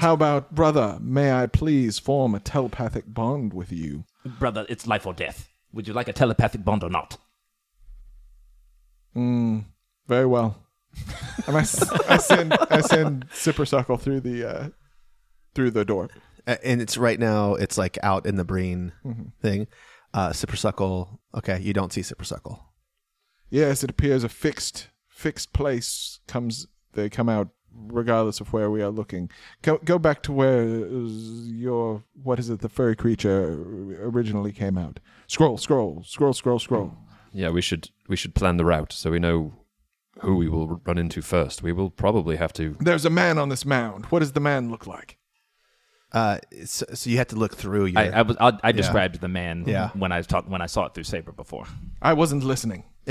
[SPEAKER 1] How about, brother? May I please form a telepathic bond with you?
[SPEAKER 5] Brother, it's life or death. Would you like a telepathic bond or not?
[SPEAKER 1] Very well. And I, s- I send I send Sippersuckle through the uh, through the door.
[SPEAKER 2] A- and it's right now it's like out in the breen thing uh Sippersuckle. okay you don't see Sippersuckle.
[SPEAKER 1] Yes, it appears a fixed fixed place comes. They come out regardless of where we are looking. Go go back to where uh, your what is it? The furry creature originally came out. Scroll, scroll, scroll, scroll, scroll.
[SPEAKER 3] Yeah, we should we should plan the route so we know who we will run into first. We will probably have to.
[SPEAKER 1] There's a man on this mound. What does the man look like?
[SPEAKER 2] uh so, so you have to look through your
[SPEAKER 5] I, I was. I, I described the man
[SPEAKER 2] Yeah.
[SPEAKER 5] when I was talk, when I saw it through Saber before.
[SPEAKER 1] I wasn't listening.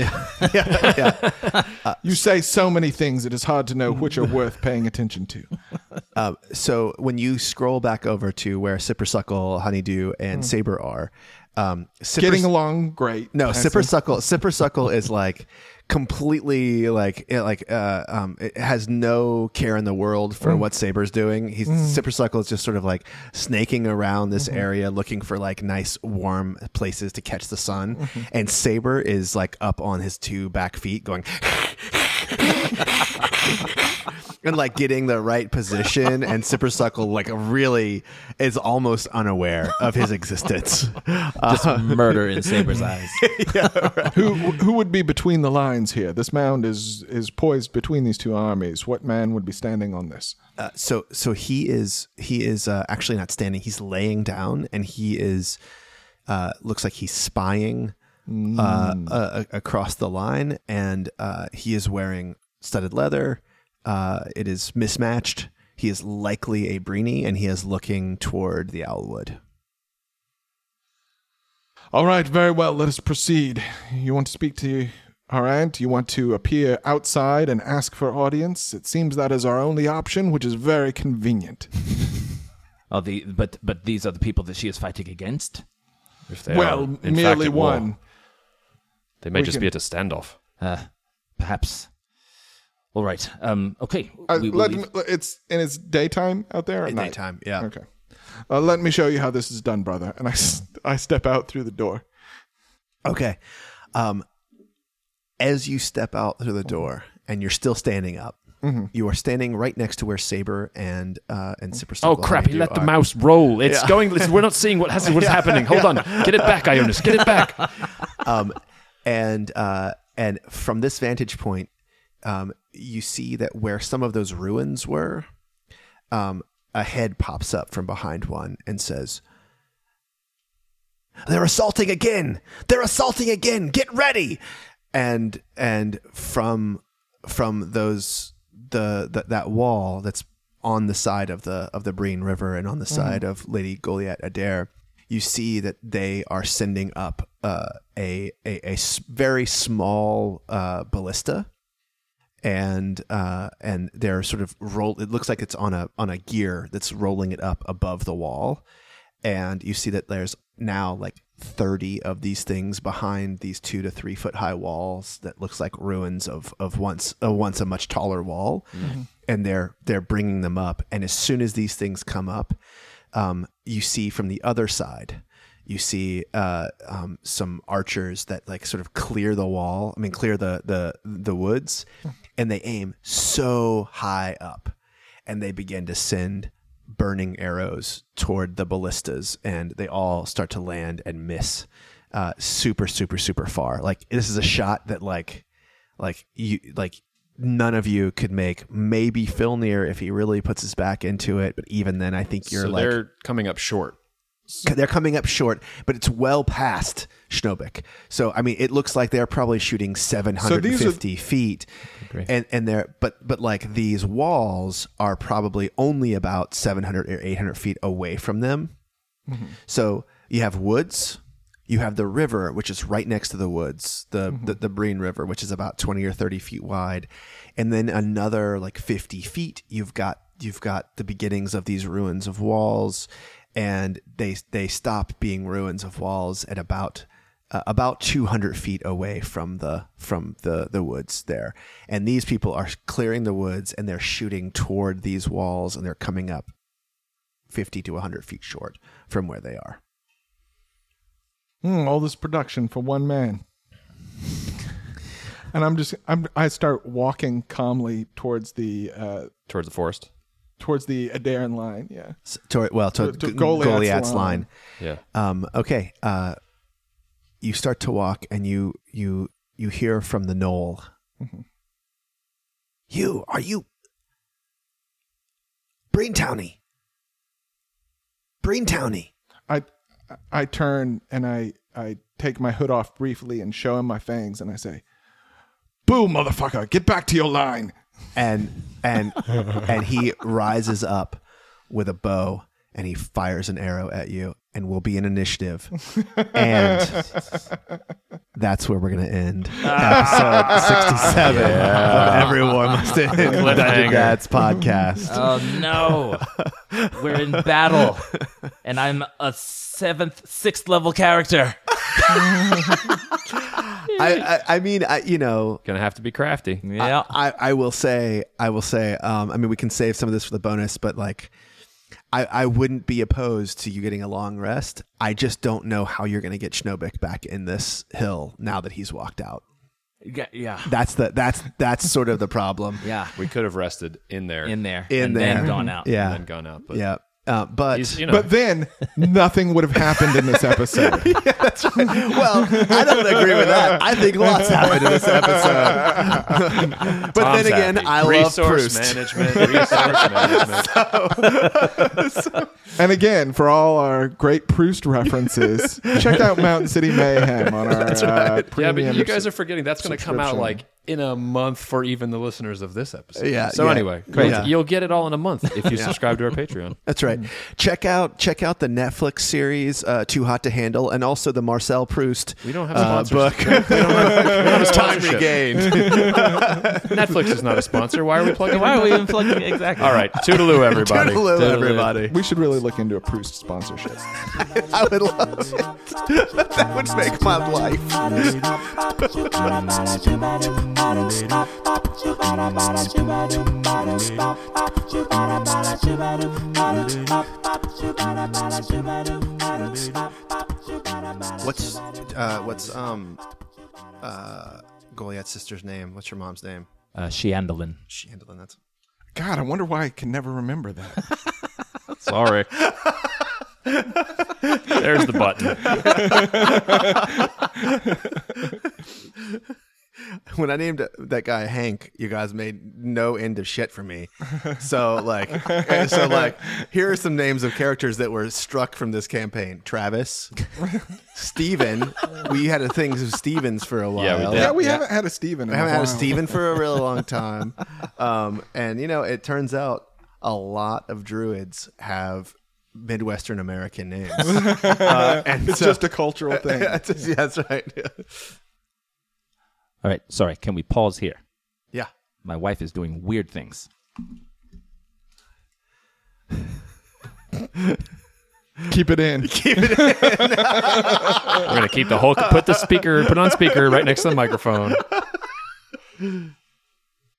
[SPEAKER 1] you say so many things, it is hard to know which are worth paying attention to.
[SPEAKER 2] Um, so when you scroll back over to where Sippersuckle, Honeydew, and Saber are, um, Sippers-
[SPEAKER 1] Getting along great.
[SPEAKER 2] no
[SPEAKER 1] I said,
[SPEAKER 2] Sippersuckle, Sippersuckle is like completely like it, like uh, um, it has no care in the world for what Saber's doing. He's Sippersuckle is just sort of like snaking around this area looking for like nice warm places to catch the sun, and Saber is like up on his two back feet going. and like getting the right position and Sippersuckle like really is almost unaware of his existence.
[SPEAKER 5] Just murder in Saber's eyes.
[SPEAKER 1] Who who would be between the lines here? This mound is is poised between these two armies. What man would be standing on this?
[SPEAKER 2] Uh, so so he is he is uh, actually not standing. He's laying down and he is uh, looks like he's spying uh, uh, across the line and uh, he is wearing studded leather. Uh, it is mismatched. He is likely a Breeny and he is looking toward the Owlwood.
[SPEAKER 1] All right, very well. Let us proceed. You want to speak to our aunt? You want to appear outside and ask for audience? It seems that is our only option, which is very convenient.
[SPEAKER 5] Oh, the but but these are the people that she is fighting against.
[SPEAKER 3] If they
[SPEAKER 1] well,
[SPEAKER 3] are, in fact,
[SPEAKER 1] merely
[SPEAKER 3] at war.
[SPEAKER 1] one.
[SPEAKER 3] They may
[SPEAKER 1] We
[SPEAKER 3] just
[SPEAKER 1] can-
[SPEAKER 3] be at a standoff.
[SPEAKER 5] Uh, perhaps All right. Um, okay.
[SPEAKER 1] Uh,
[SPEAKER 5] we will
[SPEAKER 1] let
[SPEAKER 5] leave-
[SPEAKER 1] me- it's and it's daytime out there. Or
[SPEAKER 2] At
[SPEAKER 1] night?
[SPEAKER 2] nighttime, yeah.
[SPEAKER 1] Okay. Uh, let me show you how this is done, brother. And I, s- I step out through the door.
[SPEAKER 2] Okay. Um, as you step out through the door and you're still standing up, you are standing right next to where Saber and uh, and Cipher.
[SPEAKER 3] Oh crap! He let the mouse roll. It's going. it's- We're not seeing what has what's happening. Hold on. Get it back, Ionis. Get it back.
[SPEAKER 2] um, and uh, and from this vantage point, um, you see that where some of those ruins were, um, a head pops up from behind one and says, "They're assaulting again! They're assaulting again! Get ready!" And and from from those the, the that wall that's on the side of the of the Breen River and on the side of Lady Goliath Adair, you see that they are sending up uh, a, a a s- very small uh, ballista, and uh, and they're sort of roll. It looks like it's on a on a gear that's rolling it up above the wall, and you see that there's now like thirty of these things behind these two to three foot high walls that looks like ruins of of once uh, once a much taller wall, and they're they're bringing them up. And as soon as these things come up, um, you see from the other side you see uh, um, some archers that like sort of clear the wall. I mean, clear the the the woods, and they aim so high up, and they begin to send burning arrows toward the ballistas, and they all start to land and miss, uh, super super super far. Like this is a shot that like like you like none of you could make. Maybe Filnir if he really puts his back into it, but even then, I think you're
[SPEAKER 3] so
[SPEAKER 2] like
[SPEAKER 3] they're coming up short.
[SPEAKER 2] C- they're coming up short, but it's well past Schnobik. So I mean, it looks like they're probably shooting 750 feet, and and they're but but like these walls are probably only about 700 or 800 feet away from them. So you have woods, you have the river, which is right next to the woods, the, the the Breen River, which is about twenty or thirty feet wide, and then another like fifty feet. You've got you've got the beginnings of these ruins of walls, and they they stop being ruins of walls at about uh, about 200 feet away from the from the the woods there and these people are clearing the woods and they're shooting toward these walls and they're coming up 50 to 100 feet short from where they are
[SPEAKER 1] Hmm, all this production for one man. And I'm just I'm I start walking calmly towards the uh
[SPEAKER 3] Towards the forest.
[SPEAKER 1] towards the Adaran line. Yeah.
[SPEAKER 2] S- to, well to,
[SPEAKER 1] To- to
[SPEAKER 2] G-
[SPEAKER 1] Goliath's
[SPEAKER 2] Goliath's,
[SPEAKER 1] line.
[SPEAKER 2] line.
[SPEAKER 3] Yeah.
[SPEAKER 2] Um, okay, uh, you start to walk, and you you you hear from the knoll. Mm-hmm. You are you, Breentowny. Breentowny.
[SPEAKER 1] I I turn and I I take my hood off briefly and show him my fangs and I say, "Boo, motherfucker, get back to your line."
[SPEAKER 2] and and and he rises up with a bow and he fires an arrow at you and we'll be an initiative and that's where we're going to end episode 67 of everyone must end Dungeon Dads podcast
[SPEAKER 5] Oh no! We're in battle, and I'm a seventh, sixth level character.
[SPEAKER 2] I, I i mean i you know
[SPEAKER 3] Gonna have to be crafty.
[SPEAKER 5] Yeah.
[SPEAKER 2] I, I will say, I will say, um, I mean, we can save some of this for the bonus, but like, I, I wouldn't be opposed to you getting a long rest. I just don't know how you're going to get Schnobik back in this hill now that he's walked out.
[SPEAKER 5] Yeah. Yeah.
[SPEAKER 2] That's the that's that's sort of the problem.
[SPEAKER 5] yeah.
[SPEAKER 3] We could have rested in there
[SPEAKER 5] In there.
[SPEAKER 2] In
[SPEAKER 5] and
[SPEAKER 2] there,
[SPEAKER 5] Then gone out.
[SPEAKER 3] and
[SPEAKER 2] Yeah,
[SPEAKER 3] then gone out. But
[SPEAKER 2] yeah. Uh, but
[SPEAKER 3] he's, you know,
[SPEAKER 1] But then nothing would have happened in this episode.
[SPEAKER 2] well, I don't agree with that. I think lots happened in this episode. but
[SPEAKER 3] Tom's
[SPEAKER 2] then again,
[SPEAKER 3] happy.
[SPEAKER 2] I
[SPEAKER 3] resource
[SPEAKER 2] love Proust.
[SPEAKER 3] management. Resource management.
[SPEAKER 1] and again, for all our great Proust references, check out Mountain City Mayhem on our uh,
[SPEAKER 3] Yeah,
[SPEAKER 1] premium.
[SPEAKER 3] but you guys are forgetting that's going to come out like in a month for even the listeners of this episode.
[SPEAKER 2] Yeah,
[SPEAKER 3] So
[SPEAKER 2] yeah.
[SPEAKER 3] anyway,
[SPEAKER 2] Great.
[SPEAKER 3] you'll- you'll get it all in a month if you subscribe to our Patreon.
[SPEAKER 2] That's right. Check out check out the Netflix series uh, "Too Hot to Handle" and also the Marcel Proust.
[SPEAKER 3] We don't have
[SPEAKER 2] uh, book.
[SPEAKER 3] sponsors. time Netflix is not a sponsor. Why are we plugging?
[SPEAKER 5] Why
[SPEAKER 3] them?
[SPEAKER 5] are we even plugging? Exactly.
[SPEAKER 3] All right, toodaloo, everybody.
[SPEAKER 2] Hello, everybody.
[SPEAKER 1] we should really look into a Proust sponsorship.
[SPEAKER 2] I would love it. that would make my life.
[SPEAKER 7] Bye.
[SPEAKER 2] What's uh, what's um uh Goliath's sister's name? What's your mom's name?
[SPEAKER 5] Uh, Sheandolin.
[SPEAKER 2] Chandelin. That's
[SPEAKER 1] God, I wonder why I can never remember that.
[SPEAKER 3] Sorry. There's the button.
[SPEAKER 2] when I named that guy Hank. You guys made no end of shit for me. So like, so like, here are some names of characters that were struck from this campaign: Travis, Steven. We had a thing with Stevens for a while.
[SPEAKER 3] Yeah, we did.
[SPEAKER 1] yeah, we haven't had a Steven. In
[SPEAKER 2] I haven't
[SPEAKER 1] a
[SPEAKER 2] had a
[SPEAKER 1] while.
[SPEAKER 2] Steven for a real long time. Um, and you know, it turns out a lot of druids have Midwestern American names. Uh, and
[SPEAKER 1] It's
[SPEAKER 2] so-
[SPEAKER 1] just a cultural thing.
[SPEAKER 2] Yeah, that's- yeah, that's right.
[SPEAKER 5] All right, sorry. Can we pause here?
[SPEAKER 2] yeah.
[SPEAKER 5] My wife is doing weird things.
[SPEAKER 1] Keep it in.
[SPEAKER 3] We're gonna keep the whole. Put the speaker. Put it on speaker right next to the microphone.